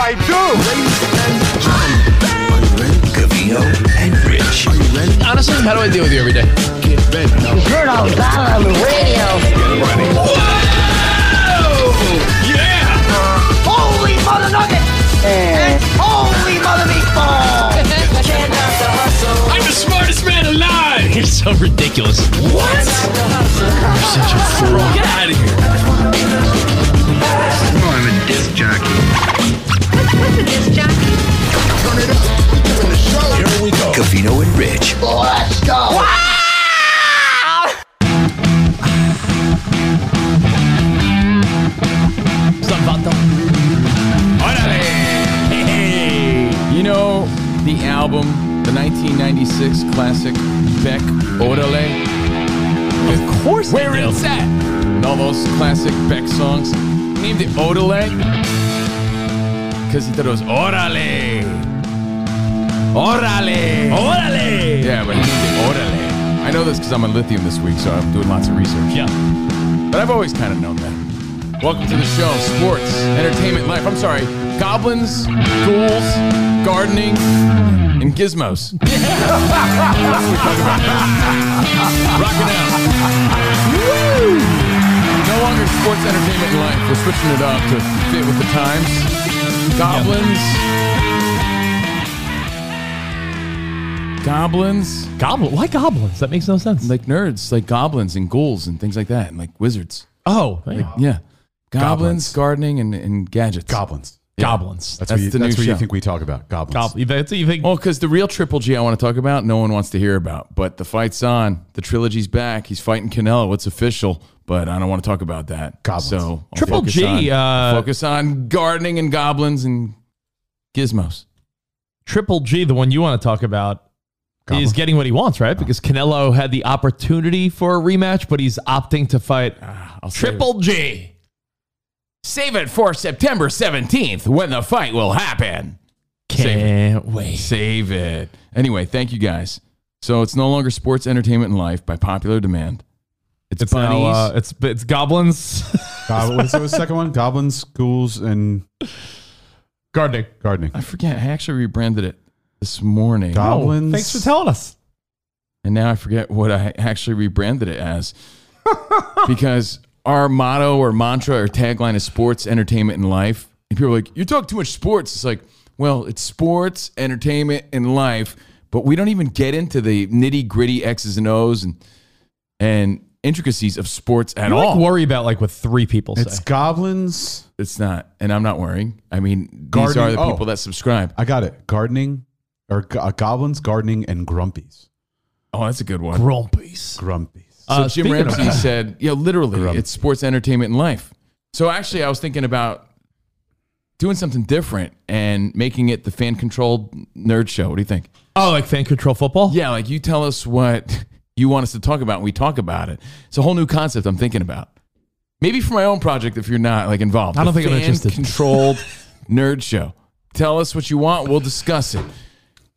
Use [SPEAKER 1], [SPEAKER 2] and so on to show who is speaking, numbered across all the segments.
[SPEAKER 1] I do.
[SPEAKER 2] Cavino and Rich.
[SPEAKER 3] Honestly, how do I deal with you every day?
[SPEAKER 4] Turn on Valor Radio.
[SPEAKER 3] Yeah!
[SPEAKER 4] Holy mother nugget! And holy mother meatball! Cannot the hustle.
[SPEAKER 3] I'm the smartest man alive! You're so ridiculous. What? You're such a fool. Get out of here.
[SPEAKER 2] No, I'm a disc jockey. Here we go. Cavino and Rich.
[SPEAKER 4] Let's go!
[SPEAKER 5] You know the album, the 1996 classic Beck Odele? Of course Where
[SPEAKER 3] do.
[SPEAKER 5] it's at. And all those classic Beck songs. Named it Odele because he thought it was Orale. Orale.
[SPEAKER 3] Orale!
[SPEAKER 5] Yeah, but he named it Orale. I know this because I'm on lithium this week, so I'm doing lots of research.
[SPEAKER 3] Yeah.
[SPEAKER 5] But I've always kind of known that. Welcome to the show, sports, entertainment, life. I'm sorry, goblins, ghouls, gardening, and gizmos. Rocking out. No longer sports, entertainment, and life. We're switching it up to fit with the times. Goblins. Goblins,
[SPEAKER 3] Goblin? Why goblins? That makes no sense.
[SPEAKER 5] like nerds, like goblins and ghouls and things like that, and like wizards.
[SPEAKER 3] oh, yeah.
[SPEAKER 5] Yeah. Goblins,
[SPEAKER 6] Goblins.
[SPEAKER 5] gardening, and, and gadgets.
[SPEAKER 6] Goblins.
[SPEAKER 3] goblins.
[SPEAKER 6] That's,
[SPEAKER 5] That's
[SPEAKER 6] what, you,
[SPEAKER 5] the
[SPEAKER 6] that's
[SPEAKER 5] new
[SPEAKER 6] what you
[SPEAKER 5] show.
[SPEAKER 6] think we talk about. Goblins.
[SPEAKER 3] Goblin. That's you think.
[SPEAKER 5] Well, because the real Triple G I want to talk about, no one wants to hear about. But the fight's on. The trilogy's back. He's fighting Canelo. It's official. But I don't want to talk about that.
[SPEAKER 6] Goblins.
[SPEAKER 5] So I'll
[SPEAKER 3] Triple
[SPEAKER 5] focus
[SPEAKER 3] G,
[SPEAKER 5] on-
[SPEAKER 3] uh,
[SPEAKER 5] focus on gardening and goblins and gizmos.
[SPEAKER 3] Triple G, the one you want to talk about, is
[SPEAKER 6] Goblin.
[SPEAKER 3] getting what he wants, right? Because Canelo had the opportunity for a rematch, but he's opting to fight
[SPEAKER 5] Ah, I'll save it.
[SPEAKER 3] Triple G.
[SPEAKER 5] Save it for September 17th when the fight will happen.
[SPEAKER 3] Can't wait.
[SPEAKER 5] Save it. Anyway, thank you guys. So it's no longer sports, entertainment, and life by popular demand. It's,
[SPEAKER 3] It's
[SPEAKER 5] bunnies.
[SPEAKER 3] now, uh, it's it's goblins
[SPEAKER 6] Goblin. What's the second one? Goblins, ghouls, and
[SPEAKER 3] gardening.
[SPEAKER 6] gardening.
[SPEAKER 5] I forget. I actually rebranded it this morning.
[SPEAKER 6] Goblins.
[SPEAKER 3] Oh, Thanks for telling us.
[SPEAKER 5] And now I forget what I actually rebranded it as. because our motto or mantra or tagline is sports, entertainment, and life. And people are like, you talk too much sports. It's like, well, it's sports, entertainment, and life. But we don't even get into the nitty gritty X's and O's and, and intricacies of sports at
[SPEAKER 3] I
[SPEAKER 5] all.
[SPEAKER 3] like worry about like what three people say.
[SPEAKER 6] It's goblins.
[SPEAKER 5] It's not, and I'm not worrying. I mean, these
[SPEAKER 6] Gardening-
[SPEAKER 5] are the
[SPEAKER 6] oh.
[SPEAKER 5] people that subscribe.
[SPEAKER 6] I got it. Gardening, or go- uh, goblins, gardening, and grumpies.
[SPEAKER 5] Oh, that's a good one.
[SPEAKER 3] grumpies.
[SPEAKER 6] Grumpies.
[SPEAKER 5] So Jim
[SPEAKER 3] Uh, speaking of-
[SPEAKER 5] Ramsey said, "Yeah, literally,
[SPEAKER 6] Grumpy.
[SPEAKER 5] it's sports, entertainment, and life." So actually, I was thinking about doing something different and making it the fan-controlled nerd show. What do you think?
[SPEAKER 3] Oh, like fan control football?
[SPEAKER 5] Yeah, like you tell us what you want us to talk about, and we talk about it. It's a whole new concept I'm thinking about. Maybe for my own project, if you're not like involved.
[SPEAKER 3] I don't
[SPEAKER 5] The
[SPEAKER 3] think I'm interested.
[SPEAKER 5] Fan-controlled nerd show. Tell us what you want. We'll discuss it.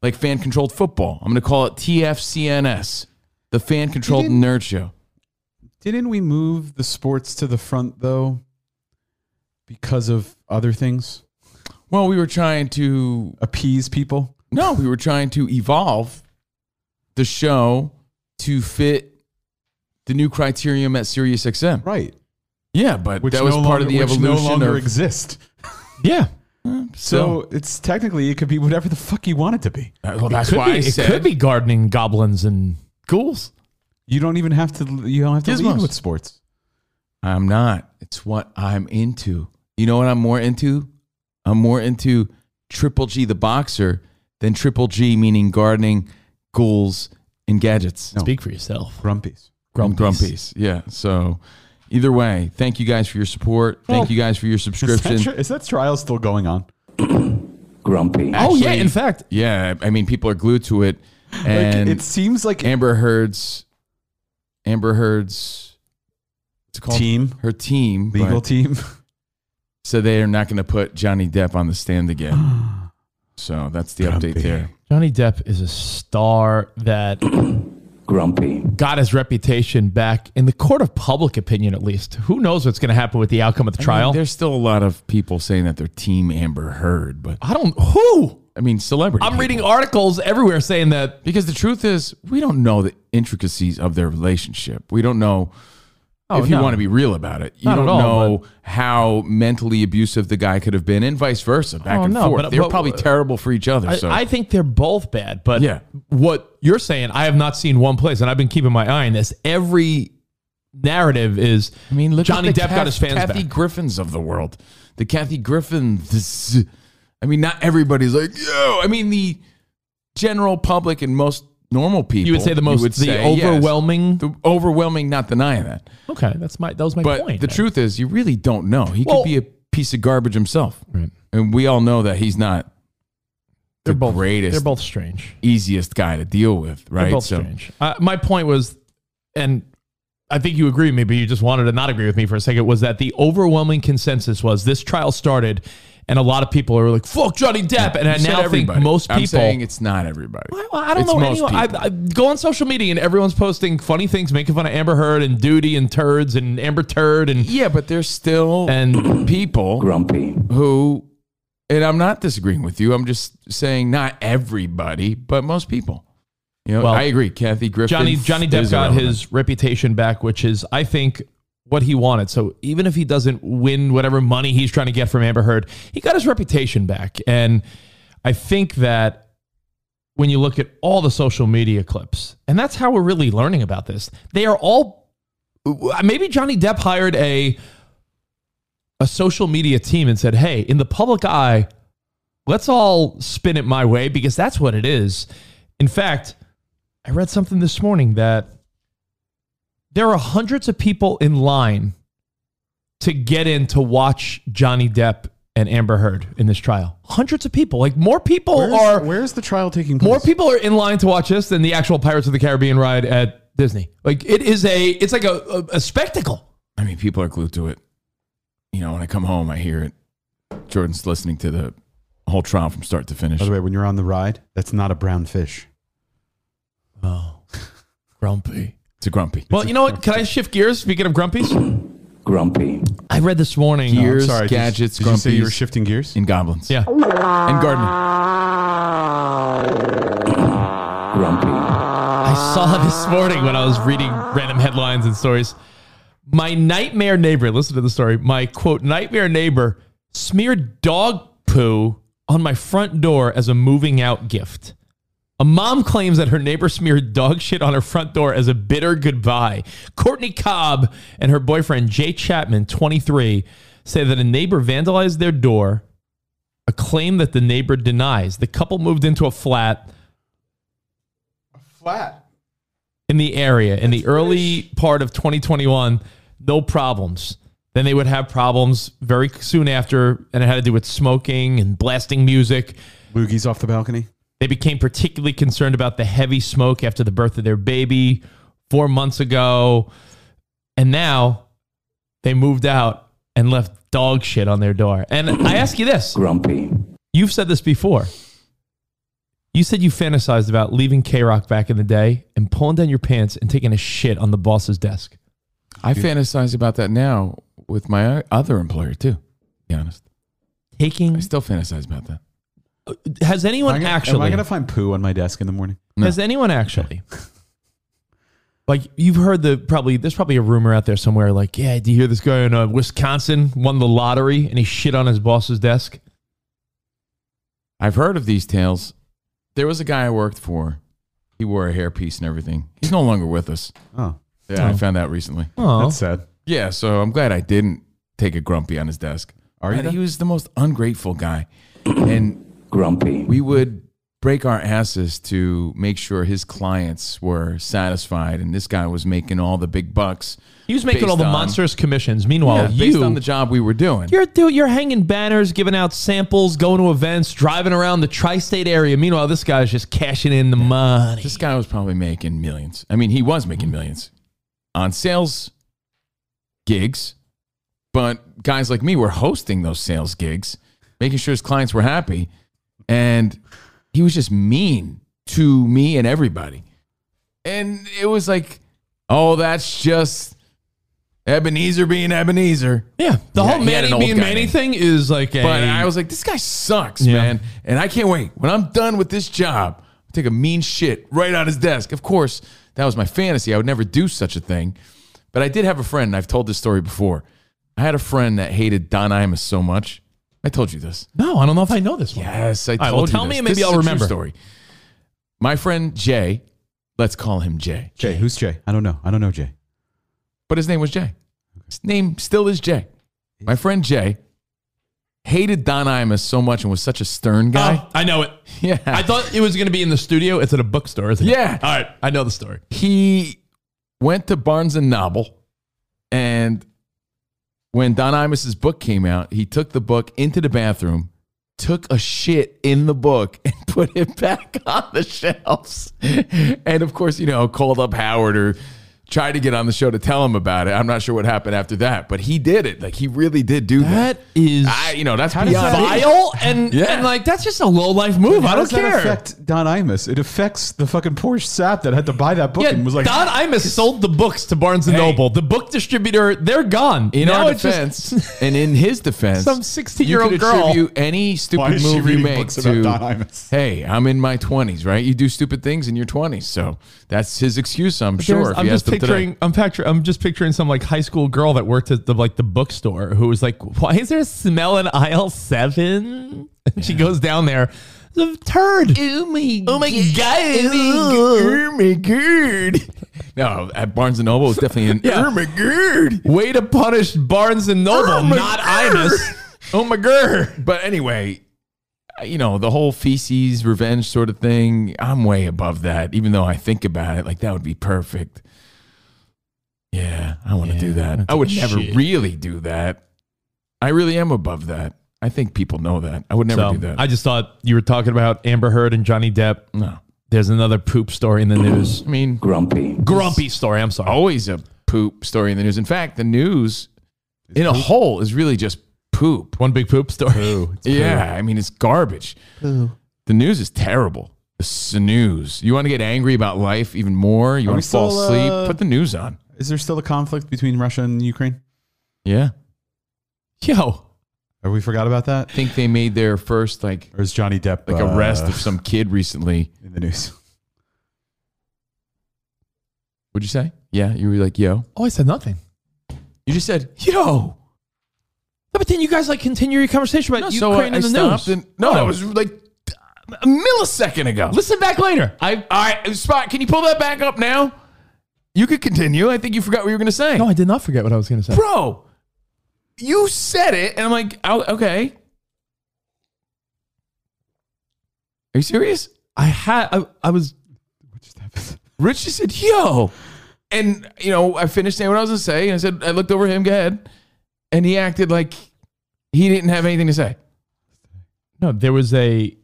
[SPEAKER 5] Like fan-controlled football. I'm going to call it TFCNS, the fan-controlled
[SPEAKER 6] You didn't-
[SPEAKER 5] nerd show.
[SPEAKER 6] Didn't we move the sports to the front though, because of other things?
[SPEAKER 5] Well, we were trying to
[SPEAKER 6] Appease people.
[SPEAKER 5] no, we were trying to evolve the show to fit the new criterium at SiriusXM.
[SPEAKER 6] Right.
[SPEAKER 5] Yeah, but
[SPEAKER 6] Which
[SPEAKER 5] that was
[SPEAKER 6] no
[SPEAKER 5] part
[SPEAKER 6] longer,
[SPEAKER 5] of the
[SPEAKER 6] which
[SPEAKER 5] evolution
[SPEAKER 6] no longer
[SPEAKER 5] of
[SPEAKER 6] exist.
[SPEAKER 3] Yeah.
[SPEAKER 5] so.
[SPEAKER 6] So it's technically it could be whatever the fuck you want it to be.
[SPEAKER 5] well, that's
[SPEAKER 3] Could
[SPEAKER 5] why
[SPEAKER 3] be,
[SPEAKER 5] I
[SPEAKER 3] it
[SPEAKER 5] said
[SPEAKER 3] could be gardening goblins and ghouls.
[SPEAKER 6] You don't even have to. You don't have to
[SPEAKER 5] Gizmos.
[SPEAKER 6] lead with sports.
[SPEAKER 5] I'm not. It's what I'm into. You know what I'm more into? I'm more into Triple G the boxer than Triple G meaning gardening, ghouls, and gadgets.
[SPEAKER 6] No.
[SPEAKER 3] Speak for yourself.
[SPEAKER 6] Grumpies.
[SPEAKER 5] and Grumpies. Yeah. So either way, thank you guys for your support. Thank
[SPEAKER 3] Well,
[SPEAKER 5] you guys for your
[SPEAKER 6] Oh. Is that,
[SPEAKER 5] subscription.
[SPEAKER 6] tri- is that trial still going on?
[SPEAKER 2] Grumpy.
[SPEAKER 3] Oh yeah,
[SPEAKER 5] Actually-
[SPEAKER 3] in fact,
[SPEAKER 5] Yeah, I mean people are glued to it,
[SPEAKER 6] Like,
[SPEAKER 5] and
[SPEAKER 6] it seems like
[SPEAKER 5] Amber Heard's, Amber Heard's, what's it called?
[SPEAKER 6] Team.
[SPEAKER 5] Her team.
[SPEAKER 6] legal
[SPEAKER 5] right?
[SPEAKER 6] team.
[SPEAKER 5] So they are not going to put Johnny Depp on the stand again. so that's the update
[SPEAKER 6] Grumpy.
[SPEAKER 5] there.
[SPEAKER 3] Johnny Depp is a star that
[SPEAKER 2] grumpy,
[SPEAKER 1] got his reputation back in the court of public opinion, at least. Who knows what's going to happen with the outcome of the trial?
[SPEAKER 5] There's still a lot of people saying that they're Team Amber Heard, but
[SPEAKER 1] I don't. Who?
[SPEAKER 5] I mean, celebrity.
[SPEAKER 1] I'm
[SPEAKER 5] people.
[SPEAKER 1] reading articles everywhere saying that.
[SPEAKER 5] because the truth is, we don't know the intricacies of their relationship. We don't know. if you
[SPEAKER 1] Oh, no.
[SPEAKER 5] want to be real about it, you
[SPEAKER 1] Not at
[SPEAKER 5] don't
[SPEAKER 1] all,
[SPEAKER 5] know how mentally abusive the guy could have been, and vice versa, back
[SPEAKER 1] Oh,
[SPEAKER 5] and
[SPEAKER 1] no,
[SPEAKER 5] forth.
[SPEAKER 1] but-
[SPEAKER 5] they were
[SPEAKER 1] but-
[SPEAKER 5] probably terrible for each other.
[SPEAKER 1] I,
[SPEAKER 5] so
[SPEAKER 1] I think they're both bad, but
[SPEAKER 5] Yeah.
[SPEAKER 1] what you're saying, I have not seen one place, and I've been keeping my eye on this. Every narrative is,
[SPEAKER 5] I mean, look
[SPEAKER 1] Johnny
[SPEAKER 5] at the
[SPEAKER 1] Depp got his fans
[SPEAKER 5] Kathy
[SPEAKER 1] back.
[SPEAKER 5] Griffins of the world, the Kathy Griffins. I mean, not everybody's like yo. I mean, the general public and most normal people.
[SPEAKER 1] you would say the most,
[SPEAKER 5] would
[SPEAKER 1] the
[SPEAKER 5] say, yes.
[SPEAKER 1] overwhelming.
[SPEAKER 5] the overwhelming, not denying that.
[SPEAKER 1] okay, that's my that was my
[SPEAKER 5] But
[SPEAKER 1] point.
[SPEAKER 5] the truth is, you really don't know. He
[SPEAKER 1] Well-
[SPEAKER 5] could be a piece of garbage himself,
[SPEAKER 1] Right.
[SPEAKER 5] and we all know that he's not
[SPEAKER 1] they're
[SPEAKER 5] the
[SPEAKER 1] both
[SPEAKER 5] greatest.
[SPEAKER 1] They're both strange.
[SPEAKER 5] easiest guy to deal with, right?
[SPEAKER 1] They're both strange. Uh, my point was, and I think you agree with me, but you just wanted to not agree with me for a second, was that the overwhelming consensus was this trial started and a lot of people are like, fuck Johnny Depp. And I
[SPEAKER 5] You said
[SPEAKER 1] now think
[SPEAKER 5] everybody.
[SPEAKER 1] most people.
[SPEAKER 5] I'm saying it's not everybody.
[SPEAKER 1] I, I don't
[SPEAKER 5] It's
[SPEAKER 1] know.
[SPEAKER 5] most
[SPEAKER 1] Anyone, I,
[SPEAKER 5] people.
[SPEAKER 1] I go on social media and everyone's posting funny things, making fun of Amber Heard and Duty and Turds and Amber Turd and
[SPEAKER 5] yeah, but there's still
[SPEAKER 1] and
[SPEAKER 5] people
[SPEAKER 2] grumpy,
[SPEAKER 5] who, and I'm not disagreeing with you. I'm just saying not everybody, but most people. You know,
[SPEAKER 1] Well,
[SPEAKER 5] I agree. Kathy Griffin.
[SPEAKER 1] Johnny Johnny Depp
[SPEAKER 5] is
[SPEAKER 1] got
[SPEAKER 5] irrelevant.
[SPEAKER 1] his reputation back, which is I think what he wanted. So even if he doesn't win whatever money he's trying to get from Amber Heard, he got his reputation back, and I think that when you look at all the social media clips, and that's how we're really learning about this, they are all maybe Johnny Depp hired a a social media team and said, "Hey, in the public eye, let's all spin it my way because that's what it is." In fact, I read something this morning that there are hundreds of people in line to get in to watch Johnny Depp and Amber Heard in this trial. Hundreds of people, like more people
[SPEAKER 6] Where's,
[SPEAKER 1] are
[SPEAKER 6] where's the trial taking place?
[SPEAKER 1] more people are in line to watch this than the actual Pirates of the Caribbean ride at Disney. Like it is a, it's like a, a, a spectacle.
[SPEAKER 5] I mean, people are glued to it. You know, when I come home, I hear it. Jordan's listening to the whole trial from start to finish.
[SPEAKER 6] By the way, when you're on the ride, that's not a brown fish.
[SPEAKER 1] Grumpy.
[SPEAKER 5] It's a grumpy.
[SPEAKER 1] Well, you know what? Can I shift gears? Speaking of grumpies,
[SPEAKER 2] grumpy,
[SPEAKER 1] I read this morning.
[SPEAKER 5] Gears.
[SPEAKER 6] I'm sorry, did you-
[SPEAKER 5] gadgets,
[SPEAKER 6] Did you say you were
[SPEAKER 5] grumpies.
[SPEAKER 6] shifting gears?
[SPEAKER 5] in goblins.
[SPEAKER 1] Yeah.
[SPEAKER 5] And gardening.
[SPEAKER 2] grumpy,
[SPEAKER 1] I saw this morning when I was reading random headlines and stories. My nightmare neighbor, listen to the story. My quote, nightmare neighbor smeared dog poo on my front door as a moving out gift. A mom claims that her neighbor smeared dog shit on her front door as a bitter goodbye. Courtney Cobb and her boyfriend, Jay Chapman, 23, say that a neighbor vandalized their door, a claim that the neighbor denies. The couple moved into a flat
[SPEAKER 6] Flat.
[SPEAKER 1] in the area in the early part of 2021, no problems. Then they would have problems very soon after, and it had to do with smoking and blasting music.
[SPEAKER 6] Loogies off the balcony.
[SPEAKER 1] They became particularly concerned about the heavy smoke after the birth of their baby four months ago. And now they moved out and left dog shit on their door. And I ask you this
[SPEAKER 2] grumpy,
[SPEAKER 1] You've said this before. You said you fantasized about leaving K Rock back in the day and pulling down your pants and taking a shit on the boss's desk.
[SPEAKER 5] I fantasize about that now with my other employer too. To be honest, I
[SPEAKER 1] Taking
[SPEAKER 5] still fantasize about that.
[SPEAKER 1] has anyone
[SPEAKER 6] Am I gonna- am I
[SPEAKER 1] actually
[SPEAKER 6] gonna find poo on my desk in the morning?
[SPEAKER 5] No.
[SPEAKER 1] has anyone actually like you've heard the probably there's probably a rumor out there somewhere like yeah do you hear this guy in uh, Wisconsin won the lottery and he shit on his boss's desk
[SPEAKER 5] I've heard of these tales. There was a guy I worked for. He wore a hairpiece and everything. He's no longer with us.
[SPEAKER 6] Oh,
[SPEAKER 5] Yeah, I found out recently.
[SPEAKER 1] oh
[SPEAKER 6] that's sad.
[SPEAKER 5] Yeah, so I'm glad I didn't take a grumpy on his desk.
[SPEAKER 6] Are you
[SPEAKER 5] And
[SPEAKER 6] though?
[SPEAKER 5] He was the most ungrateful guy, and
[SPEAKER 2] grumpy,
[SPEAKER 5] we would break our asses to make sure his clients were satisfied. And this guy was making all the big bucks.
[SPEAKER 1] he was making
[SPEAKER 5] Based
[SPEAKER 1] all the
[SPEAKER 5] on-
[SPEAKER 1] monstrous commissions meanwhile
[SPEAKER 5] Yeah,
[SPEAKER 1] you
[SPEAKER 5] based on the job we were doing.
[SPEAKER 1] you're dude, you're hanging banners giving out samples going to events driving around the tri-state area meanwhile this guy's just cashing in the money
[SPEAKER 5] This guy was probably making millions. I mean, he was making millions on sales gigs, but guys like me were hosting those sales gigs, making sure his clients were happy. And he was just mean to me and everybody. And it was like, oh, that's just Ebenezer being Ebenezer.
[SPEAKER 1] Yeah, the whole
[SPEAKER 5] he had an
[SPEAKER 1] Manny
[SPEAKER 5] old
[SPEAKER 1] being
[SPEAKER 5] guy
[SPEAKER 1] Manny
[SPEAKER 5] name.
[SPEAKER 1] thing is like a.
[SPEAKER 5] But I was like, this guy sucks,
[SPEAKER 1] Yeah.
[SPEAKER 5] man. And I can't wait. When I'm done with this job, I'll take a mean shit right on his desk. Of course, that was my fantasy. I would never do such a thing. But I did have a friend, and I've told this story before. I had a friend that hated Don Imus so much. I told you this.
[SPEAKER 1] no, I don't know if I know this one.
[SPEAKER 5] Yes, I told
[SPEAKER 1] right, well,
[SPEAKER 5] you
[SPEAKER 1] tell
[SPEAKER 5] this.
[SPEAKER 1] me and maybe
[SPEAKER 5] This is
[SPEAKER 1] I'll
[SPEAKER 5] a true
[SPEAKER 1] remember.
[SPEAKER 5] story. My friend Jay, let's call him Jay,
[SPEAKER 6] Jay, who's Jay? I don't know. I don't know Jay.
[SPEAKER 5] but his name was Jay. His name still is Jay. My friend Jay hated Don Imus so much and was such a stern guy.
[SPEAKER 1] Oh, I know it.
[SPEAKER 5] Yeah.
[SPEAKER 1] I thought it was going to be in the studio. It's at a bookstore, isn't it?
[SPEAKER 5] Yeah.
[SPEAKER 1] All right. I know the story.
[SPEAKER 5] he went to Barnes and Noble, and when Don Imus's book came out, he took the book into the bathroom, took a shit in the book, and put it back on the shelves. And of course, you know, called up Howard or tried to get on the show to tell him about it. I'm not sure what happened after that, but he did it. Like he really did do that.
[SPEAKER 1] is
[SPEAKER 5] I, you know, that's
[SPEAKER 6] does
[SPEAKER 5] beyond
[SPEAKER 6] that-
[SPEAKER 1] vile and
[SPEAKER 5] Yeah.
[SPEAKER 1] and like that's just a low life move. I
[SPEAKER 6] How
[SPEAKER 1] don't
[SPEAKER 6] does that
[SPEAKER 1] care.
[SPEAKER 6] affect Don Imus? It affects the fucking poor sap that had to buy that book
[SPEAKER 1] yeah,
[SPEAKER 6] and was like,
[SPEAKER 1] Don Imus sold the books to Barnes and
[SPEAKER 5] Hey.
[SPEAKER 1] Noble. The book distributor, they're gone.
[SPEAKER 5] in
[SPEAKER 1] Now
[SPEAKER 5] our
[SPEAKER 1] it's just-
[SPEAKER 5] defense, and in his defense,
[SPEAKER 1] Some 16-year-old
[SPEAKER 5] you could
[SPEAKER 1] girl.
[SPEAKER 5] attribute any
[SPEAKER 6] Why
[SPEAKER 5] stupid
[SPEAKER 6] is she
[SPEAKER 5] move you
[SPEAKER 6] reading
[SPEAKER 5] make
[SPEAKER 6] books about
[SPEAKER 5] to
[SPEAKER 6] Don Imus?
[SPEAKER 5] Hey, I'm in my 20s, right? You do stupid things in your 20s, so that's his excuse. I'm
[SPEAKER 1] There's-
[SPEAKER 5] sure. if
[SPEAKER 1] I'm
[SPEAKER 5] you
[SPEAKER 1] just
[SPEAKER 5] asked him today.
[SPEAKER 1] picturing. I'm picturing. I'm just picturing some like high school girl that worked at the like the bookstore who was like, "Why is there a smell in aisle seven? And She goes down there. The turd. Oh my. Oh my god.
[SPEAKER 5] Oh my god! No, at Barnes and Noble, it's definitely an.
[SPEAKER 1] Yeah.
[SPEAKER 5] Oh my god!
[SPEAKER 1] Way to punish Barnes and Noble, not Imus.
[SPEAKER 5] Oh my god! But anyway, you know the whole feces revenge sort of thing. I'm way above that. Even though I think about it, like that would be perfect. Yeah, I want to do that. I would never really do that. I really am above that. I think people know that. I would never do
[SPEAKER 1] So
[SPEAKER 5] that.
[SPEAKER 1] I just thought you were talking about Amber Heard and Johnny Depp.
[SPEAKER 5] no.
[SPEAKER 1] There's another poop story in the news. Oh.
[SPEAKER 5] I mean,
[SPEAKER 2] grumpy,
[SPEAKER 1] Grumpy story. I'm sorry.
[SPEAKER 5] always a poop story in the news. In fact, the news in a whole is really just poop.
[SPEAKER 1] One big poop story.
[SPEAKER 5] Yeah, I mean it's garbage. The news is terrible. The snooze. You want to get angry about life even more? You
[SPEAKER 6] Are
[SPEAKER 5] want
[SPEAKER 6] we
[SPEAKER 5] to fall
[SPEAKER 6] still,
[SPEAKER 5] asleep?
[SPEAKER 6] uh,
[SPEAKER 5] Put the news on.
[SPEAKER 6] is there still a conflict between Russia and Ukraine?
[SPEAKER 5] Yeah,
[SPEAKER 1] Yo.
[SPEAKER 6] Have we forgot about that?
[SPEAKER 5] I think they made their first like
[SPEAKER 6] Or is Johnny Depp
[SPEAKER 5] like
[SPEAKER 6] uh,
[SPEAKER 5] arrest of some kid recently.
[SPEAKER 6] in the news?
[SPEAKER 5] Would you say? Yeah, you were like, yo.
[SPEAKER 1] Oh, I said nothing.
[SPEAKER 5] You just said, yo.
[SPEAKER 1] No, but then you guys like continue your conversation
[SPEAKER 5] No,
[SPEAKER 1] about
[SPEAKER 5] so I,
[SPEAKER 1] Ukraine
[SPEAKER 5] I
[SPEAKER 1] in the news.
[SPEAKER 5] stopped. And, no,
[SPEAKER 1] Oh.
[SPEAKER 5] that was like a millisecond ago.
[SPEAKER 1] Listen back later.
[SPEAKER 5] I, all right, Spot, can you pull that back up now? You could continue. I think you forgot what you were going to say.
[SPEAKER 1] No, I did not forget what I was going to say.
[SPEAKER 5] Bro, you said it, and I'm like, oh, okay. Are you serious?
[SPEAKER 1] I had. I, I was.
[SPEAKER 5] Rich just said, yo. And, you know, I finished saying what I was going to say, and I said, I looked over at him, go ahead. And he acted like he didn't have anything to say.
[SPEAKER 1] No, there was a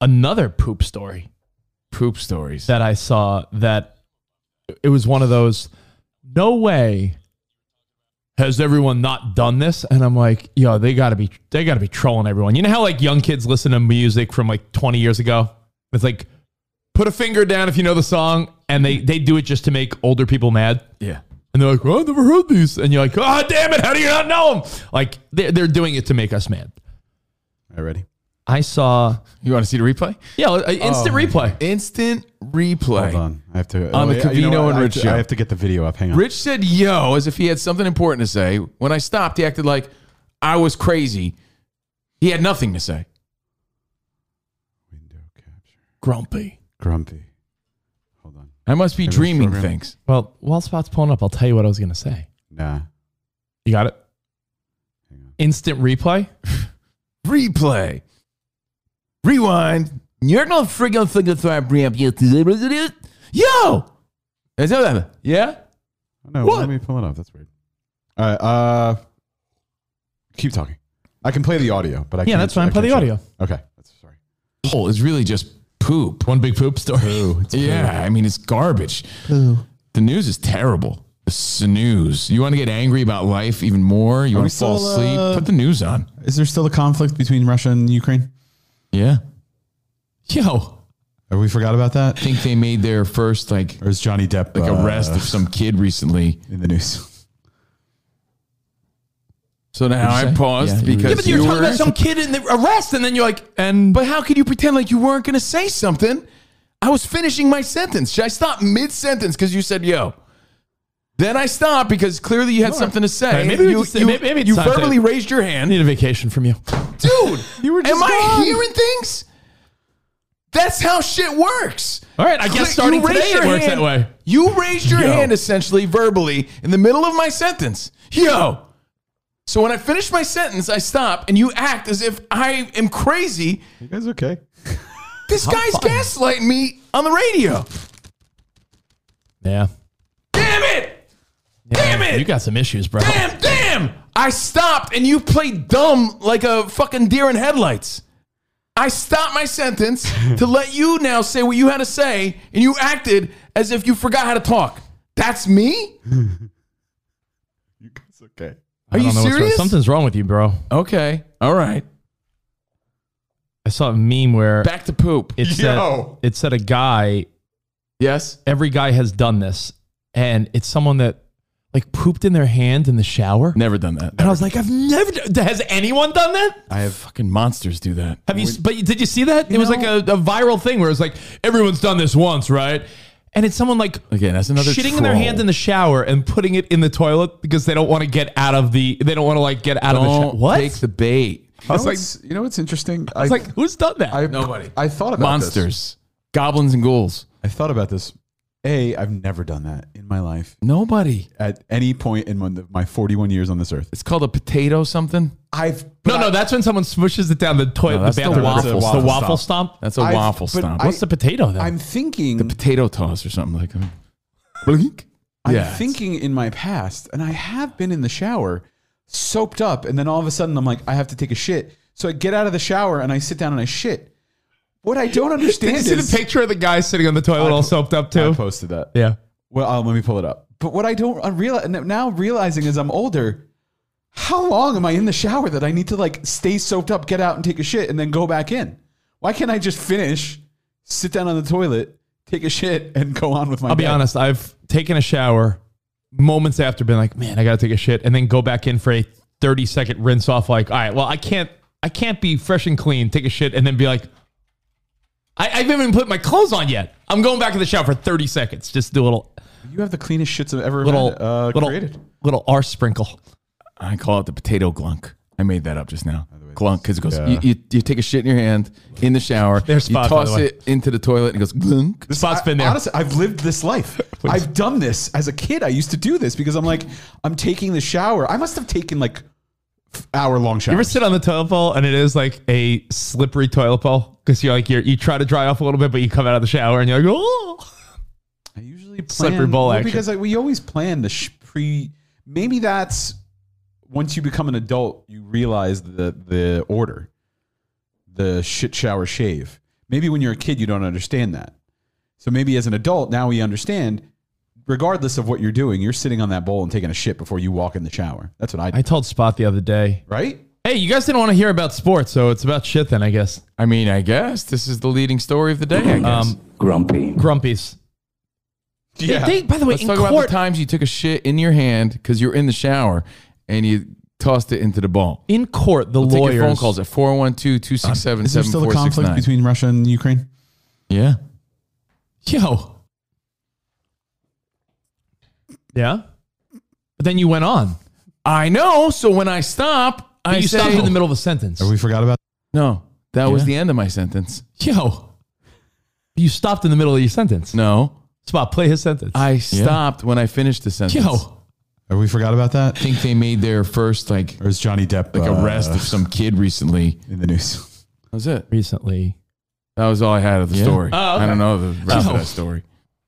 [SPEAKER 1] another poop story
[SPEAKER 5] Poop stories.
[SPEAKER 1] that I saw that it was one of those. No way has everyone not done this, and I'm like, yo, they gotta be, they gotta be trolling everyone. You know how like young kids listen to music from like 20 years ago? It's like, put a finger down if you know the song, and they they do it just to make older people mad.
[SPEAKER 5] yeah.
[SPEAKER 1] And they're like, well, I've never heard these. And you're like, oh, damn it. How do you not know them? Like, they're, they're doing it to make us mad.
[SPEAKER 6] All right, ready?
[SPEAKER 1] I saw,
[SPEAKER 5] You want to see the replay?
[SPEAKER 1] yeah, uh, instant
[SPEAKER 5] Oh.
[SPEAKER 1] replay.
[SPEAKER 5] Instant replay.
[SPEAKER 6] Hold on. I have to.
[SPEAKER 1] Um,
[SPEAKER 6] oh,
[SPEAKER 5] On the
[SPEAKER 6] yeah, you know
[SPEAKER 5] Covino
[SPEAKER 6] what?
[SPEAKER 5] and
[SPEAKER 6] I have
[SPEAKER 5] Rich
[SPEAKER 6] to-
[SPEAKER 5] show.
[SPEAKER 6] I have to get the video up. Hang on.
[SPEAKER 5] Rich said yo as if he had something important to say. When I stopped, he acted like I was crazy. He had nothing to say.
[SPEAKER 6] Window capture.
[SPEAKER 1] Grumpy.
[SPEAKER 6] Grumpy. Hold on.
[SPEAKER 5] I must be
[SPEAKER 6] Maybe
[SPEAKER 5] dreaming
[SPEAKER 6] program.
[SPEAKER 5] things.
[SPEAKER 1] Well, while Spot's pulling up, I'll tell you what I was going to say.
[SPEAKER 6] Nah.
[SPEAKER 1] You got it?
[SPEAKER 6] Hang on.
[SPEAKER 1] Instant replay?
[SPEAKER 5] Replay. Rewind. You're not friggin' friggin' thrive ramp yet. Yo! Is that- Yeah?
[SPEAKER 6] Oh, no,
[SPEAKER 5] What?
[SPEAKER 6] let me pull it up. That's weird. All right. Uh, keep talking. I can play the audio, but I
[SPEAKER 1] Yeah,
[SPEAKER 6] can't,
[SPEAKER 1] that's fine.
[SPEAKER 6] I
[SPEAKER 1] Play the
[SPEAKER 6] can't
[SPEAKER 1] audio.
[SPEAKER 6] show it. Okay. That's sorry.
[SPEAKER 5] Oh, it's really just poop.
[SPEAKER 1] One big poop story.
[SPEAKER 5] Yeah, I mean it's garbage. The news is terrible. The snooze. You want to get angry about life even more? You want to fall
[SPEAKER 6] still,
[SPEAKER 5] asleep?
[SPEAKER 6] uh,
[SPEAKER 5] Put the news on.
[SPEAKER 6] Is there still a conflict between Russia and Ukraine?
[SPEAKER 5] Yeah.
[SPEAKER 1] Yo.
[SPEAKER 6] Have we forgot about that?
[SPEAKER 5] I think they made their first like
[SPEAKER 6] Or is Johnny Depp
[SPEAKER 5] like
[SPEAKER 6] uh,
[SPEAKER 5] arrest of some kid recently.
[SPEAKER 6] in the news?
[SPEAKER 5] So now
[SPEAKER 6] What'd you
[SPEAKER 5] I
[SPEAKER 6] say?
[SPEAKER 5] paused
[SPEAKER 6] Yeah, you were-
[SPEAKER 5] because
[SPEAKER 6] Yeah,
[SPEAKER 1] but you're
[SPEAKER 5] you
[SPEAKER 1] talking
[SPEAKER 5] were-
[SPEAKER 1] about some kid in the arrest, and then you're like, and
[SPEAKER 5] But how could you pretend like you weren't going to say something? I was finishing my sentence. Should I stop mid sentence because you said yo? Then I stopped because clearly you had something to say.
[SPEAKER 1] All right, maybe we
[SPEAKER 5] you,
[SPEAKER 1] just-
[SPEAKER 5] you-
[SPEAKER 1] maybe- maybe it's
[SPEAKER 5] you
[SPEAKER 1] time to-
[SPEAKER 5] verbally raised your
[SPEAKER 1] I
[SPEAKER 5] hand.
[SPEAKER 1] need a vacation from you.
[SPEAKER 5] Dude,
[SPEAKER 6] You were just
[SPEAKER 5] am I
[SPEAKER 6] gone.
[SPEAKER 5] hearing things? That's how shit works.
[SPEAKER 1] All right, I guess
[SPEAKER 5] Cle-
[SPEAKER 1] starting
[SPEAKER 5] you raised
[SPEAKER 1] today it
[SPEAKER 5] your
[SPEAKER 1] works
[SPEAKER 5] hand-
[SPEAKER 1] that way.
[SPEAKER 5] You raised your
[SPEAKER 1] Yo.
[SPEAKER 5] hand essentially verbally in the middle of my sentence. Yo. So when I finish my sentence, I stop and you act as if I am crazy
[SPEAKER 6] You guys okay?
[SPEAKER 5] this guy's gaslighting me on the radio.
[SPEAKER 1] Yeah.
[SPEAKER 5] Damn it! Damn it!
[SPEAKER 1] You got some issues, bro.
[SPEAKER 5] Damn, damn! I stopped and you played dumb like a fucking deer in headlights. I stopped my sentence to let you now say what you had to say, and you acted as if you forgot how to talk. That's me?
[SPEAKER 6] You guys okay?
[SPEAKER 5] Are you serious?
[SPEAKER 1] Something's wrong with you, bro.
[SPEAKER 5] Okay. All right.
[SPEAKER 1] I saw a meme where
[SPEAKER 5] Back to poop.
[SPEAKER 1] it said
[SPEAKER 6] Yo.
[SPEAKER 1] it said a guy.
[SPEAKER 5] yes.
[SPEAKER 1] Every guy has done this, and it's someone that like pooped in their hand in the shower.
[SPEAKER 5] Never done that.
[SPEAKER 1] And I was like, I've never. d- Has anyone done that?
[SPEAKER 5] I have fucking monsters do that.
[SPEAKER 1] Have you? But did you see that? it was like a, a viral thing where it's like everyone's done this once, right? And it's someone like
[SPEAKER 5] Again, that's another
[SPEAKER 1] shitting in their
[SPEAKER 5] troll.
[SPEAKER 1] hand in the shower and putting it in the toilet because they don't want to get out of the. They don't want to like get out of the
[SPEAKER 5] Don't
[SPEAKER 1] shower. What?
[SPEAKER 5] take the bait.
[SPEAKER 6] You know, what's, you know what's interesting? I,
[SPEAKER 1] it's like who's done that?
[SPEAKER 6] I,
[SPEAKER 5] Nobody.
[SPEAKER 6] I thought about this.
[SPEAKER 5] Monsters, goblins, and ghouls.
[SPEAKER 6] I thought about this. A, I've never done that in my life
[SPEAKER 5] Nobody.
[SPEAKER 6] at any point in my- my 41 years on this earth.
[SPEAKER 5] It's called a potato something.
[SPEAKER 6] I've
[SPEAKER 1] no, no, that's when someone smushes it down the toilet.
[SPEAKER 5] No,
[SPEAKER 1] the
[SPEAKER 5] that's the
[SPEAKER 1] bathroom.
[SPEAKER 5] waffle
[SPEAKER 1] It's
[SPEAKER 5] stomp.
[SPEAKER 1] the waffle stomp.
[SPEAKER 5] That's a
[SPEAKER 6] I've-
[SPEAKER 5] waffle
[SPEAKER 6] but
[SPEAKER 5] stomp.
[SPEAKER 6] I-
[SPEAKER 5] What's
[SPEAKER 1] What's the potato then?
[SPEAKER 6] I'm thinking
[SPEAKER 5] potato toss or something like that?
[SPEAKER 6] I'm
[SPEAKER 5] Yeah.
[SPEAKER 6] thinking in my past, and I have been in the shower, soaped up, and then all of a sudden I'm like, I have to take a shit. So I get out of the shower and I sit down and I shit. What I don't
[SPEAKER 1] Did you
[SPEAKER 6] understand
[SPEAKER 1] see
[SPEAKER 6] is
[SPEAKER 1] the picture of the guy sitting on the toilet all soaped up
[SPEAKER 6] I
[SPEAKER 1] too?
[SPEAKER 6] posted that.
[SPEAKER 1] Yeah.
[SPEAKER 6] Well, uh, let me pull it up. But what I don't I realize now realizing as I'm older, how long am I in the shower that I need to like stay soaked up, get out and take a shit, and then go back in? Why can't I just finish, sit down on the toilet, take a shit, and go on with my?
[SPEAKER 1] I'll be
[SPEAKER 6] day?
[SPEAKER 1] honest. I've taken a shower moments after, been like, man, I gotta take a shit, and then go back in for a thirty second rinse off. Like, all right, well, I can't, I can't be fresh and clean, take a shit, and then be like, I, I haven't even put my clothes on yet. I'm going back in the shower for thirty seconds, just do a little,
[SPEAKER 6] You have the cleanest shits I've ever
[SPEAKER 1] little,
[SPEAKER 6] had, uh,
[SPEAKER 1] little,
[SPEAKER 6] created.
[SPEAKER 1] little R sprinkle.
[SPEAKER 5] I call it the potato glunk. I made that up just now. Glunk, because it goes.
[SPEAKER 6] Yeah.
[SPEAKER 5] You, you, you take a shit in your hand in the shower.
[SPEAKER 1] There's
[SPEAKER 5] you
[SPEAKER 1] Spot, by the
[SPEAKER 5] toss
[SPEAKER 1] way.
[SPEAKER 5] it into the toilet and it goes glunk.
[SPEAKER 1] Spot's been there.
[SPEAKER 6] Honestly, I've lived this life. I've done this as a kid. I used to do this because I'm like, I'm taking the shower. I must have taken like hour long
[SPEAKER 1] You ever
[SPEAKER 6] showers.
[SPEAKER 1] sit on the toilet bowl and it is like a slippery toilet bowl because you're like you're, you try to dry off a little bit, but you come out of the shower and you're like, oh,
[SPEAKER 6] I usually plan
[SPEAKER 1] Slippery bowl action.
[SPEAKER 6] because like, we always plan the sh- pre. Maybe that's once you become an adult, you realize the the order, the shit shower shave. Maybe when you're a kid, you don't understand that. So maybe as an adult, now we understand. Regardless of what you're doing, you're sitting on that bowl and taking a shit before you walk in the shower. That's what I do,
[SPEAKER 1] I told Spot the other day,
[SPEAKER 6] right?
[SPEAKER 1] hey, you guys didn't want to hear about sports, so it's about shit then, I guess.
[SPEAKER 5] I mean, I guess this is the leading story of the day. I guess.
[SPEAKER 1] Um,
[SPEAKER 2] grumpy,
[SPEAKER 1] grumpies.
[SPEAKER 6] Yeah.
[SPEAKER 1] They, by the way,
[SPEAKER 5] Let's
[SPEAKER 1] in
[SPEAKER 5] talk
[SPEAKER 1] court,
[SPEAKER 5] about the times you took a shit in your hand because you're in the shower and you tossed it into the ball.
[SPEAKER 1] in court, the
[SPEAKER 5] Take your
[SPEAKER 1] lawyers.
[SPEAKER 5] phone calls at 412 267
[SPEAKER 6] Um, Is there still a conflict between Russia and Ukraine?
[SPEAKER 5] Yeah.
[SPEAKER 1] Yo. Yeah. But then you went on.
[SPEAKER 5] I know. So when I stop, I
[SPEAKER 1] But you
[SPEAKER 5] say,
[SPEAKER 1] stopped in the middle of a sentence.
[SPEAKER 6] We forgot about.
[SPEAKER 5] No, that was
[SPEAKER 1] Yeah.
[SPEAKER 5] the end of my sentence.
[SPEAKER 1] Yo. You stopped in the middle of your sentence.
[SPEAKER 5] No,
[SPEAKER 1] Spot, play his sentence.
[SPEAKER 5] I stopped when I finished the sentence. I
[SPEAKER 1] Yo.
[SPEAKER 6] Have we forgot about that?
[SPEAKER 5] think they made their first like
[SPEAKER 6] Or is Johnny Depp
[SPEAKER 5] like
[SPEAKER 6] uh,
[SPEAKER 5] arrest of some kid recently.
[SPEAKER 6] in the news?
[SPEAKER 5] That was it.
[SPEAKER 1] Recently.
[SPEAKER 5] That was all I had of the story.
[SPEAKER 1] Oh, okay.
[SPEAKER 5] I don't know the rest
[SPEAKER 1] Oh.
[SPEAKER 5] of that story.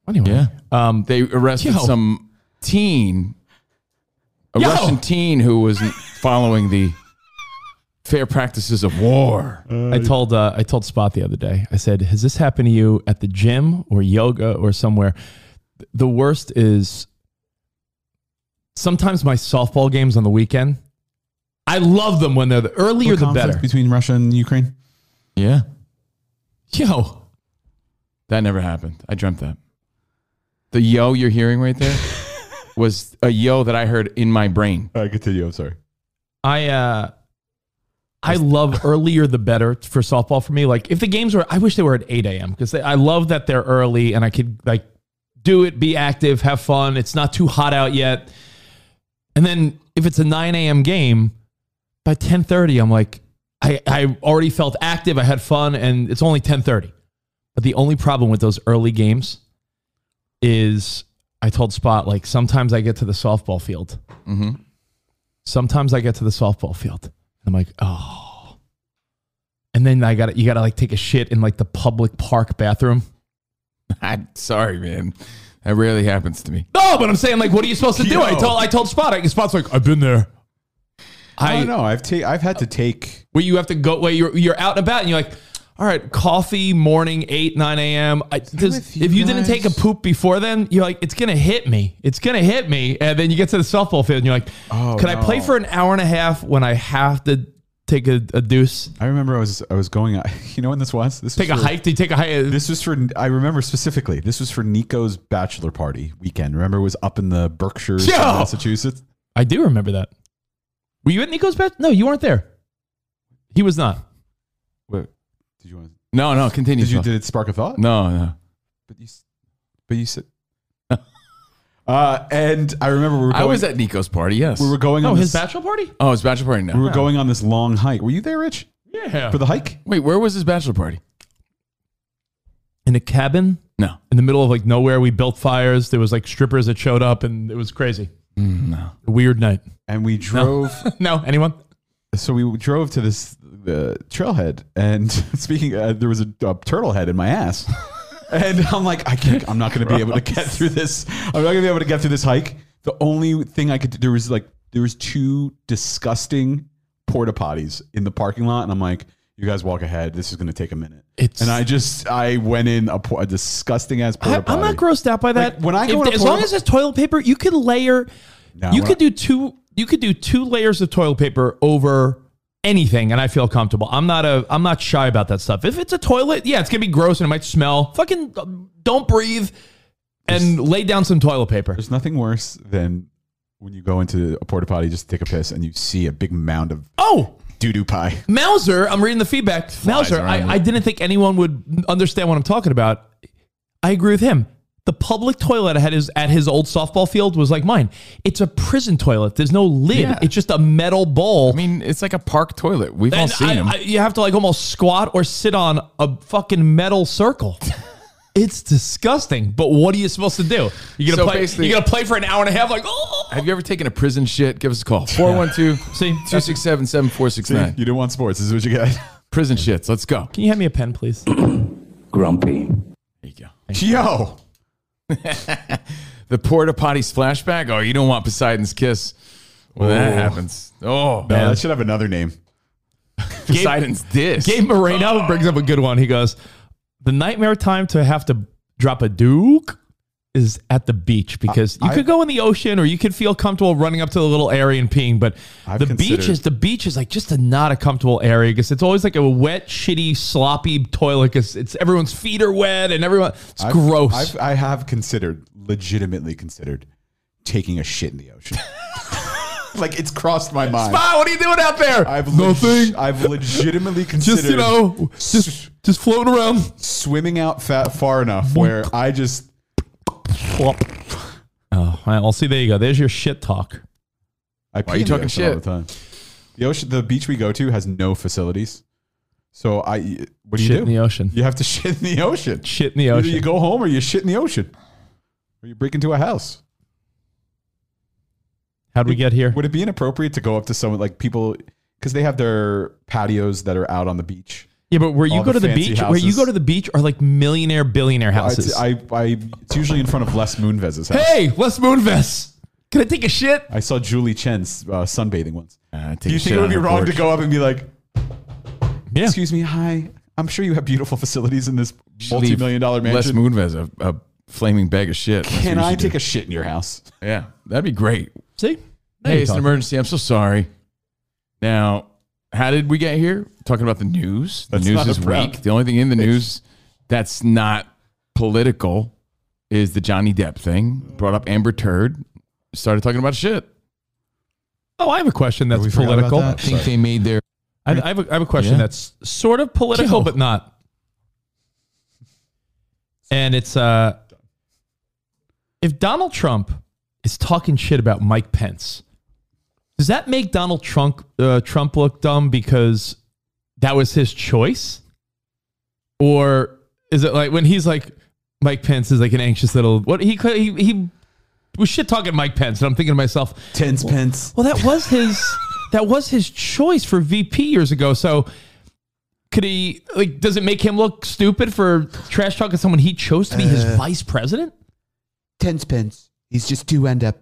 [SPEAKER 1] Anyway.
[SPEAKER 5] Yeah.
[SPEAKER 1] Um,
[SPEAKER 5] They arrested
[SPEAKER 1] Yo.
[SPEAKER 5] some teen, a
[SPEAKER 1] Yo.
[SPEAKER 5] Russian teen who was following the fair practices of war.
[SPEAKER 1] I told uh, I told Spot the other day. I said, "Has this happened to you at the gym or yoga or somewhere?" Th- The worst is sometimes my softball games on the weekend. I love them when they're the earlier the
[SPEAKER 6] Conflict
[SPEAKER 1] better.
[SPEAKER 6] between Russia and Ukraine.
[SPEAKER 5] Yeah.
[SPEAKER 1] Yo,
[SPEAKER 5] That never happened. I dreamt that. The yo you're hearing right there was a yo that I heard in my brain.
[SPEAKER 6] All right, continue. I'm sorry.
[SPEAKER 1] I uh I love earlier the better for softball for me. Like if the games were, I wish they were at eight a.m. because I love that they're early and I could like do it, be active, have fun. It's not too hot out yet. And then if it's a nine a.m. game, by ten thirty, I'm like, I I already felt active, I had fun, and it's only ten thirty. But the only problem with those early games is I told Spot like sometimes I get to the softball field sometimes I get to the softball field and I'm like, oh. And then I got you got to like take a shit in like the public park bathroom.
[SPEAKER 5] I'm sorry, man. That rarely happens to me.
[SPEAKER 1] No, but I'm saying like, what are you supposed to do? I
[SPEAKER 6] Yo.
[SPEAKER 1] told I told Spot. I, Spot's like, I've been there.
[SPEAKER 6] I
[SPEAKER 1] I
[SPEAKER 6] don't know. Oh, I've ta- I've had to take.
[SPEAKER 1] where you have to go where you're you're out and about and you're like, all right, coffee morning eight nine a.m. I, does,
[SPEAKER 6] you
[SPEAKER 1] if you didn't
[SPEAKER 6] guys?
[SPEAKER 1] take a poop before then, you're like, it's gonna hit me. It's gonna hit me. And then you get to the softball field and you're like,
[SPEAKER 6] Oh,
[SPEAKER 1] can I
[SPEAKER 6] no.
[SPEAKER 1] play for an hour and a half when I have to take a, a deuce,
[SPEAKER 6] I remember I was I was going. You know when this was? This was
[SPEAKER 1] take a
[SPEAKER 6] for-
[SPEAKER 1] hike? Do you take a hike?
[SPEAKER 6] This was for I remember specifically. This was for Nico's bachelor party weekend. Remember, it was up in the Berkshires, in
[SPEAKER 1] Yo!
[SPEAKER 6] Massachusetts.
[SPEAKER 1] I do remember that. Were you at Nico's bed? No, you weren't there. He was not.
[SPEAKER 6] Wait, did you want?
[SPEAKER 5] No, no, continue.
[SPEAKER 6] Did you?
[SPEAKER 5] Phil.
[SPEAKER 6] Did it spark a thought?
[SPEAKER 5] no, no.
[SPEAKER 6] But you, s- but you said. uh, and I remember we were going.
[SPEAKER 5] I was at Nico's party, yes.
[SPEAKER 6] we were going
[SPEAKER 1] Oh,
[SPEAKER 6] on
[SPEAKER 1] his
[SPEAKER 6] this,
[SPEAKER 1] bachelor party?
[SPEAKER 5] oh, it's bachelor party
[SPEAKER 6] We
[SPEAKER 5] now.
[SPEAKER 6] were going on this long hike. Were you there, Rich,
[SPEAKER 1] Yeah.
[SPEAKER 6] for the hike?
[SPEAKER 5] Wait, where was his bachelor party?
[SPEAKER 1] In a cabin
[SPEAKER 5] No.
[SPEAKER 1] in the middle of like nowhere, we built fires. There was like strippers that showed up, and it was crazy. Mm, no. weird night.
[SPEAKER 6] And we drove.
[SPEAKER 1] No, anyone?
[SPEAKER 6] so we drove to this uh, trailhead, and speaking, uh, there was a, a turtle head in my ass, and I'm like, I can't, I'm not going to be able to get through this. I'm not going to be able to get through this hike. The only thing I could do there was like there was two disgusting porta potties in the parking lot, and I'm like, you guys walk ahead. This is going to take a minute.
[SPEAKER 1] It's-
[SPEAKER 6] and I just I went in a, po- a disgusting ass
[SPEAKER 1] I,
[SPEAKER 6] porta potty.
[SPEAKER 1] I'm not grossed out by that.
[SPEAKER 6] Like, when I go
[SPEAKER 1] If-
[SPEAKER 6] in a
[SPEAKER 1] as
[SPEAKER 6] porta-
[SPEAKER 1] long as it's toilet paper, you could layer.
[SPEAKER 6] No,
[SPEAKER 1] you
[SPEAKER 6] when
[SPEAKER 1] could
[SPEAKER 6] I-
[SPEAKER 1] do two. You could do two layers of toilet paper over anything, and I feel comfortable. I'm not a. I'm not shy about that stuff. If it's a toilet, yeah, it's gonna be gross and it might smell. Fucking um, don't breathe, and lay down some toilet paper.
[SPEAKER 6] There's nothing worse than when you go into a porta potty just to take a piss and you see a big mound of
[SPEAKER 1] Oh,
[SPEAKER 6] doo doo pie.
[SPEAKER 1] Mauser, I'm reading the feedback. Mauser,
[SPEAKER 5] around
[SPEAKER 1] I, I didn't think anyone would understand what I'm talking about. I agree with him. The public toilet at his at his old softball field was like mine. It's a prison toilet. There's no lid.
[SPEAKER 5] Yeah.
[SPEAKER 1] It's just a metal bowl.
[SPEAKER 5] I mean, it's like a park toilet. We've all
[SPEAKER 1] And
[SPEAKER 5] seen
[SPEAKER 1] I-
[SPEAKER 5] him.
[SPEAKER 1] I- you have to like almost squat or sit on a fucking metal circle. it's disgusting. But what are you supposed to do? You're
[SPEAKER 5] So
[SPEAKER 1] gonna play.
[SPEAKER 5] basically-
[SPEAKER 1] You're gonna play for an hour and a half. Like, oh,
[SPEAKER 5] Have you ever taken a prison shit? Give us a call. 412
[SPEAKER 1] see, that's-
[SPEAKER 5] 267 7469.
[SPEAKER 6] You didn't want sports. This is what you got.
[SPEAKER 5] Prison shits. Let's go.
[SPEAKER 1] can you hand me a pen, please?
[SPEAKER 2] grumpy,
[SPEAKER 5] There you go.
[SPEAKER 6] Yo,
[SPEAKER 5] The porta potty's flashback. Oh, you don't want Poseidon's kiss when that happens. Oh,
[SPEAKER 6] no, that should have another name.
[SPEAKER 5] Poseidon's diss.
[SPEAKER 1] Gabe
[SPEAKER 6] Uh-huh.
[SPEAKER 1] Moreno brings up a good one. He goes, "The nightmare time to have to drop a duke is at the beach because you could go in the ocean or you could feel comfortable running up to the little area and peeing, but
[SPEAKER 6] I've
[SPEAKER 1] the beach
[SPEAKER 6] considered-
[SPEAKER 1] is the beach is like just a not a comfortable area because it's always like a wet, shitty, sloppy toilet because it's everyone's feet are wet and everyone it's
[SPEAKER 6] I've-
[SPEAKER 1] gross.
[SPEAKER 6] I've, I have considered, legitimately considered, taking a shit in the ocean. like it's crossed my mind.
[SPEAKER 1] Spot, what are you doing out there?
[SPEAKER 6] I've leg-
[SPEAKER 1] nothing.
[SPEAKER 6] I've legitimately considered
[SPEAKER 1] just you know, just just floating around.
[SPEAKER 6] swimming out fat far enough where I just
[SPEAKER 1] Oh, I'll see. There you go. There's your shit talk.
[SPEAKER 6] I
[SPEAKER 5] are
[SPEAKER 6] pee
[SPEAKER 5] you
[SPEAKER 6] in the
[SPEAKER 5] talking
[SPEAKER 6] ocean all
[SPEAKER 5] shit?
[SPEAKER 6] the time. The ocean, the beach we go to has no facilities. So I, what do you
[SPEAKER 1] Shit
[SPEAKER 6] do?
[SPEAKER 1] in the ocean.
[SPEAKER 6] You have to shit in the ocean.
[SPEAKER 1] Shit in the
[SPEAKER 6] Either
[SPEAKER 1] ocean.
[SPEAKER 6] you go home or you shit in the ocean, or you break into a house.
[SPEAKER 1] How'd we get here?
[SPEAKER 6] Would it be inappropriate to go up to someone like people because they have their patios that are out on the beach?
[SPEAKER 1] Yeah, but where you
[SPEAKER 6] all
[SPEAKER 1] go to
[SPEAKER 6] the
[SPEAKER 1] the
[SPEAKER 6] fancy
[SPEAKER 1] beach, where you
[SPEAKER 6] houses.
[SPEAKER 1] go to the beach are like millionaire, billionaire
[SPEAKER 6] I,
[SPEAKER 1] houses.
[SPEAKER 6] I, I, it's usually in front of Les Moonves's house.
[SPEAKER 1] hey, let's Moonvest. Can I take a shit?
[SPEAKER 6] I saw Julie Chen's uh, sunbathing once.
[SPEAKER 5] Uh, take
[SPEAKER 6] Do
[SPEAKER 5] a
[SPEAKER 6] you
[SPEAKER 5] shit
[SPEAKER 6] think it would
[SPEAKER 5] on
[SPEAKER 6] be
[SPEAKER 5] the
[SPEAKER 6] wrong
[SPEAKER 5] porch.
[SPEAKER 6] to go up and be like,
[SPEAKER 1] Yeah.
[SPEAKER 6] "Excuse me, hi, I'm sure you have beautiful facilities in this multi-million dollar
[SPEAKER 5] Leave Les
[SPEAKER 6] mansion.
[SPEAKER 5] Moonves a, a flaming bag of shit. That's
[SPEAKER 6] Can
[SPEAKER 5] what you
[SPEAKER 6] I
[SPEAKER 5] should do.
[SPEAKER 6] take a shit in your house?"
[SPEAKER 5] Yeah, that'd be great.
[SPEAKER 1] See? There
[SPEAKER 5] Hey,
[SPEAKER 1] you
[SPEAKER 5] it's an
[SPEAKER 1] go.
[SPEAKER 5] emergency. I'm so sorry. Now, how did we get here? Talking about the news. The
[SPEAKER 6] That's
[SPEAKER 5] news
[SPEAKER 6] not
[SPEAKER 5] is
[SPEAKER 6] a proud-
[SPEAKER 5] weak. The only thing in the news that's not political is the Johnny Depp thing. Brought up Amber Turd, started talking about shit.
[SPEAKER 1] Oh, I have a question that's
[SPEAKER 7] we forgot about
[SPEAKER 1] political.
[SPEAKER 7] that?
[SPEAKER 5] I think they made their
[SPEAKER 1] I, I, have a, I have a question
[SPEAKER 5] Yeah.
[SPEAKER 1] that's sort of political,
[SPEAKER 5] Yo.
[SPEAKER 1] but not. And it's uh, if Donald Trump is talking shit about Mike Pence, does that make Donald Trump uh, Trump look dumb because that was his choice, or is it like when he's like Mike Pence is like an anxious little what he he he was shit talking Mike Pence, and I'm thinking to myself,
[SPEAKER 6] Tense pence.
[SPEAKER 1] well, that was his. that was his choice for VP years ago. So, could he like? Does it make him look stupid for trash talking someone he chose to be his vice president?
[SPEAKER 7] Tense pence. He's just two end up.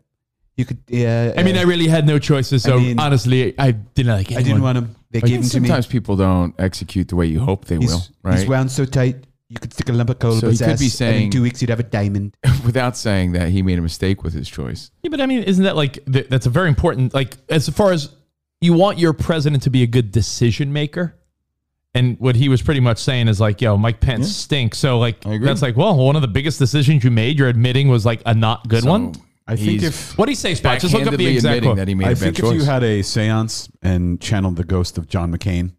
[SPEAKER 7] You could. Yeah. uh,
[SPEAKER 1] I mean, I really had no choices. So
[SPEAKER 6] mean-
[SPEAKER 1] honestly, I didn't like. Anyone.
[SPEAKER 6] I didn't want him.
[SPEAKER 7] They
[SPEAKER 5] Like,
[SPEAKER 7] gave him to me.
[SPEAKER 5] sometimes people don't execute the way you hope they
[SPEAKER 7] He's,
[SPEAKER 5] will, right?
[SPEAKER 7] he's wound so tight, you could stick a lump of coal
[SPEAKER 5] So
[SPEAKER 7] up his
[SPEAKER 5] he could
[SPEAKER 7] ass,
[SPEAKER 5] be
[SPEAKER 7] and
[SPEAKER 5] saying-
[SPEAKER 7] in two weeks you'd have a diamond.
[SPEAKER 5] Without saying that he made a mistake with his choice.
[SPEAKER 1] Yeah, but I mean, isn't that like th- that's a very important like as far as you want your president to be a good decision maker, and what he was pretty much saying is like, yo, Mike Pence stinks. So like
[SPEAKER 5] I agree.
[SPEAKER 1] that's like, well, one of the biggest decisions you made, you're admitting was like a not good
[SPEAKER 5] So
[SPEAKER 1] one.
[SPEAKER 6] I think
[SPEAKER 5] he's
[SPEAKER 6] if
[SPEAKER 1] What do you say, Spot? Just look up the
[SPEAKER 5] backhandedly
[SPEAKER 1] exact
[SPEAKER 5] admitting
[SPEAKER 1] quote.
[SPEAKER 5] that he made a
[SPEAKER 6] I
[SPEAKER 5] bad
[SPEAKER 6] think
[SPEAKER 5] choice.
[SPEAKER 6] if you had a séance and channeled the ghost of John McCain,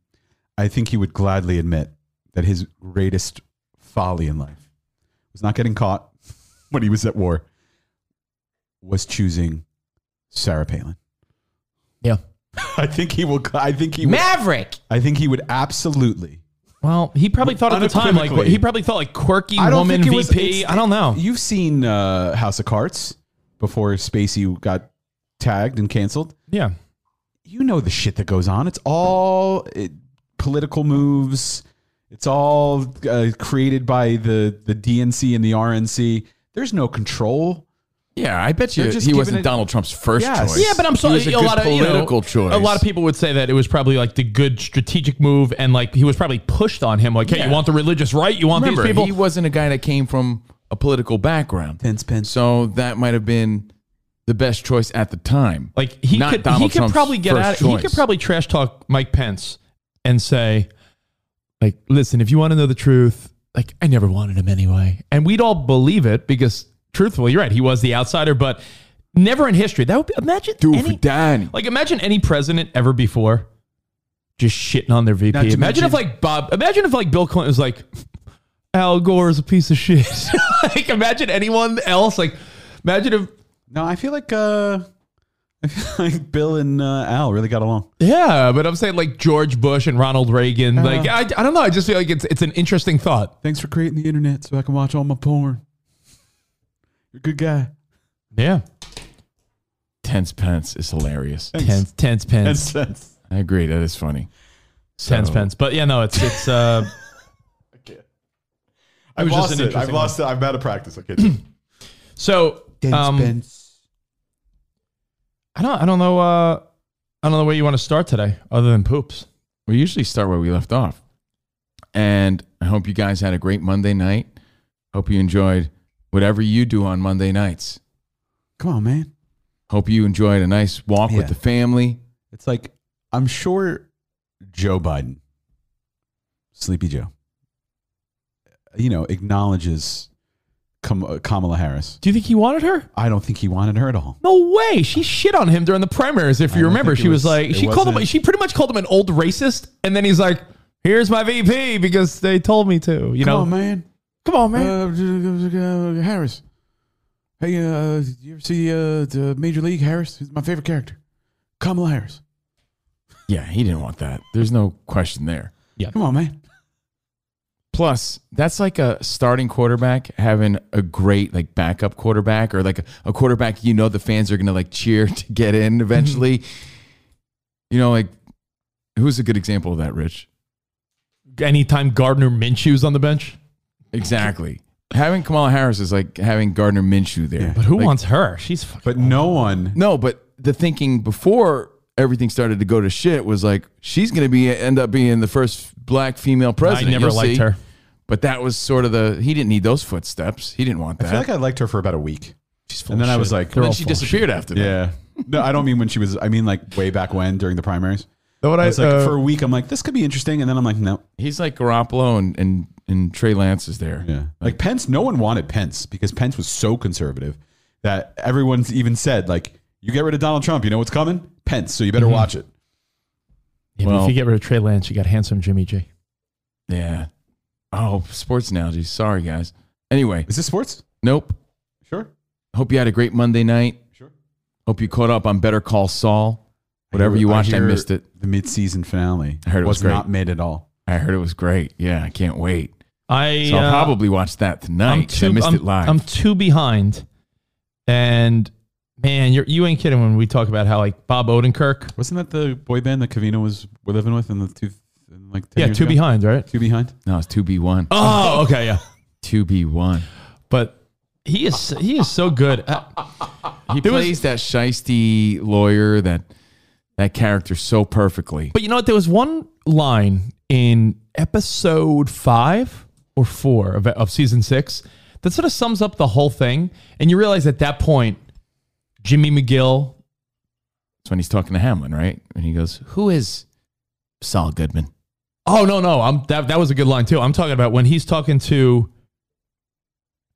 [SPEAKER 6] I think he would gladly admit that his greatest folly in life was not getting caught when he was at war, was choosing Sarah Palin.
[SPEAKER 1] Yeah.
[SPEAKER 6] I think he will. I think he. Would,
[SPEAKER 1] Maverick.
[SPEAKER 6] I think he would absolutely.
[SPEAKER 1] Well, he probably thought at the time like
[SPEAKER 6] Unequivocally.
[SPEAKER 1] he probably thought like quirky
[SPEAKER 6] I don't
[SPEAKER 1] woman
[SPEAKER 6] think it
[SPEAKER 1] VP.
[SPEAKER 6] was- it's-
[SPEAKER 1] I don't know.
[SPEAKER 6] You've seen uh, House of Cards before Spacey got tagged and canceled.
[SPEAKER 1] Yeah,
[SPEAKER 6] you know the shit that goes on. It's all it, political moves. It's all uh, created by the the DNC and the RNC. There's no control.
[SPEAKER 5] yeah, I bet you
[SPEAKER 6] They're just
[SPEAKER 5] he
[SPEAKER 6] giving
[SPEAKER 5] wasn't
[SPEAKER 6] it-
[SPEAKER 5] Donald Trump's first
[SPEAKER 6] Yes.
[SPEAKER 5] choice.
[SPEAKER 1] yeah, but I'm
[SPEAKER 5] He
[SPEAKER 1] sorry.
[SPEAKER 5] was a,
[SPEAKER 1] a
[SPEAKER 5] good
[SPEAKER 1] lot of you know,
[SPEAKER 5] political choice.
[SPEAKER 1] A lot of people would say that it was probably like the good strategic move, and like he was probably pushed on him. Like, hey,
[SPEAKER 5] Yeah.
[SPEAKER 1] you want the religious right? You want
[SPEAKER 5] remember
[SPEAKER 1] these people?
[SPEAKER 5] he wasn't a guy that came from a political background.
[SPEAKER 7] Pence, pence.
[SPEAKER 5] So that might have been the best choice at the time.
[SPEAKER 1] like he
[SPEAKER 5] Not
[SPEAKER 1] could he
[SPEAKER 5] Donald
[SPEAKER 1] could
[SPEAKER 5] Trump's
[SPEAKER 1] probably get
[SPEAKER 5] first
[SPEAKER 1] out. He
[SPEAKER 5] choice.
[SPEAKER 1] could probably trash talk Mike Pence and say, like, listen, if you want to know the truth, like I never wanted him anyway, and we'd all believe it because truthfully, you're right, he was the outsider, but. Never in history. That would be, imagine
[SPEAKER 5] do it
[SPEAKER 1] any-
[SPEAKER 5] for Danny.
[SPEAKER 1] Like imagine any president ever before just shitting on their VP.
[SPEAKER 7] Not to
[SPEAKER 1] Imagine if
[SPEAKER 7] mention-
[SPEAKER 1] like Bob imagine if like Bill Clinton was like Al Gore is a piece of shit. like imagine anyone else like imagine if
[SPEAKER 6] No, I feel like uh, I feel like Bill and uh, Al really got along.
[SPEAKER 1] yeah, but I'm saying like George Bush and Ronald Reagan.
[SPEAKER 8] Uh-huh.
[SPEAKER 1] like I, I don't know, I just feel like it's it's an interesting thought.
[SPEAKER 6] Thanks for creating the internet so I can watch all my porn. You're a good guy.
[SPEAKER 1] Yeah.
[SPEAKER 5] Tense Pence is hilarious.
[SPEAKER 1] Tense tense pence.
[SPEAKER 6] That's
[SPEAKER 5] I agree. That is funny.
[SPEAKER 1] Tense
[SPEAKER 5] So-
[SPEAKER 1] pence. But yeah, no, it's it's uh
[SPEAKER 8] I've
[SPEAKER 1] was just
[SPEAKER 8] lost
[SPEAKER 1] an
[SPEAKER 8] it. I've
[SPEAKER 1] interesting
[SPEAKER 8] lost it. I'm out of practice. I can't. do it.
[SPEAKER 1] so
[SPEAKER 7] Tense,
[SPEAKER 1] um,
[SPEAKER 7] pence.
[SPEAKER 1] I don't I don't know uh I don't know where you want to start today other than poops.
[SPEAKER 5] We usually start where we left off. And I hope you guys had a great Monday night. Hope you enjoyed whatever you do on Monday nights.
[SPEAKER 6] come on, man.
[SPEAKER 5] Hope you enjoyed a nice walk
[SPEAKER 6] Yeah.
[SPEAKER 5] with the family.
[SPEAKER 6] It's like I'm sure Joe Biden, Sleepy Joe, you know, acknowledges Kam- uh, Kamala Harris.
[SPEAKER 1] Do you think he wanted her?
[SPEAKER 6] I don't think he wanted her at all.
[SPEAKER 1] No way. She shit on him during the primaries. If
[SPEAKER 6] I
[SPEAKER 1] you
[SPEAKER 6] don't
[SPEAKER 1] remember,
[SPEAKER 6] think it
[SPEAKER 1] she was,
[SPEAKER 6] was-
[SPEAKER 1] like,
[SPEAKER 6] it
[SPEAKER 1] she called him,
[SPEAKER 6] wasn't-
[SPEAKER 1] she pretty much called him an old racist. And then he's like, here's my VP because they told me to, you
[SPEAKER 6] Come
[SPEAKER 1] know?
[SPEAKER 6] on, man.
[SPEAKER 1] Come on, man.
[SPEAKER 6] Uh, Harris. Hey, uh, did you ever see uh, the Major League Harris? He's my favorite character. Kamala Harris.
[SPEAKER 5] Yeah, he didn't want that. There's no question there.
[SPEAKER 6] Come on, man.
[SPEAKER 5] Plus, that's like a starting quarterback having a great like backup quarterback or like a, a quarterback you know the fans are gonna like cheer to get in eventually. you know, like who's a good example of that, Rich?
[SPEAKER 1] Anytime Gardner Minshew's on the bench.
[SPEAKER 5] Exactly. having Kamala Harris is like having Gardner Minshew there.
[SPEAKER 1] But who
[SPEAKER 5] Like,
[SPEAKER 1] wants her? She's fucking.
[SPEAKER 6] But no one.
[SPEAKER 5] No, but the thinking before everything started to go to shit was like she's gonna be end up being the first black female
[SPEAKER 1] I
[SPEAKER 5] president.
[SPEAKER 1] never
[SPEAKER 5] You'll
[SPEAKER 1] liked
[SPEAKER 5] see.
[SPEAKER 1] her.
[SPEAKER 5] But that was sort of the he didn't need those footsteps. He didn't want
[SPEAKER 6] I
[SPEAKER 5] that.
[SPEAKER 6] feel like I liked her for about a week. and then I was like,
[SPEAKER 5] And then
[SPEAKER 1] all
[SPEAKER 5] she
[SPEAKER 1] full of
[SPEAKER 5] disappeared after that.
[SPEAKER 6] yeah. No, I don't mean when she was. I mean like way back when during the primaries.
[SPEAKER 1] What
[SPEAKER 6] uh, I was like, for a week, I'm like, this could be interesting, and then I'm like, no.
[SPEAKER 5] He's like Garoppolo and, and and Trey Lance is there.
[SPEAKER 6] Yeah. Like Pence, no one wanted Pence because Pence was so conservative that everyone's even said, like, you get rid of Donald Trump, you know what's coming? Pence, so you better watch it.
[SPEAKER 1] Yeah, but
[SPEAKER 5] Well-
[SPEAKER 1] if you get rid of Trey Lance, you got handsome Jimmy G.
[SPEAKER 5] Yeah. Oh, sports analogies. Sorry, guys. Anyway,
[SPEAKER 6] Is this sports?
[SPEAKER 5] nope.
[SPEAKER 6] Sure.
[SPEAKER 5] Hope you had a great Monday night.
[SPEAKER 6] Sure.
[SPEAKER 5] Hope you caught up on Better Call Saul. Whatever you watched, I
[SPEAKER 6] hear
[SPEAKER 5] missed it.
[SPEAKER 6] The mid-season finale
[SPEAKER 5] I heard it was great.
[SPEAKER 6] not mid at all.
[SPEAKER 5] I heard it was great. Yeah, I can't wait.
[SPEAKER 1] I
[SPEAKER 5] So
[SPEAKER 1] uh,
[SPEAKER 5] I'll probably watch that tonight. 'cause I missed
[SPEAKER 1] I'm,
[SPEAKER 5] it live.
[SPEAKER 1] I'm too behind. And man, you're, you ain't kidding when we talk about how like Bob Odenkirk.
[SPEAKER 6] Wasn't that the boy band that Cavino was living with in the two, in like 10
[SPEAKER 1] Yeah,
[SPEAKER 6] years
[SPEAKER 1] two
[SPEAKER 6] ago?
[SPEAKER 1] behind, right?
[SPEAKER 6] Two behind.
[SPEAKER 5] no, it's two B one.
[SPEAKER 1] Oh, okay, yeah.
[SPEAKER 5] Two B one.
[SPEAKER 1] But he is he is so good. Uh,
[SPEAKER 5] He
[SPEAKER 1] There was-
[SPEAKER 5] plays that shisty lawyer that that character so perfectly.
[SPEAKER 1] But you know what? There was one line in episode five or four of, of season six that sort of sums up the whole thing. And you realize at that point, Jimmy McGill,
[SPEAKER 5] It's when he's talking to Hamlin, right? And he goes, "Who is Saul Goodman?"
[SPEAKER 1] oh, no, no, I'm, that, that was a good line too. I'm talking about when he's talking to,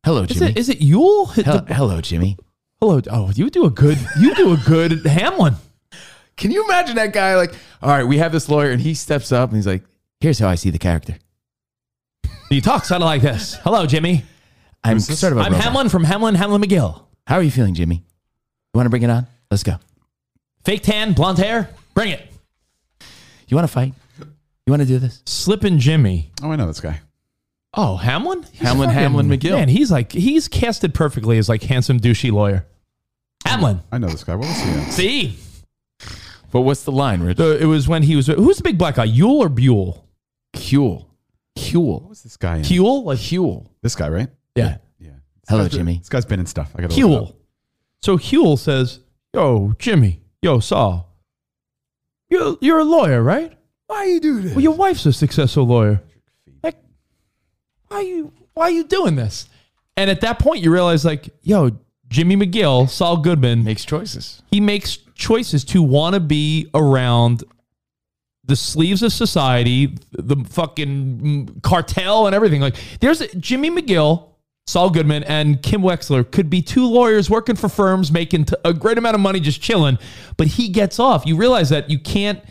[SPEAKER 5] Hello,
[SPEAKER 1] is
[SPEAKER 5] Jimmy.
[SPEAKER 1] it, is it Yule?
[SPEAKER 5] hello, hello, Jimmy.
[SPEAKER 1] Hello. Oh, you do a good, you do a good Hamlin.
[SPEAKER 5] Can you imagine that guy? Like, all right, we have this lawyer, and he steps up and he's like, "Here's how I see the character.
[SPEAKER 1] He talks sort of like this. Hello, Jimmy.
[SPEAKER 5] I'm sort of a
[SPEAKER 1] I'm
[SPEAKER 5] robot.
[SPEAKER 1] Hamlin from Hamlin, Hamlin McGill.
[SPEAKER 5] How are you feeling, Jimmy? You want to bring it on? Let's go.
[SPEAKER 1] Fake tan, blonde hair. Bring it.
[SPEAKER 5] You want to fight? You want to do this?"
[SPEAKER 1] Slippin' Jimmy.
[SPEAKER 6] Oh, I know this guy.
[SPEAKER 1] Oh, Hamlin? He's
[SPEAKER 5] Hamlin, Hamlin McGill.
[SPEAKER 1] Man, he's like, he's casted perfectly as like handsome, douchey lawyer. Hamlin.
[SPEAKER 6] I know this guy. What was he on?
[SPEAKER 1] See?
[SPEAKER 5] But what's the line, Rich?
[SPEAKER 1] So it was when he was, who's the big black guy? Yule or Buell?
[SPEAKER 5] Huel.
[SPEAKER 6] What
[SPEAKER 5] Huel.
[SPEAKER 6] was this guy in?
[SPEAKER 1] Huel? Like,
[SPEAKER 5] Huel.
[SPEAKER 6] This guy, right?
[SPEAKER 1] yeah.
[SPEAKER 6] Yeah. This
[SPEAKER 5] Hello,
[SPEAKER 6] guy's been-
[SPEAKER 5] Jimmy.
[SPEAKER 6] This guy's been in stuff. I got to
[SPEAKER 1] Huel. So Huel says, Yo, Jimmy, yo, Saul, you're, you're a lawyer, right?
[SPEAKER 6] Why you do this?
[SPEAKER 1] Well, your wife's a successful lawyer. Like, why you why you doing this? And at that point, you realize like, yo, Jimmy McGill, Saul Goodman,
[SPEAKER 5] Makes choices.
[SPEAKER 1] he makes choices to want to be around the sleeves of society, the fucking mm, cartel, and everything. Like, there's Jimmy McGill. Saul Goodman and Kim Wexler could be two lawyers working for firms, making t- a great amount of money, just chilling. But he gets off. You realize that you can't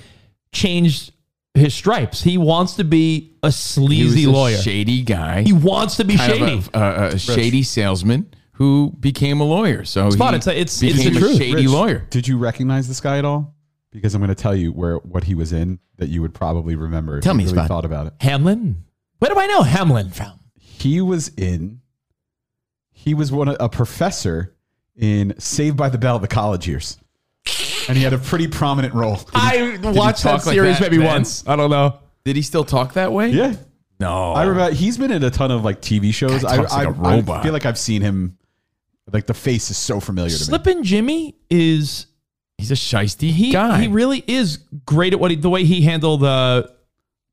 [SPEAKER 1] change his stripes. He wants to be
[SPEAKER 5] He
[SPEAKER 1] a
[SPEAKER 5] was
[SPEAKER 1] sleazy
[SPEAKER 5] a
[SPEAKER 1] lawyer.
[SPEAKER 5] Shady guy.
[SPEAKER 1] He wants to be
[SPEAKER 5] kind
[SPEAKER 1] shady.
[SPEAKER 5] of a, uh, a, a shady salesman who became a lawyer. So
[SPEAKER 1] Spot,
[SPEAKER 5] he
[SPEAKER 1] it's a- it's- it's the
[SPEAKER 5] became a
[SPEAKER 1] truth.
[SPEAKER 5] shady lawyer.
[SPEAKER 6] Did you recognize this guy at all? Because I'm going to tell you where what he was in that you would probably remember. If
[SPEAKER 5] Tell
[SPEAKER 6] you
[SPEAKER 5] me,
[SPEAKER 6] really
[SPEAKER 5] Spot.
[SPEAKER 6] thought about it.
[SPEAKER 1] Hamlin. Where do I know Hamlin from?
[SPEAKER 6] He was in. He was one a professor in Saved by the Bell, the college years, and he had a pretty prominent role.
[SPEAKER 1] I
[SPEAKER 5] watched that series maybe once.
[SPEAKER 1] I don't know.
[SPEAKER 5] Did he still talk that way?
[SPEAKER 6] yeah,
[SPEAKER 5] No.
[SPEAKER 6] I remember. He's been in a ton of like TV shows.
[SPEAKER 5] Guy
[SPEAKER 6] I,
[SPEAKER 5] talks
[SPEAKER 6] I,
[SPEAKER 5] like a
[SPEAKER 6] I
[SPEAKER 5] robot.
[SPEAKER 6] feel like I've seen him. Like the face is so familiar to me.
[SPEAKER 1] Slippin' Jimmy is
[SPEAKER 5] He's a shisty
[SPEAKER 1] he
[SPEAKER 5] guy.
[SPEAKER 1] he really is great at what he the way he handled uh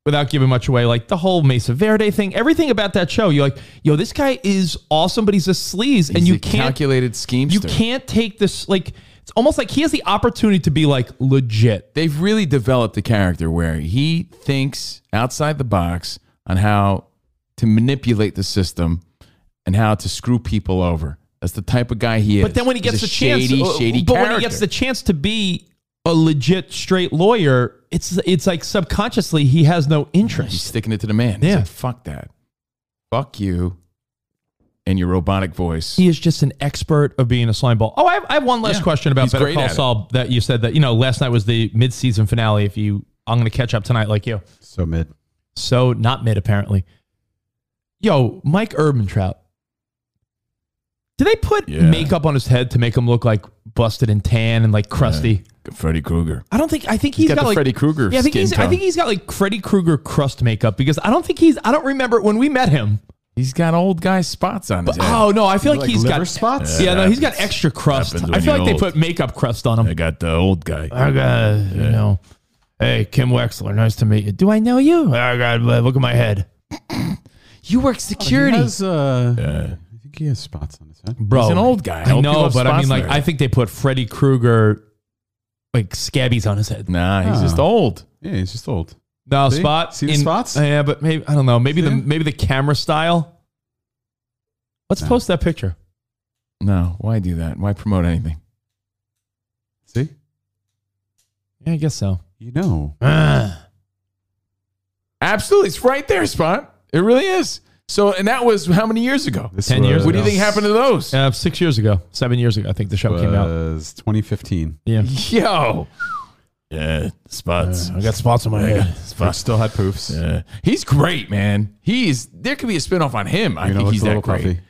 [SPEAKER 1] without giving much away, like the whole Mesa Verde thing, everything about that show. You're like, yo, this guy is awesome, but he's a sleaze,
[SPEAKER 5] He's
[SPEAKER 1] and you
[SPEAKER 5] a
[SPEAKER 1] can't
[SPEAKER 5] calculated schemester.
[SPEAKER 1] you can't take this like it's almost like he has the opportunity to be like legit.
[SPEAKER 5] They've really developed a character where he thinks outside the box on how to manipulate the system and how to screw people over. That's the type of guy he is.
[SPEAKER 1] But then when he
[SPEAKER 5] He's
[SPEAKER 1] gets
[SPEAKER 5] a
[SPEAKER 1] the chance,
[SPEAKER 5] shady,
[SPEAKER 1] uh,
[SPEAKER 5] shady
[SPEAKER 1] but when he
[SPEAKER 5] character.
[SPEAKER 1] gets the chance to be a legit straight lawyer, it's it's like subconsciously he has no
[SPEAKER 5] He's
[SPEAKER 1] interest.
[SPEAKER 5] sticking it to the man. He's
[SPEAKER 1] Yeah.
[SPEAKER 5] like, fuck that. Fuck you and your robotic voice.
[SPEAKER 1] He is just an expert of being a slime ball. Oh, I have, I have one last
[SPEAKER 5] Yeah.
[SPEAKER 1] question about
[SPEAKER 5] He's
[SPEAKER 1] Better
[SPEAKER 5] great
[SPEAKER 1] Call
[SPEAKER 5] at it.
[SPEAKER 1] Saul that you said that you know last night was the mid-season finale. If you, I'm going to catch up tonight like you.
[SPEAKER 6] So mid.
[SPEAKER 1] So not mid apparently. Yo, Mike Urbantrout. Do they put
[SPEAKER 5] Yeah.
[SPEAKER 1] makeup on his head to make him look like busted and tan and like crusty?
[SPEAKER 5] Freddy Krueger.
[SPEAKER 1] I don't think. I think
[SPEAKER 5] He's
[SPEAKER 1] he's
[SPEAKER 5] got
[SPEAKER 1] got,
[SPEAKER 5] the
[SPEAKER 1] like
[SPEAKER 5] Freddy Krueger
[SPEAKER 1] Yeah, I think
[SPEAKER 5] skin
[SPEAKER 1] he's. I
[SPEAKER 5] tone.
[SPEAKER 1] think he's got like Freddy Krueger crust makeup because I don't think he's. I don't remember when we met him.
[SPEAKER 5] He's got old guy spots on his head.
[SPEAKER 1] Oh no, I feel like,
[SPEAKER 6] Like
[SPEAKER 1] he's
[SPEAKER 6] liver
[SPEAKER 1] got
[SPEAKER 6] spots?
[SPEAKER 1] Yeah,
[SPEAKER 5] That
[SPEAKER 1] no, he's got
[SPEAKER 5] happens.
[SPEAKER 1] extra crust.
[SPEAKER 5] Happens when
[SPEAKER 1] I feel
[SPEAKER 5] you're
[SPEAKER 1] like they
[SPEAKER 5] old.
[SPEAKER 1] put makeup crust on him.
[SPEAKER 5] got the old guy.
[SPEAKER 1] I got, you know, hey, Kim Wexler, nice to meet you. Do I know you? I got, uh, look at my head.
[SPEAKER 5] You work security.
[SPEAKER 6] Oh, He has, uh, I think he has spots on his head.
[SPEAKER 1] Bro,
[SPEAKER 5] He's an old guy.
[SPEAKER 1] I
[SPEAKER 5] Old people
[SPEAKER 1] know,
[SPEAKER 5] have
[SPEAKER 1] but I
[SPEAKER 5] spots
[SPEAKER 1] mean,
[SPEAKER 5] on
[SPEAKER 1] like,
[SPEAKER 5] their
[SPEAKER 1] I
[SPEAKER 5] head.
[SPEAKER 1] think they put Freddy Krueger, like, scabbies on his head.
[SPEAKER 5] nah, he's just
[SPEAKER 6] Oh.
[SPEAKER 5] old.
[SPEAKER 6] Yeah, he's just old.
[SPEAKER 1] No
[SPEAKER 6] See?
[SPEAKER 1] spot.
[SPEAKER 6] See the spots?
[SPEAKER 1] Yeah, but maybe I don't know. Maybe the maybe the camera style. Let's post that picture.
[SPEAKER 5] No, why do that? Why promote anything?
[SPEAKER 6] See?
[SPEAKER 1] Yeah, I guess so.
[SPEAKER 6] You know.
[SPEAKER 1] Ah.
[SPEAKER 5] Absolutely, it's right there, spot. It really is. So, and that was how many years ago?
[SPEAKER 6] This
[SPEAKER 1] 10 years
[SPEAKER 5] What do you think happened to those?
[SPEAKER 1] Uh, six years ago, seven years ago, I think the show came out.
[SPEAKER 6] was 2015.
[SPEAKER 1] Yeah,
[SPEAKER 5] Yo. Yeah, spots. I got spots on my head.
[SPEAKER 6] I still had poofs.
[SPEAKER 5] Uh, he's great, man. He's there could be a spinoff on him. I
[SPEAKER 6] You know,
[SPEAKER 5] think
[SPEAKER 6] looks
[SPEAKER 5] he's
[SPEAKER 6] a
[SPEAKER 5] that
[SPEAKER 6] little
[SPEAKER 5] great.
[SPEAKER 6] puffy.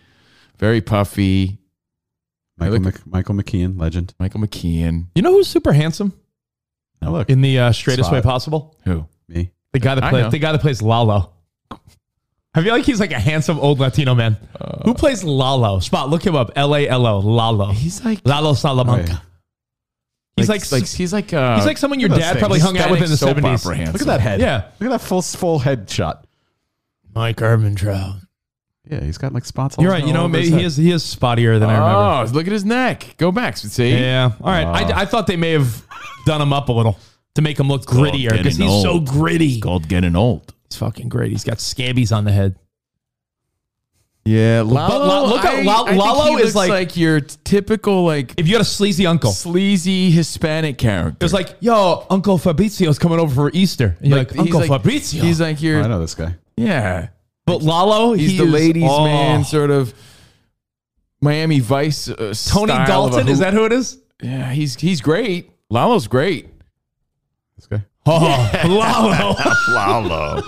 [SPEAKER 5] Very puffy.
[SPEAKER 6] Michael,
[SPEAKER 5] look-
[SPEAKER 6] Mc, Michael McKeon, legend.
[SPEAKER 5] Michael McKeon.
[SPEAKER 1] you know who's super handsome
[SPEAKER 6] Now look,
[SPEAKER 1] in the uh, straightest
[SPEAKER 6] Spot.
[SPEAKER 1] way possible?
[SPEAKER 5] Who?
[SPEAKER 6] me.
[SPEAKER 1] The guy that
[SPEAKER 5] I know.
[SPEAKER 1] plays the guy that plays Lalo. I feel like he's like a handsome old Latino man. Who plays Lalo? Spot, look him up. L A L O. Lalo.
[SPEAKER 5] He's like
[SPEAKER 1] Lalo Salamanca.
[SPEAKER 6] Oh, yeah.
[SPEAKER 1] He's like,
[SPEAKER 5] like he's like uh,
[SPEAKER 1] he's like someone your
[SPEAKER 5] look at
[SPEAKER 1] dad
[SPEAKER 5] those
[SPEAKER 1] probably
[SPEAKER 5] things.
[SPEAKER 1] hung out with in the
[SPEAKER 5] Hispanic soap
[SPEAKER 1] 70s.
[SPEAKER 5] opera handsome.
[SPEAKER 6] Look at that head.
[SPEAKER 1] Yeah.
[SPEAKER 6] Look at that full full head shot.
[SPEAKER 1] Mike Ermintrout.
[SPEAKER 6] Yeah, he's got like spots. all
[SPEAKER 1] You're right. You know,
[SPEAKER 6] over his
[SPEAKER 1] maybe he
[SPEAKER 6] head.
[SPEAKER 1] is he is spottier than I remember.
[SPEAKER 5] Oh, look at his neck. Go back. See?
[SPEAKER 1] Yeah. All right.
[SPEAKER 5] Ah.
[SPEAKER 1] I, I thought they may have done him up a little to make him look grittier because
[SPEAKER 5] getting
[SPEAKER 1] he's so
[SPEAKER 5] old.
[SPEAKER 1] gritty.
[SPEAKER 5] Called getting old.
[SPEAKER 1] He's fucking great. He's got scabies on the head.
[SPEAKER 5] Yeah, Lalo.
[SPEAKER 1] Lo- look at
[SPEAKER 5] I-
[SPEAKER 1] Lo-
[SPEAKER 5] I think
[SPEAKER 1] Lalo
[SPEAKER 5] he
[SPEAKER 1] is
[SPEAKER 5] looks
[SPEAKER 1] like-
[SPEAKER 5] your typical like
[SPEAKER 1] If you had a sleazy uncle, it
[SPEAKER 5] sleazy Hispanic character.
[SPEAKER 1] was like, yo, Uncle Fabrizio's coming over for Easter. And you're like,
[SPEAKER 5] he's
[SPEAKER 1] Uncle
[SPEAKER 5] like-
[SPEAKER 1] Fabrizio.
[SPEAKER 5] He's like
[SPEAKER 6] Oh,
[SPEAKER 5] your
[SPEAKER 6] I know this guy.
[SPEAKER 5] yeah.
[SPEAKER 1] but Lalo,
[SPEAKER 5] He's
[SPEAKER 1] he
[SPEAKER 5] the
[SPEAKER 1] is-
[SPEAKER 5] ladies'
[SPEAKER 1] oh.
[SPEAKER 5] man, sort of Miami Vice. Uh,
[SPEAKER 1] Tony Dalton, is that who it is?
[SPEAKER 5] Yeah, he's he's great. Lalo's great.
[SPEAKER 6] This guy.
[SPEAKER 1] Oh, Lalo. Lalo.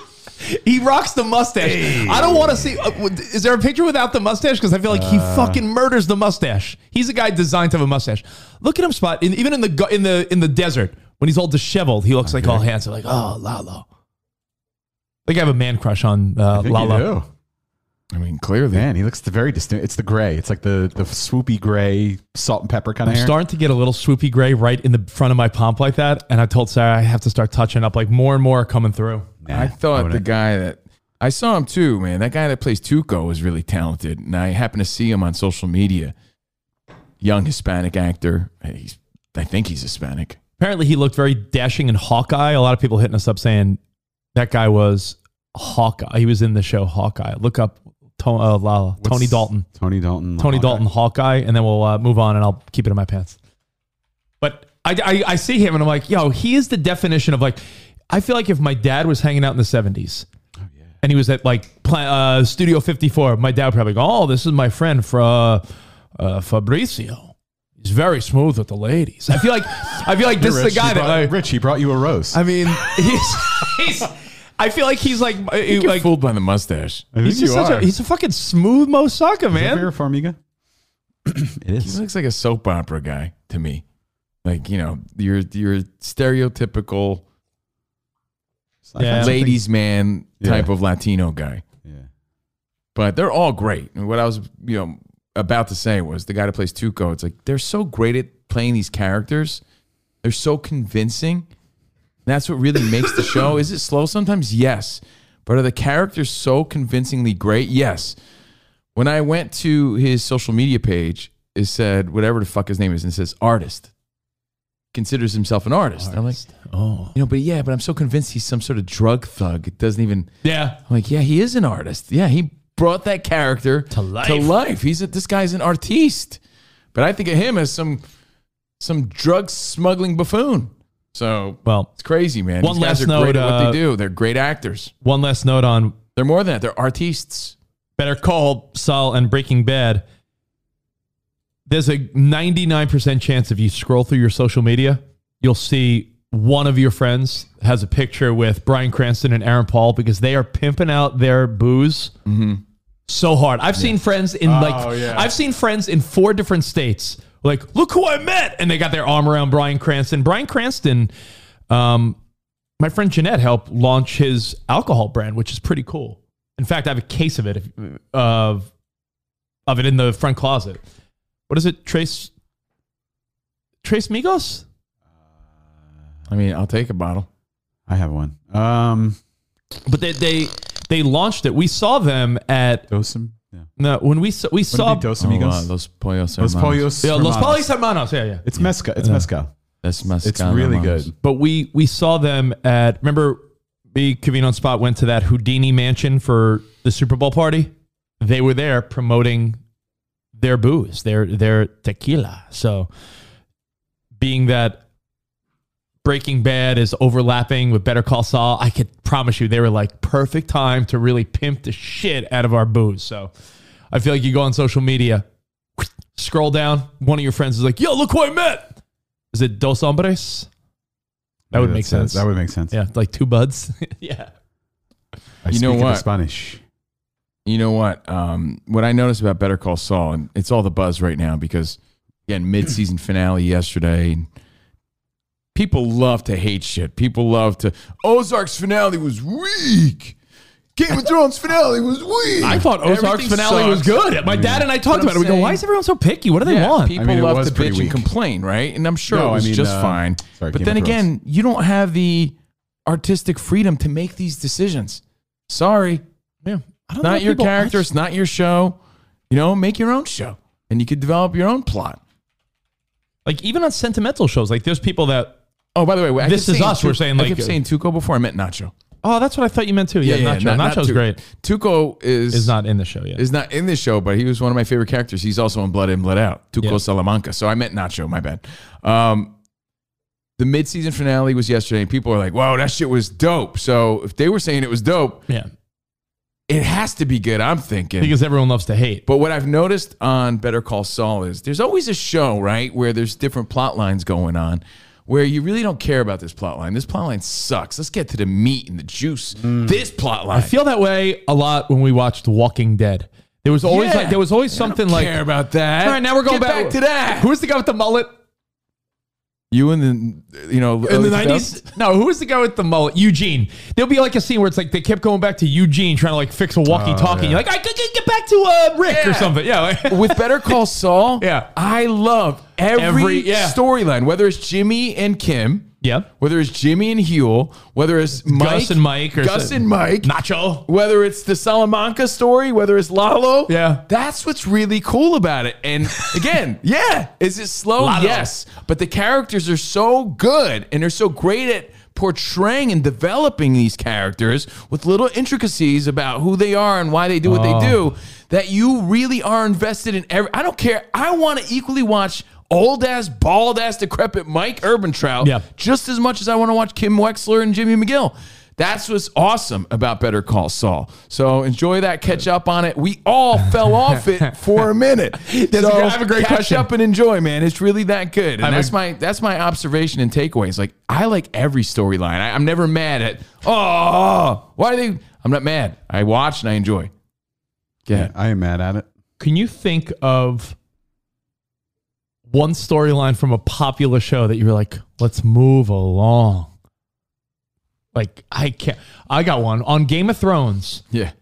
[SPEAKER 1] He rocks the mustache. I don't want to see. uh, w- is there a picture without the mustache? Because I feel like he fucking murders the mustache. He's a guy designed to have a mustache. Look at him, spot. In, even in the gu- in the in the desert when he's all disheveled, he looks like all handsome. Like oh, Lalo. I think I have a man crush on uh,
[SPEAKER 6] I think you
[SPEAKER 1] Lalo.
[SPEAKER 6] do.
[SPEAKER 5] I mean, clearly.
[SPEAKER 6] Man, he looks very distinct. It's the gray. It's like the the swoopy gray, salt and pepper kind of
[SPEAKER 1] I'm
[SPEAKER 6] hair.
[SPEAKER 1] starting to get a little swoopy gray right in the front of my pomp like that, and I told Sarah I have to start touching up. Like more and more are coming through.
[SPEAKER 6] Nah,
[SPEAKER 5] I thought the
[SPEAKER 6] wouldn't.
[SPEAKER 5] guy that I saw him too, man. That guy that plays Tuco was really talented, and I happened to see him on social media. Young Hispanic actor. He's, I think he's Hispanic.
[SPEAKER 1] Apparently, he looked very dashing in Hawkeye. A lot of people hitting us up saying that guy was Hawkeye. He was in the show Hawkeye. Look up to- uh, La-
[SPEAKER 6] What's-
[SPEAKER 1] Tony Dalton.
[SPEAKER 6] Tony Dalton.
[SPEAKER 1] Tony
[SPEAKER 6] Hawkeye.
[SPEAKER 1] Dalton Hawkeye, and then we'll uh, move on, and I'll keep it in my pants. But I, I, I see him, and I'm like, yo, he is the definition of like. I feel like if my dad was hanging out in the 70s,
[SPEAKER 6] Oh,
[SPEAKER 1] and he was at like pla- uh, Studio 54, my dad would probably go, oh, this is my friend for uh, uh, Fabrizio. He's very smooth with the ladies. I feel like I feel like this is the
[SPEAKER 6] Rich,
[SPEAKER 1] guy
[SPEAKER 6] he
[SPEAKER 1] that
[SPEAKER 6] brought,
[SPEAKER 1] like,
[SPEAKER 6] Rich, he brought you a rose.
[SPEAKER 1] I mean, he's, he's I feel like he's like
[SPEAKER 5] You're
[SPEAKER 1] like
[SPEAKER 5] fooled by the mustache.
[SPEAKER 6] I think
[SPEAKER 1] he's just
[SPEAKER 6] you
[SPEAKER 1] such
[SPEAKER 6] are.
[SPEAKER 1] a he's a fucking smooth Mo Saka,
[SPEAKER 6] Is that
[SPEAKER 1] man.
[SPEAKER 6] Vera Farmiga? it
[SPEAKER 5] He
[SPEAKER 6] is.
[SPEAKER 5] looks like a soap opera guy to me. Like you know, your your stereotypical
[SPEAKER 1] Yeah.
[SPEAKER 5] ladies' man
[SPEAKER 6] Yeah.
[SPEAKER 5] type of Latino guy.
[SPEAKER 6] Yeah.
[SPEAKER 5] But they're all great. And what I was you know about to say was the guy that plays Tuco. It's like they're so great at playing these characters. They're so convincing. That's what really makes the show. Is it slow sometimes? Yes. But are the characters so convincingly great? Yes. When I went to his social media page, it said whatever the fuck his name is, and it says artist. Considers himself an artist. And I'm like,
[SPEAKER 1] Oh,
[SPEAKER 5] you know, but yeah, but I'm so convinced he's some sort of drug thug. It doesn't even.
[SPEAKER 1] yeah.
[SPEAKER 5] I'm like, yeah, he is an artist. Yeah, he brought that character to
[SPEAKER 1] life.
[SPEAKER 5] To life. He's a, this guy's an artiste. But I think of him as some some drug smuggling buffoon. So
[SPEAKER 1] Well,
[SPEAKER 5] it's crazy, man.
[SPEAKER 1] One
[SPEAKER 5] These guys
[SPEAKER 1] last
[SPEAKER 5] are great
[SPEAKER 1] note,
[SPEAKER 5] at what
[SPEAKER 1] uh,
[SPEAKER 5] they do. They're great actors.
[SPEAKER 1] one last note on
[SPEAKER 5] They're more than that. They're artistes.
[SPEAKER 1] Better Call Saul and Breaking Bad. There's a 99% chance if you scroll through your social media, you'll see one of your friends has a picture with Brian Cranston and Aaron Paul because they are pimping out their booze so hard. I've seen friends in like
[SPEAKER 6] yeah.
[SPEAKER 1] I've seen friends in four different states. Like, look who I met, and they got their arm around Brian Cranston. Brian Cranston, um, my friend Jeanette helped launch his alcohol brand, which is pretty cool. In fact, I have a case of it if, of of it in the front closet. What is it? Trace Trace Migos?
[SPEAKER 5] I mean, I'll take a bottle.
[SPEAKER 6] I have one. Um,
[SPEAKER 1] But they they they launched it. We saw them at
[SPEAKER 6] Dosum. Yeah. Wouldn't
[SPEAKER 1] no, when we saw, we
[SPEAKER 6] it
[SPEAKER 1] saw
[SPEAKER 6] be Dos
[SPEAKER 5] Oh,
[SPEAKER 6] Amigos.
[SPEAKER 5] wow, Los Pollos Hermanos.
[SPEAKER 6] Los Pollos.
[SPEAKER 1] yeah, Los
[SPEAKER 6] Hermanos.
[SPEAKER 1] Pollos Hermanos. Yeah, yeah.
[SPEAKER 6] It's mezcal. It's mezcal.
[SPEAKER 5] That's Mexicano
[SPEAKER 6] It's really
[SPEAKER 5] Hermanos.
[SPEAKER 6] good.
[SPEAKER 1] But we we saw them at remember me, Kavino and Spot went to that Houdini mansion for the Super Bowl party. They were there promoting their booze, their their tequila. So, being that Breaking Bad is overlapping with Better Call Saul, I could promise you they were like perfect time to really pimp the shit out of our booze. So, I feel like you go on social media, scroll down, one of your friends is like, "Yo, look who I met." Is it Dos Hombres? That would
[SPEAKER 6] Yeah,
[SPEAKER 1] make
[SPEAKER 6] that's-
[SPEAKER 1] sense.
[SPEAKER 6] That would make sense.
[SPEAKER 1] Yeah, like two buds. yeah.
[SPEAKER 6] I
[SPEAKER 5] You
[SPEAKER 6] speak
[SPEAKER 5] know
[SPEAKER 6] in
[SPEAKER 5] what?
[SPEAKER 6] Spanish.
[SPEAKER 5] You know what? Um, what I noticed about Better Call Saul, and it's all the buzz right now because again, mid-season finale yesterday. and People love to hate shit. People love to Ozark's finale was weak. Game of Thrones finale was weak.
[SPEAKER 1] I thought Ozark's
[SPEAKER 5] Everything
[SPEAKER 1] finale was
[SPEAKER 5] sucks.
[SPEAKER 1] good.
[SPEAKER 5] Mm-hmm.
[SPEAKER 1] My dad and I
[SPEAKER 5] But I'm
[SPEAKER 1] talked about it. We go,
[SPEAKER 5] saying-
[SPEAKER 1] why is everyone so picky? What do they
[SPEAKER 5] Yeah,
[SPEAKER 1] want?
[SPEAKER 5] People
[SPEAKER 6] I mean, it
[SPEAKER 5] love
[SPEAKER 6] was
[SPEAKER 5] to
[SPEAKER 6] pretty
[SPEAKER 5] bitch and
[SPEAKER 6] weak.
[SPEAKER 5] complain, right? And I'm sure
[SPEAKER 6] No,
[SPEAKER 5] it
[SPEAKER 6] I
[SPEAKER 5] was
[SPEAKER 6] mean,
[SPEAKER 5] just
[SPEAKER 6] uh,
[SPEAKER 5] fine.
[SPEAKER 6] sorry,
[SPEAKER 5] but
[SPEAKER 6] Game
[SPEAKER 5] then
[SPEAKER 6] of Thrones.
[SPEAKER 5] again, you don't have the artistic freedom to make these decisions. Sorry,
[SPEAKER 1] yeah. I don't know
[SPEAKER 5] not
[SPEAKER 1] if
[SPEAKER 5] your
[SPEAKER 1] people-
[SPEAKER 5] character. It's not your show. You know, make your own show, and you could develop your own plot.
[SPEAKER 1] Like even on sentimental shows, like there's people that
[SPEAKER 5] Oh, by the way, I
[SPEAKER 1] This
[SPEAKER 5] kept
[SPEAKER 1] is
[SPEAKER 5] saying
[SPEAKER 1] us, we're
[SPEAKER 5] Tu-
[SPEAKER 1] saying,
[SPEAKER 5] I
[SPEAKER 1] like,
[SPEAKER 5] kept
[SPEAKER 1] uh,
[SPEAKER 5] saying Tuco before I meant Nacho.
[SPEAKER 1] oh, that's what I thought you meant too. Yeah, Nacho.
[SPEAKER 5] not-
[SPEAKER 1] Nacho's
[SPEAKER 5] not Tu-
[SPEAKER 1] great.
[SPEAKER 5] Tuco is
[SPEAKER 1] Is not in the show yet.
[SPEAKER 5] is not in this show, but he was one of my favorite characters. He's also in Blood In, Blood Out, Tuco
[SPEAKER 1] Yeah.
[SPEAKER 5] Salamanca. So I meant Nacho, my bad. Um, the midseason finale was yesterday, and people are like, "Whoa, that shit was dope." So if they were saying it was dope,
[SPEAKER 1] yeah.
[SPEAKER 5] it has to be good. I'm thinking.
[SPEAKER 1] Because everyone loves to hate.
[SPEAKER 5] but what I've noticed on Better Call Saul is there's always a show, right, where there's different plot lines going on, where you really don't care about this plot line. This plot line sucks. Let's get to the meat and the juice. This plot line.
[SPEAKER 1] Mm. I feel that way a lot when we watched Walking Dead. There was always
[SPEAKER 5] Yeah.
[SPEAKER 1] like there was always
[SPEAKER 5] I don't
[SPEAKER 1] something like
[SPEAKER 5] care about that.
[SPEAKER 1] all right, now we're going
[SPEAKER 5] Get back to that.
[SPEAKER 1] Who's the guy with the mullet?
[SPEAKER 5] You in the you know
[SPEAKER 1] in
[SPEAKER 5] early
[SPEAKER 1] the
[SPEAKER 5] 2000s?
[SPEAKER 1] nineties? No, who was the guy with the mullet? Eugene. There'll be like a scene where it's like they kept going back to Eugene trying to like fix a walkie-talkie.
[SPEAKER 6] yeah.
[SPEAKER 1] You're like, I could get back to uh, Rick or
[SPEAKER 5] Yeah.
[SPEAKER 1] something. Yeah, like-
[SPEAKER 5] With Better Call Saul,
[SPEAKER 1] Yeah.
[SPEAKER 5] I love every,
[SPEAKER 1] Every- yeah.
[SPEAKER 5] storyline, whether it's Jimmy and Kim,
[SPEAKER 1] yeah.
[SPEAKER 5] whether it's Jimmy and Huel, whether it's Mike,
[SPEAKER 1] and Mike or
[SPEAKER 5] Gus
[SPEAKER 1] so-
[SPEAKER 5] and Mike,
[SPEAKER 1] Nacho.
[SPEAKER 5] whether it's the Salamanca story, whether it's Lalo.
[SPEAKER 1] Yeah.
[SPEAKER 5] That's what's really cool about it. And again, yeah, is it slow?
[SPEAKER 1] Lalo.
[SPEAKER 5] Yes. But the characters are so good and they're so great at portraying and developing these characters with little intricacies about who they are and why they do what they
[SPEAKER 1] Oh.
[SPEAKER 5] do that you really are invested in every I don't care. I want to equally watch old ass, bald ass, decrepit Mike Urbantrout
[SPEAKER 1] Yeah.
[SPEAKER 5] just as much as I want to watch Kim Wexler and Jimmy McGill. That's what's awesome about Better Call Saul. So enjoy that. Catch up on it. We all fell off it for a minute.
[SPEAKER 1] There's a-
[SPEAKER 5] So
[SPEAKER 1] I have a great
[SPEAKER 5] catch
[SPEAKER 1] question.
[SPEAKER 5] up and enjoy, man. It's really that good. And
[SPEAKER 1] have a-
[SPEAKER 5] that's my that's my observation and takeaway. It's like I like every storyline. I- I'm never mad at. Oh, why are they? I'm not mad. I watch and I enjoy. Yeah.
[SPEAKER 6] I am mad at it.
[SPEAKER 1] Can you think of one storyline from a popular show that you were like, let's move along? Like I can't. I got one on Game of Thrones.
[SPEAKER 5] Yeah.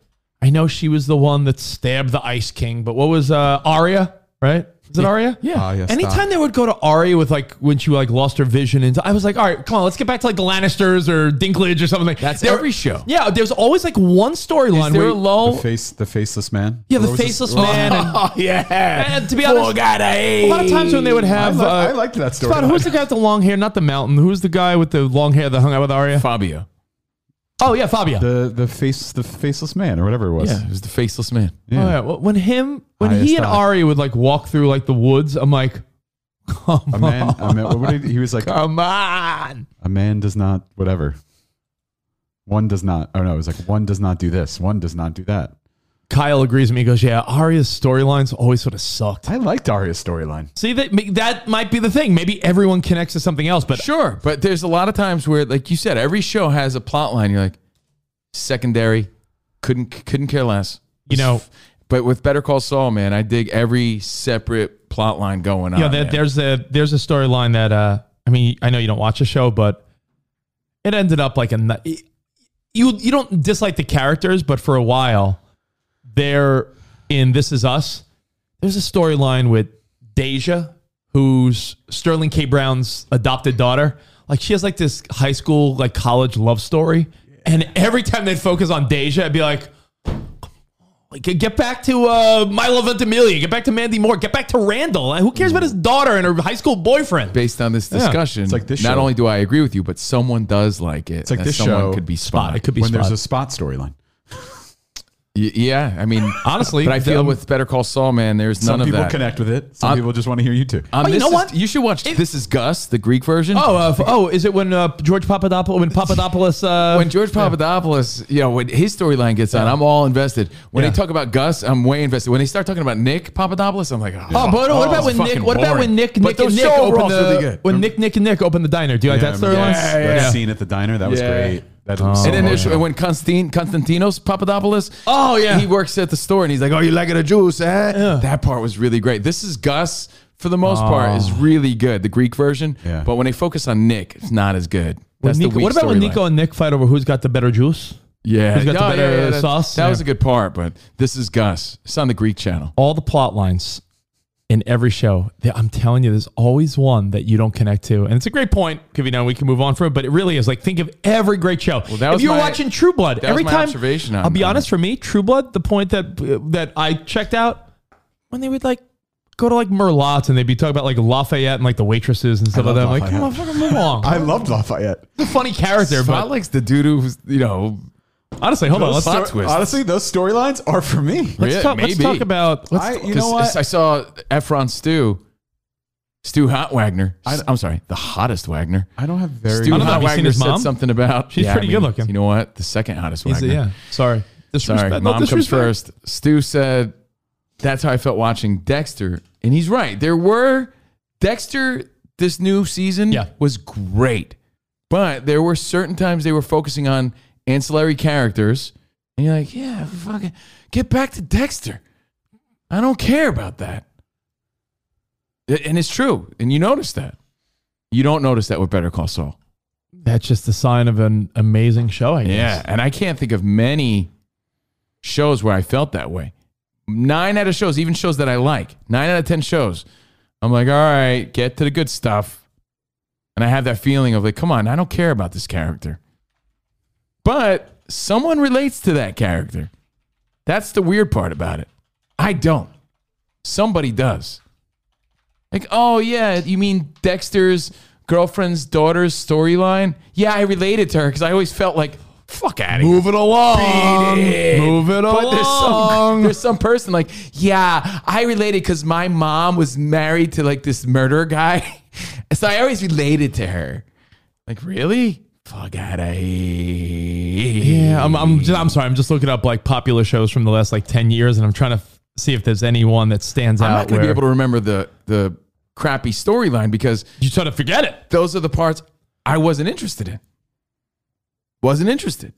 [SPEAKER 1] I know she was the one that stabbed the Ice King, but what was uh, Arya? Right? Is it Arya?
[SPEAKER 5] Yeah.
[SPEAKER 6] Arya Stark.
[SPEAKER 1] Anytime they would go to Arya with like when she like lost her vision, and I was like, all right, come on, let's get back to like the Lannisters or Dinklage or something. like
[SPEAKER 5] That's
[SPEAKER 1] There-
[SPEAKER 5] every show.
[SPEAKER 1] Yeah, there's always like one storyline
[SPEAKER 5] Is there
[SPEAKER 1] where
[SPEAKER 5] a lull?
[SPEAKER 6] The face, the faceless man.
[SPEAKER 1] yeah, the
[SPEAKER 6] What was this?
[SPEAKER 1] faceless man. And,
[SPEAKER 5] Oh yeah.
[SPEAKER 1] and to be
[SPEAKER 5] Poor
[SPEAKER 1] honest,
[SPEAKER 5] guy to
[SPEAKER 1] a lot of
[SPEAKER 5] hate.
[SPEAKER 1] times when they would have,
[SPEAKER 6] I, li- I
[SPEAKER 1] uh,
[SPEAKER 6] liked that story.
[SPEAKER 1] Spot, who's the guy with the long hair? Not the mountain. Who's the guy with the long hair that hung out with Arya?
[SPEAKER 5] Fabio.
[SPEAKER 1] Oh yeah, Fabio.
[SPEAKER 6] the the face the faceless man or whatever it was.
[SPEAKER 5] Yeah, it was the faceless man.
[SPEAKER 1] Oh, yeah. Well, When him, when
[SPEAKER 6] Highest
[SPEAKER 1] he and
[SPEAKER 6] high.
[SPEAKER 1] Arya would like walk through like the woods, I'm like, come
[SPEAKER 6] A
[SPEAKER 1] on,
[SPEAKER 6] man, a man what did he, he was like,
[SPEAKER 1] come on.
[SPEAKER 6] a man does not whatever. One does not. Oh no, it was like one does not do this. One does not do that.
[SPEAKER 1] Kyle agrees with me. He goes, yeah, Arya's storylines always sort of sucked.
[SPEAKER 6] I liked Arya's storyline.
[SPEAKER 1] See that that might be the thing. Maybe everyone connects to something else, but
[SPEAKER 5] Sure, but there's a lot of times where, like you said, every show has a plot line. You're like, secondary, couldn't couldn't care less.
[SPEAKER 1] you know,
[SPEAKER 5] But with Better Call Saul, man, I dig every separate plot line going on.
[SPEAKER 1] you know, there,
[SPEAKER 5] man.
[SPEAKER 1] there's a there's a storyline that uh, I mean, I know you don't watch the show, but it ended up like a ni- you you don't dislike the characters, but for a while, they're in This Is Us. There's a storyline with Deja, who's Sterling K. Brown's adopted daughter. Like she has like this high school, like college love story, and every time they'd focus on Deja, I'd be like. Like, get back to uh, Milo Ventimiglia. Get back to Mandy Moore. Get back to Randall. Who cares about his daughter and her high school boyfriend?
[SPEAKER 5] Based on this discussion,
[SPEAKER 6] It's like this
[SPEAKER 5] not
[SPEAKER 6] show.
[SPEAKER 5] only do I agree with you, but someone does like it. It's
[SPEAKER 6] like this
[SPEAKER 5] someone
[SPEAKER 6] show.
[SPEAKER 5] could be
[SPEAKER 1] Spot.
[SPEAKER 5] spot.
[SPEAKER 1] It could be
[SPEAKER 6] when
[SPEAKER 1] spot.
[SPEAKER 6] there's a spot storyline.
[SPEAKER 5] Y- yeah, I mean,
[SPEAKER 1] Honestly,
[SPEAKER 5] but I feel
[SPEAKER 1] um,
[SPEAKER 5] with Better Call Saul, man, there's none
[SPEAKER 6] Some
[SPEAKER 5] of
[SPEAKER 6] people
[SPEAKER 5] that.
[SPEAKER 6] connect with it. Some
[SPEAKER 5] I'm-
[SPEAKER 6] people just want to hear you too.
[SPEAKER 5] Um,
[SPEAKER 1] Oh, you
[SPEAKER 5] this
[SPEAKER 1] know
[SPEAKER 5] is-
[SPEAKER 1] what?
[SPEAKER 5] You should watch This Is Gus, the Greek version.
[SPEAKER 1] Oh, uh, f- oh, is it when uh, George Papadopoulos? When Papadopoulos? Uh,
[SPEAKER 5] when George Papadopoulos, you know, when his storyline gets on, I'm all invested. When
[SPEAKER 1] Yeah.
[SPEAKER 5] they talk about Gus, I'm way invested. When they start talking about Nick Papadopoulos, I'm like, oh,
[SPEAKER 1] Oh, but what,
[SPEAKER 5] oh,
[SPEAKER 1] about
[SPEAKER 5] it's
[SPEAKER 1] when Nick?
[SPEAKER 5] fucking
[SPEAKER 1] What about
[SPEAKER 5] boring.
[SPEAKER 1] when Nick,
[SPEAKER 5] But
[SPEAKER 1] Nick, and
[SPEAKER 5] those
[SPEAKER 1] Nick
[SPEAKER 5] show
[SPEAKER 1] opened
[SPEAKER 5] overalls are really
[SPEAKER 1] the
[SPEAKER 5] good.
[SPEAKER 1] when Nick, Nick, and Nick opened the diner? Do you like
[SPEAKER 6] Yeah, I
[SPEAKER 1] that
[SPEAKER 6] remember
[SPEAKER 1] storyline?
[SPEAKER 5] that. Yeah,
[SPEAKER 6] That
[SPEAKER 5] yeah.
[SPEAKER 6] scene at the diner, that was
[SPEAKER 5] Yeah. Oh.
[SPEAKER 6] great. That was so
[SPEAKER 5] and then there's
[SPEAKER 6] emotional.
[SPEAKER 5] when Constant, Constantinos Papadopoulos,
[SPEAKER 1] Oh, yeah.
[SPEAKER 5] he works at the store and he's like, "Oh, you like it a juice?" Eh? That part was really great. This is Gus for the most part is really good, the Greek version.
[SPEAKER 6] Oh. Yeah.
[SPEAKER 5] But when they focus on Nick, it's not as good.
[SPEAKER 1] When
[SPEAKER 5] That's the
[SPEAKER 1] Nico-
[SPEAKER 5] weak
[SPEAKER 1] what about when
[SPEAKER 5] storyline.
[SPEAKER 1] Nico and Nick fight over who's got the better juice?
[SPEAKER 5] Yeah,
[SPEAKER 1] Who's got the
[SPEAKER 5] No,
[SPEAKER 1] better
[SPEAKER 5] that-
[SPEAKER 1] sauce?
[SPEAKER 5] That
[SPEAKER 1] Yeah.
[SPEAKER 5] was a good part, but this is Gus. It's on the Greek channel.
[SPEAKER 1] All the plot lines in every show. there- I'm telling you, there's always one that you don't connect to, and it's a great point. Could be now we can move on from it, but it really is like think of every great show.
[SPEAKER 5] that
[SPEAKER 1] if
[SPEAKER 5] was
[SPEAKER 1] you're
[SPEAKER 5] my-
[SPEAKER 1] watching True Blood,
[SPEAKER 5] that was
[SPEAKER 1] every
[SPEAKER 5] my
[SPEAKER 1] time
[SPEAKER 5] observation on-
[SPEAKER 1] I'll be
[SPEAKER 5] on
[SPEAKER 1] honest, for me, True Blood, the point that that I checked out when they would like. Go to like Merlot's and they'd be talking about like Lafayette and like the waitresses and stuff like that. I'm like, come on, fucking move along.
[SPEAKER 6] I loved Lafayette.
[SPEAKER 1] funny character,
[SPEAKER 5] Spot
[SPEAKER 1] but
[SPEAKER 5] likes the dude who's you know
[SPEAKER 1] honestly, hold on. Let's
[SPEAKER 5] Spot
[SPEAKER 1] talk,
[SPEAKER 5] twist.
[SPEAKER 6] Honestly, those storylines are for me.
[SPEAKER 1] let's,
[SPEAKER 5] Yeah,
[SPEAKER 1] talk, let's
[SPEAKER 5] maybe.
[SPEAKER 1] talk about. Let's,
[SPEAKER 6] I, you
[SPEAKER 5] 'Cause
[SPEAKER 6] know what?
[SPEAKER 5] I saw Efron Stu, Stu Hot Wagner. I, am sorry, the hottest Wagner.
[SPEAKER 6] I don't have very.
[SPEAKER 5] Stu
[SPEAKER 1] I don't know,
[SPEAKER 5] Hot
[SPEAKER 1] have you seen
[SPEAKER 5] Wagner
[SPEAKER 1] his
[SPEAKER 5] said
[SPEAKER 1] mom?
[SPEAKER 5] something about.
[SPEAKER 1] She's pretty good looking.
[SPEAKER 5] You know what? The second hottest
[SPEAKER 1] He's-
[SPEAKER 5] Wagner.
[SPEAKER 1] yeah, sorry. Disrespect.
[SPEAKER 5] Sorry,
[SPEAKER 1] no
[SPEAKER 5] mom comes
[SPEAKER 1] disrespect.
[SPEAKER 5] first. Stu said, "That's how I felt watching Dexter," and he's right. There were Dexter. This new season
[SPEAKER 1] Yeah.
[SPEAKER 5] was great, but there were certain times they were focusing on ancillary characters, and you're like, "Yeah, fucking get back to Dexter." I don't care about that, A- and it's true. And you notice that. You don't notice that with Better Call Saul.
[SPEAKER 1] That's just a sign of an amazing show, I guess.
[SPEAKER 5] Yeah, and I can't think of many shows where I felt that way. Nine out of shows, even shows that I like, nine out of ten shows, I'm like, all right, get to the good stuff. And I have that feeling of like, come on, I don't care about this character. But someone relates to that character. That's the weird part about it. I don't. Somebody does. Like, oh yeah, you mean Dexter's girlfriend's daughter's storyline? Yeah, I related to her because I always felt like, fuck out of here. Move it along. Move it but There's some, there's some person like, yeah, I related because my mom was married to like this murderer guy. so I always related to her. Like, really? Fuck out of here.
[SPEAKER 1] Yeah, I'm, I'm, just, I'm sorry. I'm just looking up like popular shows from the last like 10 years and I'm trying to f- see if there's anyone that stands
[SPEAKER 5] I'm
[SPEAKER 1] out.
[SPEAKER 5] not going to be
[SPEAKER 1] where-
[SPEAKER 5] able to remember the, the crappy storyline because
[SPEAKER 1] You sort of forget it.
[SPEAKER 5] those are the parts I wasn't interested in. Wasn't interested.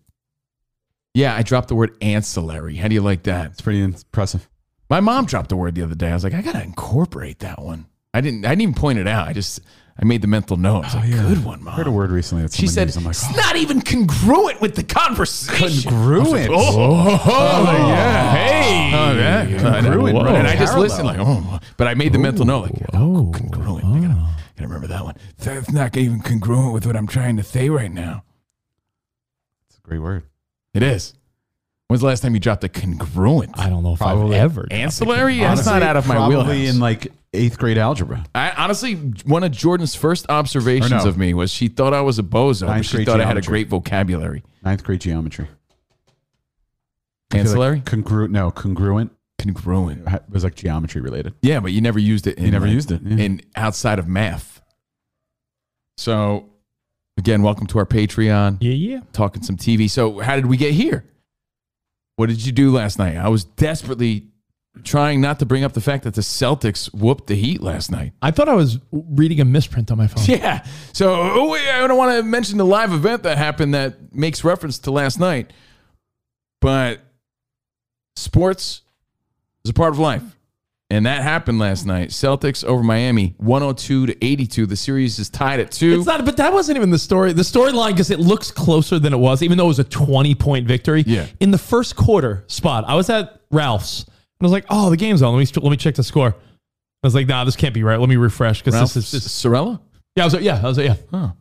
[SPEAKER 5] Yeah, I dropped the word ancillary. How do you like that?
[SPEAKER 6] it's pretty impressive.
[SPEAKER 5] My mom dropped the word the other day. I was like, I gotta incorporate that one. I didn't. I didn't even point it out. I just I made the mental note. I was like, good one, mom.
[SPEAKER 6] I Oh, heard a word recently that
[SPEAKER 5] She
[SPEAKER 6] someone
[SPEAKER 5] said,
[SPEAKER 6] used. I'm like, "Oh."
[SPEAKER 5] it's not even congruent with the conversation.
[SPEAKER 6] Congruent.
[SPEAKER 5] Oh, yeah. Hey. Oh, yeah.
[SPEAKER 6] Congruent,
[SPEAKER 5] Whoa.
[SPEAKER 6] right?
[SPEAKER 5] And I just
[SPEAKER 6] Parallel.
[SPEAKER 5] listened like, oh, but I made the mental note like, oh, congruent. I gotta, gotta remember that one. That's not even congruent with what I'm trying to say right now.
[SPEAKER 6] It's a great word.
[SPEAKER 5] It is. When's the last time you dropped a congruent?
[SPEAKER 1] I don't know if
[SPEAKER 6] Probably
[SPEAKER 1] I've ever.
[SPEAKER 5] Ancillary? Yeah, That's not
[SPEAKER 6] Honestly,
[SPEAKER 5] out of my
[SPEAKER 6] probably
[SPEAKER 5] wheelhouse.
[SPEAKER 6] in like eighth grade algebra.
[SPEAKER 5] I honestly, one of Jordan's first observations
[SPEAKER 6] Or no.
[SPEAKER 5] of me was she thought I was a bozo, but
[SPEAKER 6] Ninth
[SPEAKER 5] she
[SPEAKER 6] grade
[SPEAKER 5] thought I had a
[SPEAKER 6] geometry.
[SPEAKER 5] great vocabulary.
[SPEAKER 6] Ninth grade geometry. I feel
[SPEAKER 5] Ancillary?
[SPEAKER 6] Like congruent. No, congruent
[SPEAKER 5] congruent.
[SPEAKER 6] ha- was like geometry related.
[SPEAKER 5] Yeah, but you never used it. In,
[SPEAKER 6] You never used it, yeah.
[SPEAKER 5] in outside of math. So, again, welcome to our Patreon.
[SPEAKER 1] Yeah, yeah.
[SPEAKER 5] Talking some TV. So, how did we get here? What did you do last night? I was desperately trying not to bring up the fact that the Celtics whooped the Heat last night.
[SPEAKER 1] I thought I was reading a misprint on my phone.
[SPEAKER 5] Yeah. So, oh, wait, I don't want to mention the live event that happened that makes reference to last night, but sports is a part of life. And that happened last night. Celtics over Miami, 102 to 82. The series is tied at two.
[SPEAKER 1] It's not, but that wasn't even the story. The storyline, because it looks closer than it was, even though it was a 20 point victory.
[SPEAKER 5] Yeah.
[SPEAKER 1] In the first quarter spot, I was at Ralph's and I was like, oh, the game's on. Let me, let me check the score. I was like, nah, this can't be right. Let me refresh because
[SPEAKER 5] Ralph
[SPEAKER 1] this is. This,
[SPEAKER 5] Sorella?
[SPEAKER 1] yeah, I was like, yeah, I was like, yeah.
[SPEAKER 5] I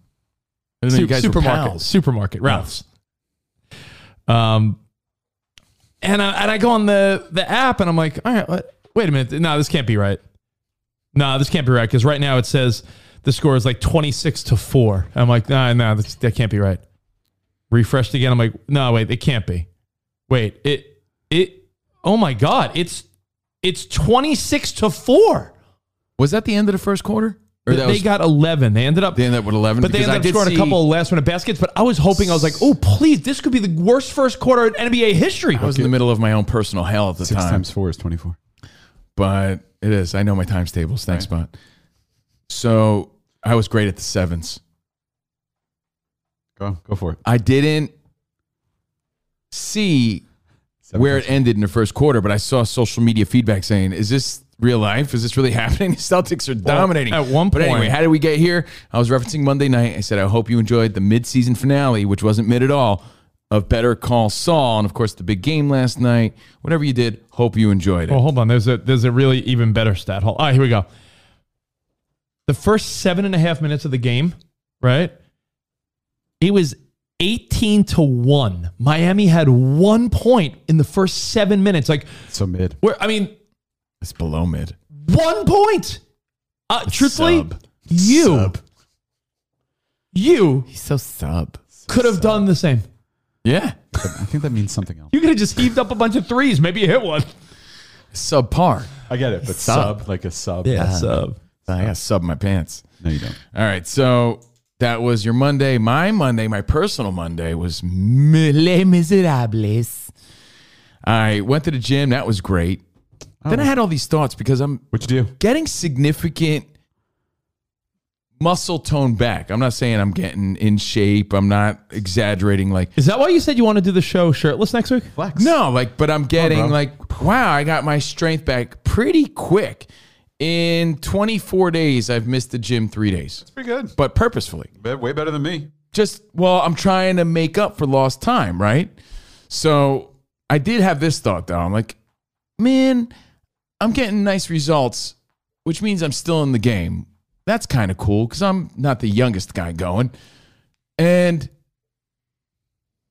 [SPEAKER 5] didn't know you guys were
[SPEAKER 1] supermarket.
[SPEAKER 5] pals.
[SPEAKER 1] Supermarket. Ralph's. Um, And I, and I go on the, the app and I'm like, all right, what? wait a minute. No, this can't be right. No, this can't be right. Because right now it says the score is like 26 to 4. I'm like, no, no, that's, that can't be right. Refreshed again. I'm like, no, wait, it can't be. Wait, it, it, oh my God. It's, it's 26 to 4.
[SPEAKER 5] Was that the end of the first quarter? Or that
[SPEAKER 1] they
[SPEAKER 5] was,
[SPEAKER 1] got 11. They ended up,
[SPEAKER 5] they ended up with 11?
[SPEAKER 1] but they ended up scoring a couple of last minute baskets. But I was hoping, I was like, oh, please, this could be the worst first quarter in NBA history.
[SPEAKER 5] I was in the middle of my own personal hell at the
[SPEAKER 6] Six
[SPEAKER 5] time.
[SPEAKER 6] times four is 24.
[SPEAKER 5] but it is. I know my times tables. Thanks, bud. So I was great at the sevens.
[SPEAKER 6] Go, go for it.
[SPEAKER 5] I didn't see
[SPEAKER 6] Seven
[SPEAKER 5] where
[SPEAKER 6] times
[SPEAKER 5] it ended in the first quarter, but I saw social media feedback saying, "Is this real life? Is this really happening? The Celtics are dominating."
[SPEAKER 1] at one
[SPEAKER 5] but anyway,
[SPEAKER 1] point-
[SPEAKER 5] how did we get here? I was referencing Monday night. I said, "I hope you enjoyed the mid-season finale, which wasn't mid at all, of Better Call Saul, and of course the big game last night. Whatever you did, hope you enjoyed it."
[SPEAKER 1] Well, hold on. There's a there's a really even better stat. Hold, all right, here we go. The first seven and a half minutes of the game, right? It was 18 to 1. Miami had one point in the first seven minutes. Like,
[SPEAKER 6] So mid.
[SPEAKER 1] where I mean,
[SPEAKER 5] It's below mid.
[SPEAKER 1] one point. Uh, truthfully,
[SPEAKER 5] Sub.
[SPEAKER 1] you
[SPEAKER 5] Sub.
[SPEAKER 1] you
[SPEAKER 5] He's so sub.
[SPEAKER 1] could have done the same.
[SPEAKER 5] Yeah,
[SPEAKER 6] I think that means something else.
[SPEAKER 1] You could have just heaved up a bunch of threes. Maybe you hit one.
[SPEAKER 5] subpar.
[SPEAKER 6] I get it, but
[SPEAKER 5] Sub.
[SPEAKER 6] sub, like a sub.
[SPEAKER 1] sub.
[SPEAKER 5] I got sub my pants.
[SPEAKER 6] No, you don't.
[SPEAKER 5] All right, so that was your Monday. My Monday, my personal Monday was Les Miserables. I went to the gym. That was great. Then I had all these thoughts because I'm
[SPEAKER 6] What you do?
[SPEAKER 5] getting significant muscle tone back. I'm not saying I'm getting in shape. I'm not exaggerating like
[SPEAKER 1] Is that why you said you want to do the show shirtless next week?
[SPEAKER 6] Flex.
[SPEAKER 5] no, like, but I'm getting
[SPEAKER 6] bro.
[SPEAKER 5] like, wow, I got my strength back pretty quick. In 24 days, I've missed the gym three days,
[SPEAKER 6] Pretty good.
[SPEAKER 5] but purposefully.
[SPEAKER 6] Be- Way better than me.
[SPEAKER 5] Just, well, I'm trying to make up for lost time, right? So I did have this thought though. I'm like, man, I'm getting nice results, which means I'm still in the game. That's kind of cool because I'm not the youngest guy going. And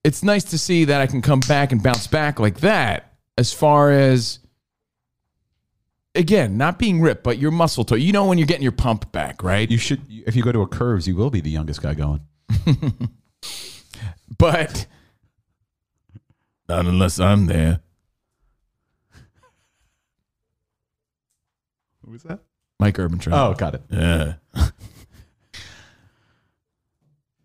[SPEAKER 5] it's nice to see that I can come back and bounce back like that as far as again, not being ripped, but your muscle tone. You know when you're getting your pump back, right?
[SPEAKER 6] You should, you- if you go to a curves, you will be the youngest guy going.
[SPEAKER 5] But not unless I'm there.
[SPEAKER 6] Who was that?
[SPEAKER 5] Mike Urban Trout.
[SPEAKER 6] Oh, got it.
[SPEAKER 5] Yeah.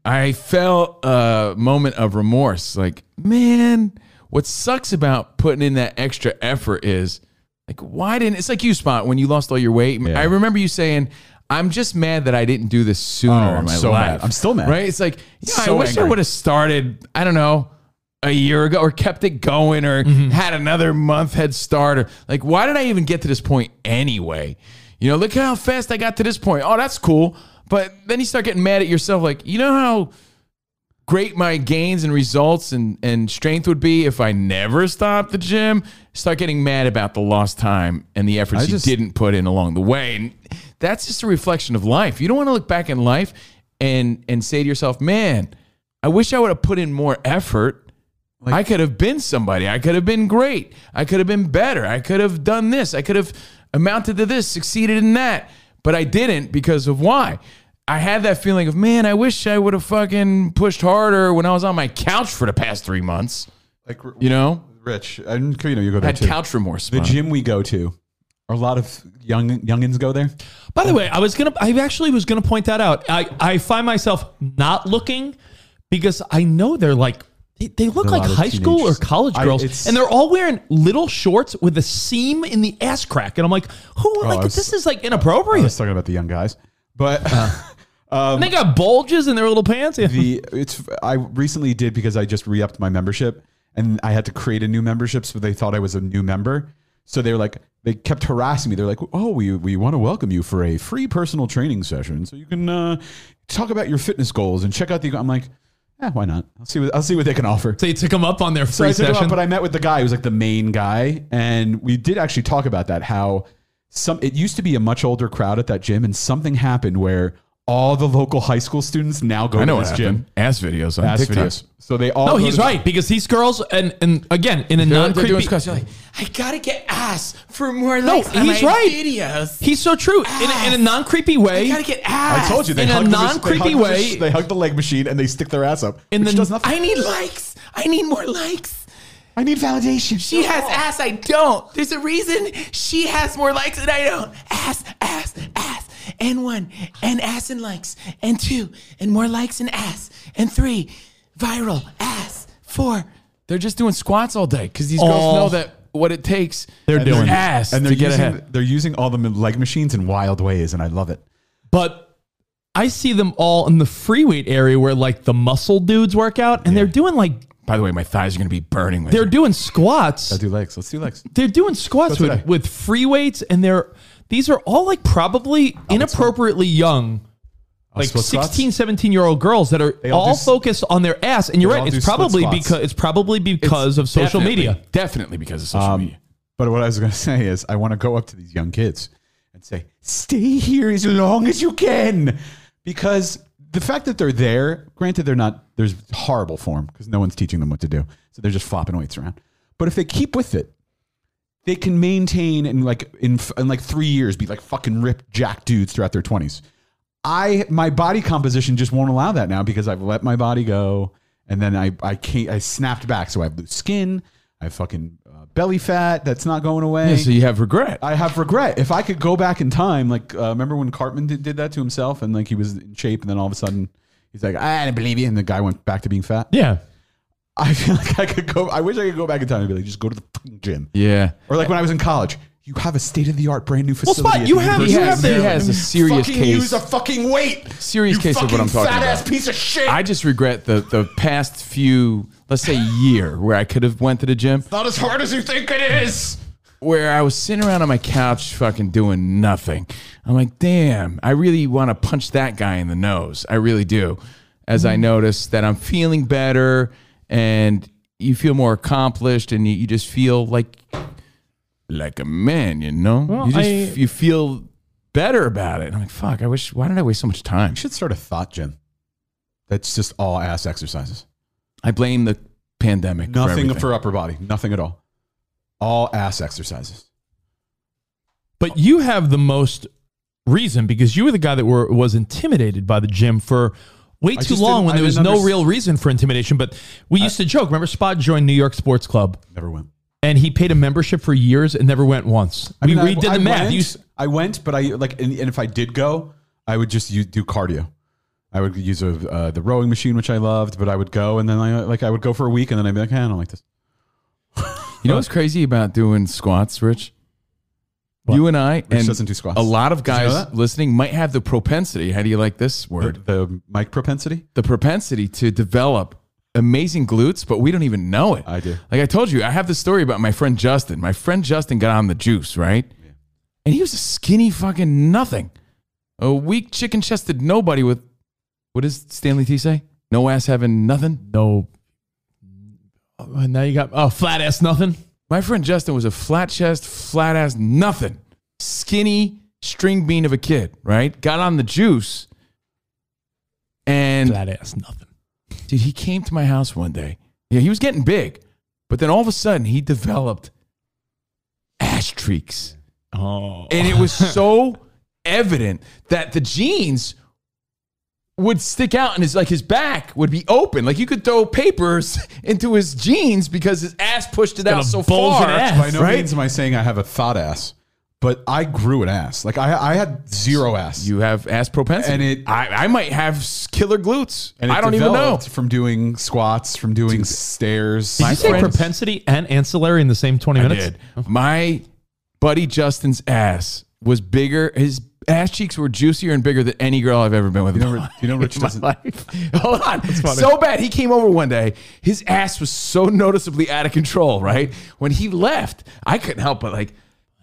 [SPEAKER 5] I felt a moment of remorse. Like, man, what sucks about putting in that extra effort is like, why didn't it's like you spot when you lost all your weight? I remember you saying, I'm just mad that I didn't do this sooner
[SPEAKER 6] Oh, I'm
[SPEAKER 5] in my
[SPEAKER 6] so
[SPEAKER 5] life.
[SPEAKER 6] mad. I'm still mad.
[SPEAKER 5] Right? It's like, yeah, I
[SPEAKER 6] So
[SPEAKER 5] wish I
[SPEAKER 6] angry.
[SPEAKER 5] would have started, I don't know, a year ago or kept it going or
[SPEAKER 6] Mm-hmm.
[SPEAKER 5] had another month head start or like why did I even get to this point anyway? You know, look how fast I got to this point. Oh, that's cool. But then you start getting mad at yourself like, you know how great my gains and results and, and strength would be if I never stopped the gym? Start getting mad about the lost time and the efforts
[SPEAKER 6] I
[SPEAKER 5] you
[SPEAKER 6] just-
[SPEAKER 5] didn't put in along the way. And that's just a reflection of life. You don't want to look back in life and and say to yourself, man, I wish I would have put in more effort. I could have been somebody. I could have been great. I could have been better. I could have done this. I could have amounted to this, succeeded in that. But I didn't because of why? I had that feeling of, man, I wish I would have fucking pushed harder when I was on my couch for the past three months.
[SPEAKER 6] Like,
[SPEAKER 5] You know?
[SPEAKER 6] Rich, and you know, you go
[SPEAKER 5] I
[SPEAKER 6] there
[SPEAKER 5] had
[SPEAKER 6] too.
[SPEAKER 5] couch remorse.
[SPEAKER 6] the
[SPEAKER 5] man.
[SPEAKER 6] gym we go to, a lot of young youngins go there.
[SPEAKER 1] By the way, I was gonna, I actually was gonna point that out. I, I find myself not looking because I know they're like, they, they look
[SPEAKER 6] They're a
[SPEAKER 1] like
[SPEAKER 6] lot of
[SPEAKER 1] high school or
[SPEAKER 6] teenagers.
[SPEAKER 1] college
[SPEAKER 6] I-
[SPEAKER 1] girls,
[SPEAKER 6] it's-
[SPEAKER 1] and they're all wearing little shorts with a seam in the ass crack, and I'm like, who? like
[SPEAKER 6] was-
[SPEAKER 1] this is like
[SPEAKER 6] I
[SPEAKER 1] inappropriate.
[SPEAKER 6] was talking about the young guys, but
[SPEAKER 1] and they got bulges in their little pants. Yeah.
[SPEAKER 6] Uh, um, the it's I recently did because I just re upped my membership and I had to create a new membership, so they thought I was a new member. So they were like, they kept harassing me. They're like, "Oh, we we want to welcome you for a free personal training session, so you can uh, talk about your fitness goals and check out the." I'm like, "Yeah, why not? I'll see what I'll see what they can offer."
[SPEAKER 1] they took them up on their
[SPEAKER 6] So
[SPEAKER 1] free
[SPEAKER 6] I took him
[SPEAKER 1] session.
[SPEAKER 6] up, but I met with the guy who was like the main guy, and we did actually talk about that. How some it used to be a much older crowd at that gym, and something happened where all the local high school students now go
[SPEAKER 5] I know
[SPEAKER 6] to
[SPEAKER 5] what
[SPEAKER 6] this
[SPEAKER 5] happened.
[SPEAKER 6] gym.
[SPEAKER 5] Ass videos on
[SPEAKER 6] Ass
[SPEAKER 5] TikTok.
[SPEAKER 6] videos. So they all.
[SPEAKER 1] No,
[SPEAKER 6] go
[SPEAKER 1] Oh, he's
[SPEAKER 6] to-
[SPEAKER 1] right because these girls and and again in a
[SPEAKER 5] They're
[SPEAKER 1] non
[SPEAKER 5] like- they're doing
[SPEAKER 1] creepy.
[SPEAKER 5] cuss. You're like, I gotta get ass for more
[SPEAKER 1] No,
[SPEAKER 5] likes on
[SPEAKER 1] he's
[SPEAKER 5] my
[SPEAKER 1] right.
[SPEAKER 5] videos.
[SPEAKER 1] He's so true in a, in a non creepy way.
[SPEAKER 5] I gotta get
[SPEAKER 6] I
[SPEAKER 5] ass.
[SPEAKER 6] told you they
[SPEAKER 1] In a
[SPEAKER 6] hug the mach- they
[SPEAKER 1] non-creepy
[SPEAKER 6] hug the mach-
[SPEAKER 1] way-
[SPEAKER 6] they hug the leg machine and they stick their ass up.
[SPEAKER 1] in
[SPEAKER 6] which
[SPEAKER 1] the
[SPEAKER 6] does nothing.
[SPEAKER 5] I need likes. I need more likes.
[SPEAKER 6] I need validation.
[SPEAKER 5] She has ass. I don't. There's a reason she has more likes than I don't. Ass, ass, ass. And one, and ass and likes, and two, and more likes and ass, and three, viral ass. Four. They're just doing squats all day because these
[SPEAKER 1] All-
[SPEAKER 5] girls know that what it takes.
[SPEAKER 1] They're
[SPEAKER 5] is
[SPEAKER 1] doing it.
[SPEAKER 5] ass
[SPEAKER 6] and Oh. they're
[SPEAKER 5] to get
[SPEAKER 6] using,
[SPEAKER 5] ahead.
[SPEAKER 6] They're using all the m- leg machines in wild ways, and I love it.
[SPEAKER 1] but I see them all in the free weight area where like the muscle dudes work out and they're doing like
[SPEAKER 5] By the way, my thighs are gonna be burning. Later.
[SPEAKER 1] they're doing squats.
[SPEAKER 6] Let's do legs. Let's do legs.
[SPEAKER 1] they're doing squats
[SPEAKER 6] That's what I-
[SPEAKER 1] with, with free weights and they're these are all like probably inappropriately young like
[SPEAKER 6] split squats?
[SPEAKER 1] 16 17 year old girls that are
[SPEAKER 6] all
[SPEAKER 1] all,
[SPEAKER 6] do s-
[SPEAKER 1] focused on their ass and you're
[SPEAKER 6] they
[SPEAKER 1] right
[SPEAKER 6] all do
[SPEAKER 1] it's
[SPEAKER 6] split
[SPEAKER 1] probably
[SPEAKER 6] squats.
[SPEAKER 1] because it's probably because of social media
[SPEAKER 5] Definitely because of
[SPEAKER 6] Um,
[SPEAKER 5] social media.
[SPEAKER 6] But what I was going to say is, I want to go up to these young kids and say, "Stay here as long as you can," because the fact that they're there, granted, they're not. There's horrible form because no one's teaching them what to do, so they're just flopping weights around. But if they keep with it, they can maintain and like in, in like three years be like fucking ripped jack dudes throughout their 20s i my body composition just won't allow that now because i've let my body go and then i i can't i snapped back so i have loose skin i have fucking uh, belly fat that's not going away
[SPEAKER 5] you have regret.
[SPEAKER 6] I have regret. If I could go back in time, like uh, remember when Cartman did, did that to himself, and like he was in shape, and then all of a sudden he's like, "I didn't believe you," and the guy went back to being fat.
[SPEAKER 1] yeah
[SPEAKER 6] I feel like I could go. I wish I could go back in time and be like, "Just go to the fucking gym."
[SPEAKER 5] yeah.
[SPEAKER 6] Or like when I was in college, you have a state of the art, brand new facility.
[SPEAKER 1] Spot,
[SPEAKER 6] at
[SPEAKER 1] you
[SPEAKER 6] the
[SPEAKER 1] have-
[SPEAKER 5] He
[SPEAKER 6] university.
[SPEAKER 1] you have
[SPEAKER 5] has, he has a serious
[SPEAKER 6] fucking
[SPEAKER 5] case.
[SPEAKER 6] use a fucking weight.
[SPEAKER 5] Serious
[SPEAKER 6] you
[SPEAKER 5] case of what
[SPEAKER 6] fucking
[SPEAKER 5] I'm talking
[SPEAKER 6] fat
[SPEAKER 5] about.
[SPEAKER 6] ass piece of shit.
[SPEAKER 5] I just regret the the past few, let's say, year where I could have went to the gym,
[SPEAKER 6] Not as hard as you think it is.
[SPEAKER 5] where I was sitting around on my couch, fucking doing nothing. I'm like, damn, I really want to punch that guy in the nose. I really do. As I notice that I'm feeling better, and you feel more accomplished, and you, you just feel like like a man, you know. you just
[SPEAKER 1] I-
[SPEAKER 5] you feel better about it. I'm like, fuck, I wish. Why did I waste so much time?
[SPEAKER 6] You should start a thought gym. That's just all ass exercises.
[SPEAKER 5] I blame the pandemic. for
[SPEAKER 6] Nothing
[SPEAKER 5] everything.
[SPEAKER 6] for upper body. Nothing at all. All ass exercises.
[SPEAKER 1] but you have the most reason because you were the guy that were, was intimidated by the gym for way too
[SPEAKER 6] just
[SPEAKER 1] long
[SPEAKER 6] didn't-
[SPEAKER 1] when
[SPEAKER 6] I
[SPEAKER 1] there was
[SPEAKER 6] didn't
[SPEAKER 1] no
[SPEAKER 6] underst-
[SPEAKER 1] real reason for intimidation but we used to joke remember spot joined new york sports club
[SPEAKER 6] Never went.
[SPEAKER 1] and he paid a membership for years and never went once
[SPEAKER 6] I mean,
[SPEAKER 1] we
[SPEAKER 6] I-
[SPEAKER 1] redid
[SPEAKER 6] I
[SPEAKER 1] the math
[SPEAKER 6] Went,
[SPEAKER 1] You-
[SPEAKER 6] I went, but I like, and, and if I did go, I would just use, do cardio. I would use a, uh, the rowing machine, which I loved, but I would go and then I like I would go for a week and then I'd be like, hey, I don't like this.
[SPEAKER 5] You know what's crazy about doing squats, Rich? You and I, and
[SPEAKER 6] doesn't do squats.
[SPEAKER 5] a lot of
[SPEAKER 6] you know
[SPEAKER 5] guys
[SPEAKER 6] that?
[SPEAKER 5] listening might have the propensity. How do you like this
[SPEAKER 6] The,
[SPEAKER 5] word?
[SPEAKER 6] the mic propensity.
[SPEAKER 5] The propensity to develop amazing glutes, but we don't even know it.
[SPEAKER 6] I do.
[SPEAKER 5] Like I told you, I have this story about my friend Justin. My friend Justin got on the juice, right? And he was a skinny fucking nothing, a weak chicken chested nobody with, what does Stanley T say? No ass having nothing.
[SPEAKER 1] no.
[SPEAKER 6] Uh,
[SPEAKER 1] Oh, Now you got oh flat ass nothing.
[SPEAKER 5] My friend Justin was a flat chest, flat ass, nothing, skinny string bean of a kid, right? Got on the juice. And
[SPEAKER 1] Flat ass nothing.
[SPEAKER 5] dude, he came to my house one day. Yeah, he was getting big, but then all of a sudden he developed ash streaks.
[SPEAKER 1] Oh,
[SPEAKER 5] And it was so evident that the jeans would stick out and his like his back would be open. Like you could throw papers into his jeans because his ass pushed it
[SPEAKER 1] Got a
[SPEAKER 5] out so
[SPEAKER 1] bulging
[SPEAKER 5] far.
[SPEAKER 1] ass.
[SPEAKER 6] By no
[SPEAKER 5] right?
[SPEAKER 6] means am I saying I have a thought ass, but I grew an ass. Like I, I had zero ass.
[SPEAKER 5] You have ass propensity,
[SPEAKER 6] And it-
[SPEAKER 5] I, I might have s- killer glutes.
[SPEAKER 6] and
[SPEAKER 5] I don't even know.
[SPEAKER 6] developed From doing squats, from doing stairs.
[SPEAKER 1] did you say
[SPEAKER 5] friends-
[SPEAKER 1] propensity and ancillary in the same twenty
[SPEAKER 5] I
[SPEAKER 1] minutes?
[SPEAKER 5] did. My buddy Justin's ass was bigger. His ass cheeks were juicier and bigger than any girl I've ever been with. in
[SPEAKER 6] You know,
[SPEAKER 5] my
[SPEAKER 6] Rich- you know, Rich
[SPEAKER 5] in my
[SPEAKER 6] doesn't-
[SPEAKER 5] life. Hold on. So bad. He came over one day. His ass was so noticeably out of control. Right when he left, I couldn't help but like.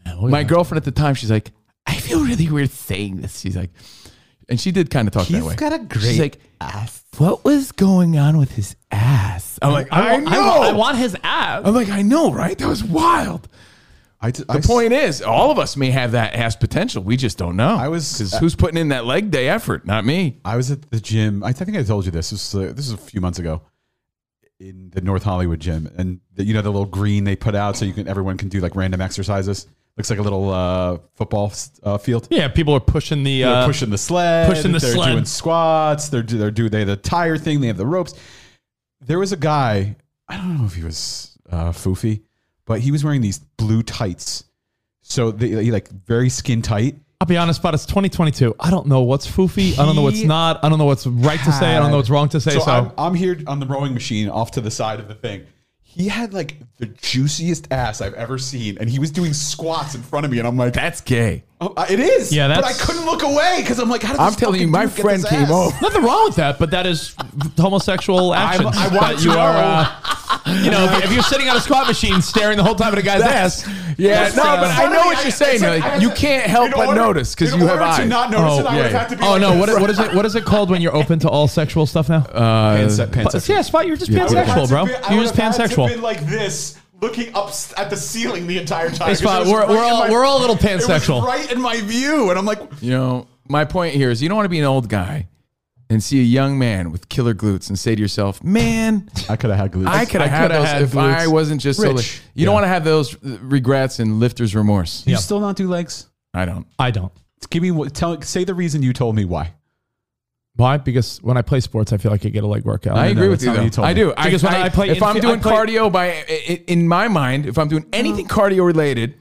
[SPEAKER 7] oh,
[SPEAKER 5] My girlfriend at the time, she's like, I feel really weird saying this. She's like, and she did kind of talk that way.
[SPEAKER 7] got a
[SPEAKER 5] She's
[SPEAKER 7] great
[SPEAKER 5] like, ass. What was going on with his ass? I'm like, I,
[SPEAKER 1] I,
[SPEAKER 5] know.
[SPEAKER 1] wa- I wa- I want his ass.
[SPEAKER 5] I'm like, I know, right? That was wild.
[SPEAKER 6] I, d-
[SPEAKER 5] The
[SPEAKER 6] I s-
[SPEAKER 5] point is, all of us may have that ass potential. We just don't know.
[SPEAKER 6] I was- uh,
[SPEAKER 5] 'Cause who's putting in that leg day effort? Not me.
[SPEAKER 6] I was at the gym. I think I told you this. This was, uh, this was a few months ago in the North Hollywood gym, and the, you know the little green they put out so you can everyone can do like random exercises. Looks like a little uh, football s- uh, field.
[SPEAKER 1] Yeah, people are pushing the
[SPEAKER 6] They're
[SPEAKER 1] uh,
[SPEAKER 6] pushing the sled.
[SPEAKER 1] pushing the
[SPEAKER 6] they're
[SPEAKER 1] sled.
[SPEAKER 6] doing squats. They're do- they're do they have the tire thing. They have the ropes. There was a guy. I don't know if he was uh, foofy, but he was wearing these blue tights. So they he, like very skin tight.
[SPEAKER 1] I'll be honest, but it's 2022. I don't know what's foofy. I don't know what's
[SPEAKER 6] He
[SPEAKER 1] not. I don't know what's right to say. I don't know what's wrong to say. So,
[SPEAKER 6] So I'm, I'm here on the rowing machine off to the side of the thing. He had like the juiciest ass I've ever seen, and he was doing squats in front of me, and I'm like,
[SPEAKER 5] That's gay.
[SPEAKER 6] oh, it is.
[SPEAKER 1] Yeah,
[SPEAKER 6] but I
[SPEAKER 1] that's-
[SPEAKER 6] couldn't look away because I'm like, how did
[SPEAKER 5] I'm
[SPEAKER 6] this
[SPEAKER 5] telling you,
[SPEAKER 6] fucking
[SPEAKER 5] my
[SPEAKER 6] dude get
[SPEAKER 5] friend
[SPEAKER 6] this
[SPEAKER 5] came
[SPEAKER 6] ass?
[SPEAKER 5] over.
[SPEAKER 1] nothing wrong with that, but that is homosexual action.
[SPEAKER 6] I want
[SPEAKER 1] you
[SPEAKER 6] to
[SPEAKER 1] are, uh, you know, if, if you're sitting on a squat machine staring the whole time at a guy's ass,
[SPEAKER 5] Yeah,
[SPEAKER 6] That's
[SPEAKER 5] no,
[SPEAKER 6] funny.
[SPEAKER 5] but I know what you're
[SPEAKER 6] It's like
[SPEAKER 5] saying.
[SPEAKER 6] I
[SPEAKER 5] though.
[SPEAKER 6] had
[SPEAKER 5] you
[SPEAKER 6] to-
[SPEAKER 5] can't help
[SPEAKER 6] in
[SPEAKER 5] but
[SPEAKER 6] order-
[SPEAKER 5] notice because
[SPEAKER 6] in
[SPEAKER 5] you have
[SPEAKER 6] order
[SPEAKER 5] eyes.
[SPEAKER 6] to not notice it, I would have had to be
[SPEAKER 1] oh
[SPEAKER 6] like
[SPEAKER 1] no, what
[SPEAKER 6] this.
[SPEAKER 1] is, what is it? What is it called when you're open to all sexual stuff now?
[SPEAKER 6] Panse- pansexual.
[SPEAKER 1] Uh, yeah, spot. You're just
[SPEAKER 5] Yeah, I would
[SPEAKER 1] pansexual, bro. You're just
[SPEAKER 6] Been
[SPEAKER 1] pansexual.
[SPEAKER 6] like this, looking up s- at the ceiling the entire time.
[SPEAKER 1] Hey,
[SPEAKER 6] 'cause
[SPEAKER 1] Spot,
[SPEAKER 6] it was
[SPEAKER 1] we're- we're
[SPEAKER 6] in
[SPEAKER 1] all- we're all a little
[SPEAKER 6] it was
[SPEAKER 1] pansexual.
[SPEAKER 6] right in my view, and I'm like,
[SPEAKER 5] You know, my point here is you don't want to be an old guy and see a young man with killer glutes and say to yourself, man,
[SPEAKER 6] I could have had glutes.
[SPEAKER 5] I could have had
[SPEAKER 1] coulda
[SPEAKER 5] those
[SPEAKER 1] had
[SPEAKER 5] if
[SPEAKER 1] glutes.
[SPEAKER 5] I wasn't just so.
[SPEAKER 6] Rich.
[SPEAKER 5] Like, you don't want to have those uh, regrets and lifter's remorse.
[SPEAKER 6] You still not do legs?
[SPEAKER 5] I don't.
[SPEAKER 1] I don't.
[SPEAKER 6] Give me what? Tell say the reason you told me why.
[SPEAKER 1] Why? Because when I play sports, I feel like I get a leg workout.
[SPEAKER 5] I agree
[SPEAKER 6] no,
[SPEAKER 5] with
[SPEAKER 6] that's
[SPEAKER 5] you
[SPEAKER 6] not what
[SPEAKER 5] though.
[SPEAKER 6] you told
[SPEAKER 5] I
[SPEAKER 6] me.
[SPEAKER 5] do. I,
[SPEAKER 1] Because when I play
[SPEAKER 5] if I'm
[SPEAKER 1] infi-
[SPEAKER 5] doing
[SPEAKER 1] I play-
[SPEAKER 5] cardio by i- i- in my mind, if I'm doing anything cardio related,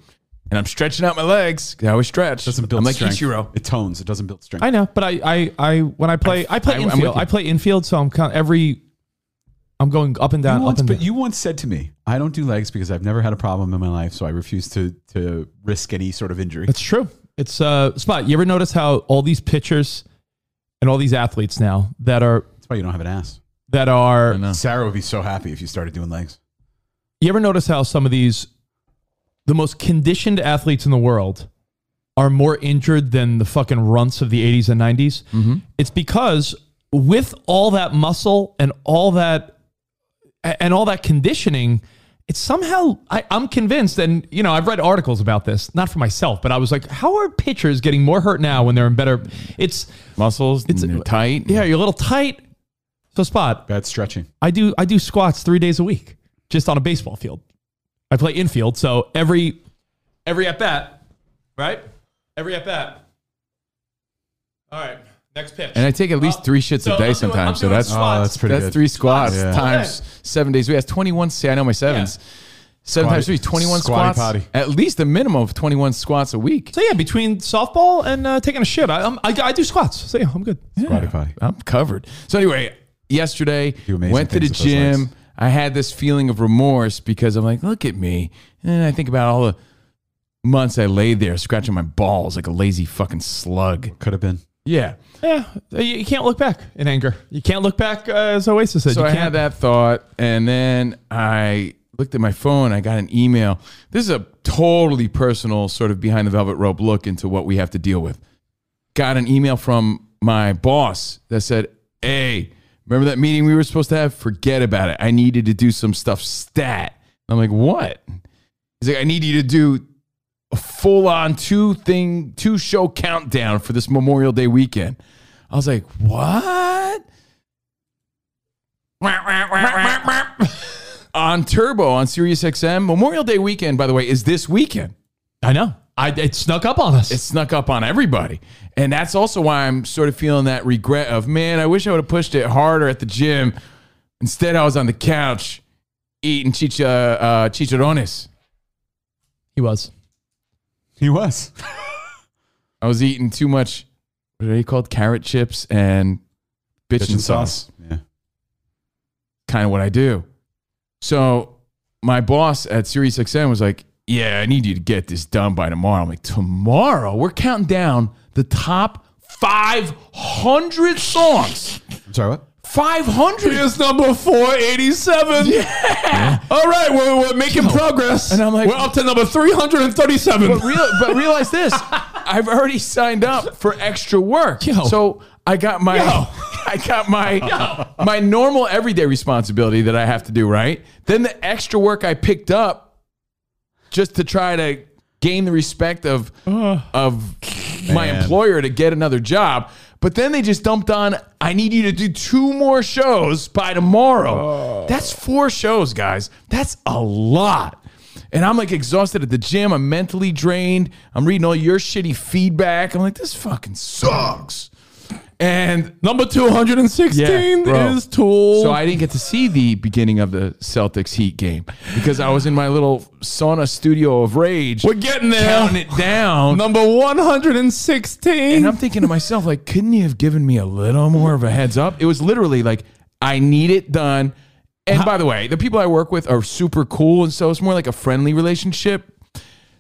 [SPEAKER 5] and I'm stretching out my legs, 'cause I always stretch.
[SPEAKER 6] Doesn't build
[SPEAKER 5] I'm like
[SPEAKER 6] strength.
[SPEAKER 5] Ichiro.
[SPEAKER 6] It tones. It doesn't build strength.
[SPEAKER 1] I know, but I, I, I when I play, I, play
[SPEAKER 5] I- I'm with
[SPEAKER 1] infield.
[SPEAKER 5] you.
[SPEAKER 1] I play infield, so I'm kind of every. I'm going up and down,
[SPEAKER 6] You
[SPEAKER 1] up
[SPEAKER 6] once,
[SPEAKER 1] and
[SPEAKER 6] but
[SPEAKER 1] down.
[SPEAKER 6] you once said to me, "I don't do legs because I've never had a problem in my life, so I refuse to to risk any sort of injury."
[SPEAKER 1] It's true. It's uh, spot. You ever notice how all these pitchers and all these athletes now that are
[SPEAKER 6] That's why you don't have an ass.
[SPEAKER 1] that are
[SPEAKER 5] know.
[SPEAKER 6] Sarah would be so happy if you started doing legs.
[SPEAKER 1] you ever notice how some of these the most conditioned athletes in the world are more injured than the fucking runts of the 80s and 90s it's because with all that muscle and all that and all that conditioning it's somehow I, i'm convinced and you know i've read articles about this not for myself but i was like how are pitchers getting more hurt now when they're in better it's
[SPEAKER 5] Muscles, it's and they're tight.
[SPEAKER 1] yeah you're a little tight so spot
[SPEAKER 6] Bad stretching.
[SPEAKER 1] I do I do squats three days a week, just on a baseball field. I play infield, so every every at bat, right? Every at bat. All right, next pitch. Uh,
[SPEAKER 5] And I take at least three shits
[SPEAKER 1] So
[SPEAKER 5] a day
[SPEAKER 1] I'm doing- I'm
[SPEAKER 5] sometimes. so
[SPEAKER 1] doing
[SPEAKER 5] that's
[SPEAKER 1] squats.
[SPEAKER 6] Oh, that's pretty
[SPEAKER 5] that's
[SPEAKER 6] good.
[SPEAKER 5] three squats
[SPEAKER 6] Yeah.
[SPEAKER 5] times seven days. We have 21. See, I know my sevens. Seven
[SPEAKER 6] Squatty-
[SPEAKER 5] times three, is 21
[SPEAKER 6] squatty
[SPEAKER 5] squats.
[SPEAKER 6] potty.
[SPEAKER 5] At least a minimum of 21 squats a week.
[SPEAKER 1] so yeah, between softball and uh, taking a shit, I, I'm, I I do squats. So yeah, I'm good.
[SPEAKER 6] Squatty potty.
[SPEAKER 5] I'm covered. So anyway, yesterday
[SPEAKER 6] Do amazing
[SPEAKER 5] went to the
[SPEAKER 6] things with those
[SPEAKER 5] gym.
[SPEAKER 6] legs.
[SPEAKER 5] I had this feeling of remorse because I'm like, look at me. And I think about all the months I laid there scratching my balls like a lazy fucking slug.
[SPEAKER 6] Could have been.
[SPEAKER 5] Yeah.
[SPEAKER 1] Yeah, you, you can't look back in anger. You can't look back, uh, as Oasis said.
[SPEAKER 5] So
[SPEAKER 1] you
[SPEAKER 5] I
[SPEAKER 1] can't,
[SPEAKER 5] had that thought, and then I looked at my phone. I got an email. This is a totally personal, sort of behind the velvet rope look into what we have to deal with. Got an email from my boss that said, "Hey, remember that meeting we were supposed to have? Forget about it. I needed to do some stuff stat." I'm like, "What?" He's like, "I need you to do." A full on two thing, two show countdown for this Memorial Day weekend. I was like, what? on Turbo on Sirius XM. Memorial Day weekend, by the way, is this weekend.
[SPEAKER 1] I know. I it snuck up on us.
[SPEAKER 5] It snuck up on everybody. And that's also why I'm sort of feeling that regret of, man, I wish I would have pushed it harder at the gym. Instead, I was on the couch eating chicha, uh, chicharrones.
[SPEAKER 1] he was.
[SPEAKER 6] He was.
[SPEAKER 5] I was eating too much, what are they called? Carrot chips and bitchin', sauce.
[SPEAKER 6] Yeah.
[SPEAKER 5] kind of what I do. So my boss at SiriusXM was like, "Yeah, I need you to get this done by tomorrow." I'm like, "Tomorrow? We're counting down the top 500 songs.
[SPEAKER 6] I'm sorry. What?
[SPEAKER 5] 500 is
[SPEAKER 1] number 487. All right, we're, we're making progress.
[SPEAKER 5] And I'm like-
[SPEAKER 1] we're up to number 337.
[SPEAKER 5] But, real, but realize this: I've already signed up for extra work.
[SPEAKER 1] Yo.
[SPEAKER 5] So I got my,
[SPEAKER 1] Yo.
[SPEAKER 5] I got my, my normal everyday responsibility that I have to do right. Then the extra work I picked up, just to try to gain the respect of of my
[SPEAKER 6] Man.
[SPEAKER 5] employer to get another job. But then they just dumped on. I need you to do two more shows by tomorrow. That's four shows, guys. That's a lot. And I'm like exhausted at the gym. I'm mentally drained. I'm reading all your shitty feedback. I'm like, this fucking sucks. And
[SPEAKER 1] Number 216
[SPEAKER 5] Yeah, bro.
[SPEAKER 1] is Tool.
[SPEAKER 5] so I didn't get to see the beginning of the Celtics Heat game because I was in my little sauna studio of rage.
[SPEAKER 1] We're getting there.
[SPEAKER 5] counting it down.
[SPEAKER 1] Number 116.
[SPEAKER 5] And I'm thinking to myself, like, couldn't you have given me a little more of a heads up? It was literally like, I need it done. And by the way, the people I work with are super cool. And so it's more like a friendly relationship.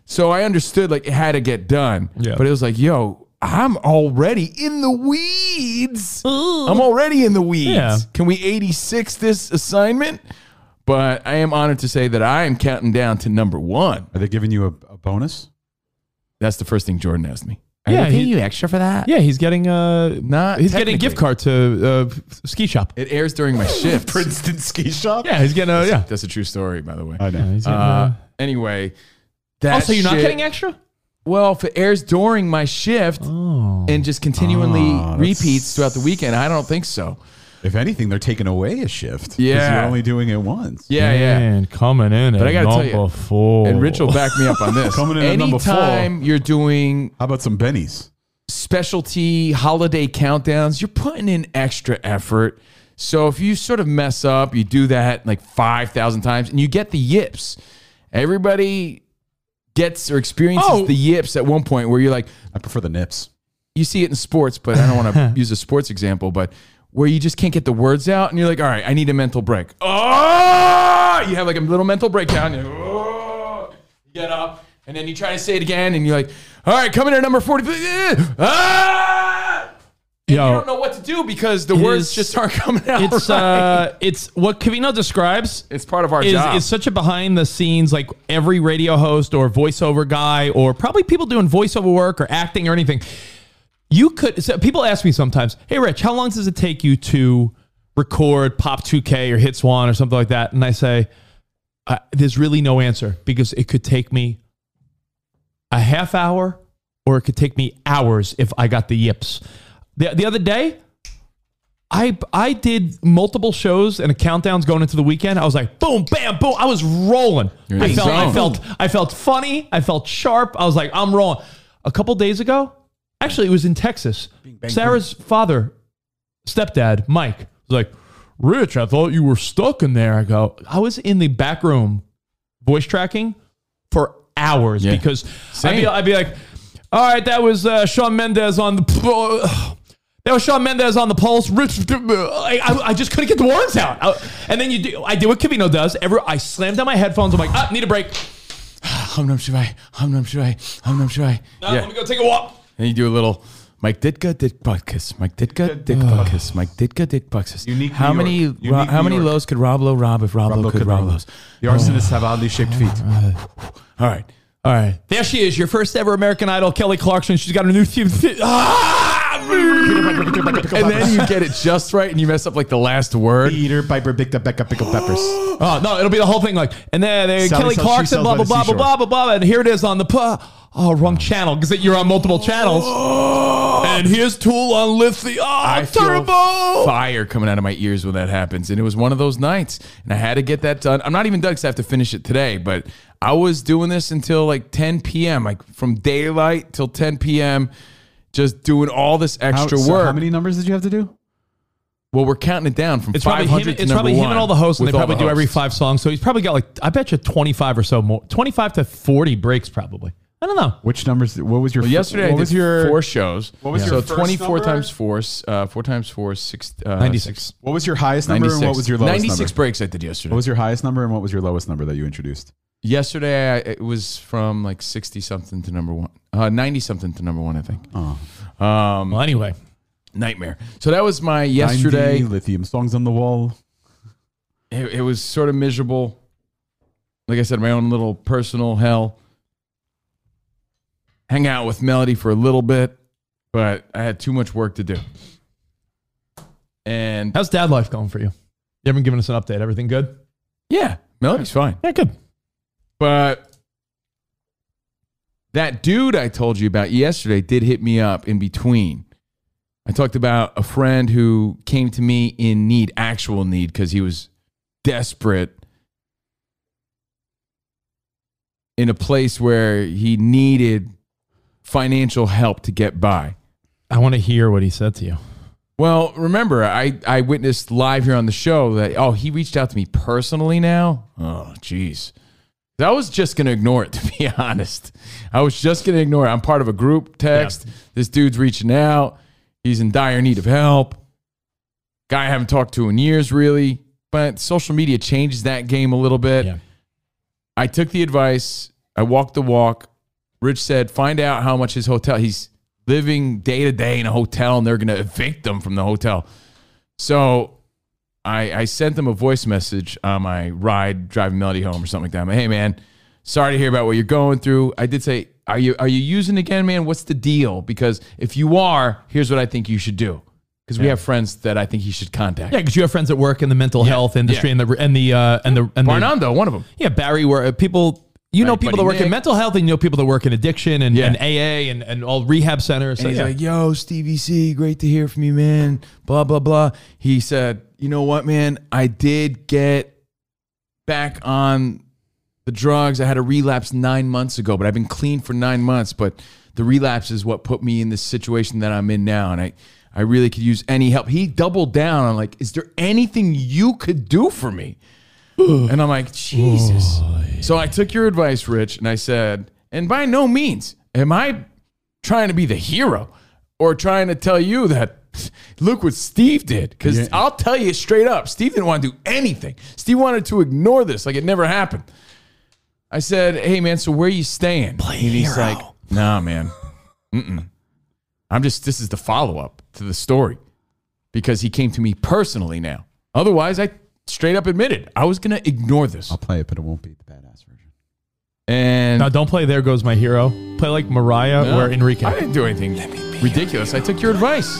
[SPEAKER 5] So I understood like it had to get done.
[SPEAKER 1] Yeah.
[SPEAKER 5] But it was like, yo, I'm already in the weeds. I'm already in the weeds.
[SPEAKER 1] Yeah.
[SPEAKER 5] Can we 86 this assignment? But I am honored to say that I am counting down to number one.
[SPEAKER 6] Are they giving you a, a bonus?
[SPEAKER 5] That's the first thing Jordan asked me.
[SPEAKER 1] Yeah,
[SPEAKER 5] paying
[SPEAKER 1] he-
[SPEAKER 5] extra for that?
[SPEAKER 1] yeah, he's getting uh
[SPEAKER 5] Not
[SPEAKER 1] he's getting
[SPEAKER 5] technically.
[SPEAKER 1] a gift card to uh, ski shop.
[SPEAKER 5] It airs during my shift.
[SPEAKER 6] Princeton Ski Shop?
[SPEAKER 1] Yeah, he's getting a yeah.
[SPEAKER 5] That's a true story, by the way.
[SPEAKER 6] I know.
[SPEAKER 1] He's getting,
[SPEAKER 5] Uh, anyway, that
[SPEAKER 1] oh, so you're not
[SPEAKER 5] shit-
[SPEAKER 1] getting extra?
[SPEAKER 5] Well, if it airs during my shift and just continually repeats throughout the weekend, I don't think so.
[SPEAKER 6] If anything, they're taking away a shift. 'cause
[SPEAKER 5] Yeah.
[SPEAKER 6] You're only doing it once.
[SPEAKER 5] Yeah, yeah.
[SPEAKER 1] Man, coming in but
[SPEAKER 5] I gotta tell
[SPEAKER 1] number
[SPEAKER 5] you,
[SPEAKER 1] four.
[SPEAKER 5] And Rich will back me up on this.
[SPEAKER 6] Coming in at number four.
[SPEAKER 5] Anytime you're doing
[SPEAKER 6] How about some Bennies?
[SPEAKER 5] specialty holiday countdowns, you're putting in extra effort. So if you sort of mess up, you do that like 5,000 times and you get the yips. Everybody gets or experiences
[SPEAKER 1] Oh.
[SPEAKER 5] the yips at one point where you're like,
[SPEAKER 6] I prefer the nips.
[SPEAKER 5] you see it in sports, but I don't want to use a sports example, but where you just can't get the words out and you're like, all right, I need a mental break. Oh, you have like a little mental breakdown. You're like, "Oh." you get up and then you try to say it again and you're like, all right, coming in at number 40. Ah! And
[SPEAKER 1] Yo.
[SPEAKER 5] you don't know what to do because the
[SPEAKER 1] It
[SPEAKER 5] words
[SPEAKER 1] is-
[SPEAKER 5] just aren't coming out.
[SPEAKER 1] it's
[SPEAKER 5] right.
[SPEAKER 1] uh it's what Kavino describes
[SPEAKER 5] it's part of our
[SPEAKER 1] is,
[SPEAKER 5] job.
[SPEAKER 1] is such a behind the scenes like every radio host or voiceover guy or probably people doing voiceover work or acting or anything you could so people ask me sometimes hey rich how long does it take you to record pop 2k or hits one or something like that and i say uh, there's really no answer because it could take me a half hour or it could take me hours if i got the yips the, the other day I I did multiple shows and a countdowns going into the weekend. I was like, boom, bam, boom. I was rolling.
[SPEAKER 5] in
[SPEAKER 1] I
[SPEAKER 5] the
[SPEAKER 1] felt, I
[SPEAKER 5] zone.
[SPEAKER 1] felt I felt funny. I felt sharp. I was like, I'm rolling. A couple days ago, actually, it was in Texas. Sarah's father, stepdad, Mike, was like, Rich, I thought you were stuck in there. I go, I was in the back room voice tracking for hours
[SPEAKER 5] Yeah.
[SPEAKER 1] because I'd be,
[SPEAKER 5] Same.
[SPEAKER 1] I'd be like, all right, that was uh, Sean Mendez on the. That was Sean Mendez on the pulse. Rich, I, I, I just couldn't get the words out. I- and then you do. I do what Kavino does. Every I slam down my headphones. I'm like, ah, need a break.
[SPEAKER 5] hum num shuai, hum num shuai, hum num shuai.
[SPEAKER 1] Uh, Let me go take a walk.
[SPEAKER 5] And you do a little Mike Ditka Dick butt kiss. Mike Ditka Dick butt kiss. Mike Ditka Dick butt kiss.
[SPEAKER 6] Unique
[SPEAKER 5] how
[SPEAKER 6] New
[SPEAKER 5] many
[SPEAKER 6] York.
[SPEAKER 5] Ro-
[SPEAKER 6] Unique
[SPEAKER 5] how
[SPEAKER 6] New
[SPEAKER 5] many
[SPEAKER 6] York.
[SPEAKER 5] lows could Rob Lowe rob if Rob, Lowe could rob lows?
[SPEAKER 6] The arsonists have oddly shaped feet.
[SPEAKER 5] All right. All right.
[SPEAKER 1] There she is, your first ever American Idol, Kelly Clarkson. She's got a new theme. Ah!
[SPEAKER 5] And then you get it just right and you mess up like the last word.
[SPEAKER 6] Peter Piper picked up Becca pickled peppers.
[SPEAKER 1] Oh no, it'll be the whole thing. Like, and then there, Kelly
[SPEAKER 6] Sally sells- she
[SPEAKER 1] Clarkson,
[SPEAKER 6] sells
[SPEAKER 1] blah
[SPEAKER 6] by
[SPEAKER 1] blah
[SPEAKER 6] the
[SPEAKER 1] blah blah
[SPEAKER 6] seashore.
[SPEAKER 1] blah blah blah, and here it is on the pu- oh wrong channel because you're on multiple channels. And here's Tool on Lithium. Oh,
[SPEAKER 5] I feel
[SPEAKER 1] turbo.
[SPEAKER 5] fire coming out of my ears when that happens. And it was one of those nights. And I had to get that done. I'm not even done because I have to finish it today. But I was doing this until like 10 p.m., like from daylight till 10 p.m., just doing all this
[SPEAKER 6] How,
[SPEAKER 5] extra
[SPEAKER 6] so
[SPEAKER 5] work.
[SPEAKER 6] how many numbers did you have to do?
[SPEAKER 5] Well, we're counting it down from
[SPEAKER 1] It's probably
[SPEAKER 5] 500
[SPEAKER 1] him.
[SPEAKER 5] to
[SPEAKER 1] It's
[SPEAKER 5] number
[SPEAKER 1] probably him
[SPEAKER 5] one
[SPEAKER 1] and all the hosts, and they
[SPEAKER 5] with all
[SPEAKER 1] probably
[SPEAKER 5] the
[SPEAKER 1] do every
[SPEAKER 5] hosts.
[SPEAKER 1] five songs. So he's probably got like I bet you twenty five or so more, twenty five to forty breaks probably. I don't know.
[SPEAKER 6] Which numbers? What was your?
[SPEAKER 5] Well, yesterday I
[SPEAKER 6] what
[SPEAKER 5] did
[SPEAKER 6] was your?
[SPEAKER 5] four shows.
[SPEAKER 6] what was
[SPEAKER 5] so
[SPEAKER 6] your first
[SPEAKER 5] 24
[SPEAKER 6] number?
[SPEAKER 5] times four, uh, four times four, six, uh,
[SPEAKER 1] Ninety six.
[SPEAKER 6] What was your highest number and what was your lowest
[SPEAKER 5] 96
[SPEAKER 6] number?
[SPEAKER 5] breaks I did yesterday.
[SPEAKER 6] What was your highest number and what was your lowest number that you introduced?
[SPEAKER 5] yesterday I, it was from like 60 something to number one, uh, 90 something to number one, I think.
[SPEAKER 1] Well, anyway,
[SPEAKER 5] Nightmare. So that was my yesterday.
[SPEAKER 6] 90 lithium songs on the wall.
[SPEAKER 5] It, it was sort of miserable. Like I said, my own little personal hell. Hang out with Melody for a little bit, but I had too much work to do. And
[SPEAKER 1] how's dad life going for you? You haven't given us an update. Everything good?
[SPEAKER 5] yeah, Melody's fine.
[SPEAKER 1] Yeah, good.
[SPEAKER 5] But That dude I told you about yesterday did hit me up in between. I talked about a friend who came to me in need, actual need, because he was desperate in a place where he needed financial help to get by.
[SPEAKER 1] I want to hear what he said to you.
[SPEAKER 5] Well, remember, I, I witnessed live here on the show that, oh, he reached out to me personally now? Oh, jeez. I was just going to ignore it, to be honest. I was just going to ignore it. I'm part of a group text. This dude's reaching out. He's in dire need of help. Guy I haven't talked to in years, really. But social media changes that game a little bit.
[SPEAKER 1] Yeah.
[SPEAKER 5] I took the advice. I walked the walk. Rich said, find out how much his hotel. He's living day to day in a hotel, and they're going to evict them from the hotel. So I, I sent them a voice message on my ride driving Melody home or something like that. I'm like, hey man, sorry to hear about what you're going through. I did say, are you are you using again, man? What's the deal? Because if you are, here's what I think you should do. Because we have friends that I think you should contact.
[SPEAKER 1] Yeah, because you have friends that work in the mental health industry
[SPEAKER 5] yeah.
[SPEAKER 1] and the and the uh, and the and the,
[SPEAKER 5] Barnando, one of them.
[SPEAKER 1] yeah Barry, where uh, people you know
[SPEAKER 5] Right,
[SPEAKER 1] people
[SPEAKER 5] buddy
[SPEAKER 1] that work in
[SPEAKER 5] Nick.
[SPEAKER 1] mental health and you know people that work in addiction and,
[SPEAKER 5] Yeah.
[SPEAKER 1] and AA and, and all rehab centers. So,
[SPEAKER 5] And he's
[SPEAKER 1] yeah.
[SPEAKER 5] like, yo, Stevie C, great to hear from you, man. Blah, blah, blah. He said, you know what, man? I did get back on the drugs. I had a relapse nine months ago, but I've been clean for nine months. But the relapse is what put me in this situation that I'm in now. And I, I really could use any help. He doubled down on like, is there anything you could do for me? And I'm like, Jesus. So I took your advice, Rich, and I said, and by no means am I trying to be the hero or trying to tell you that look what Steve did. Because I'll tell you straight up, Steve didn't want to do anything. Steve wanted to ignore this like it never happened. I said, hey, man, so where are you staying? and he's like, nah, man. Mm-mm. I'm just, this is the follow up to the story because he came to me personally now. Otherwise, I straight up admitted I was going to ignore this.
[SPEAKER 6] I'll play it, but it won't be the badass version.
[SPEAKER 5] And
[SPEAKER 1] Now don't play "There Goes My Hero." Play like Mariah
[SPEAKER 5] No.
[SPEAKER 1] or Enrique.
[SPEAKER 5] I didn't do anything ridiculous. I took your advice.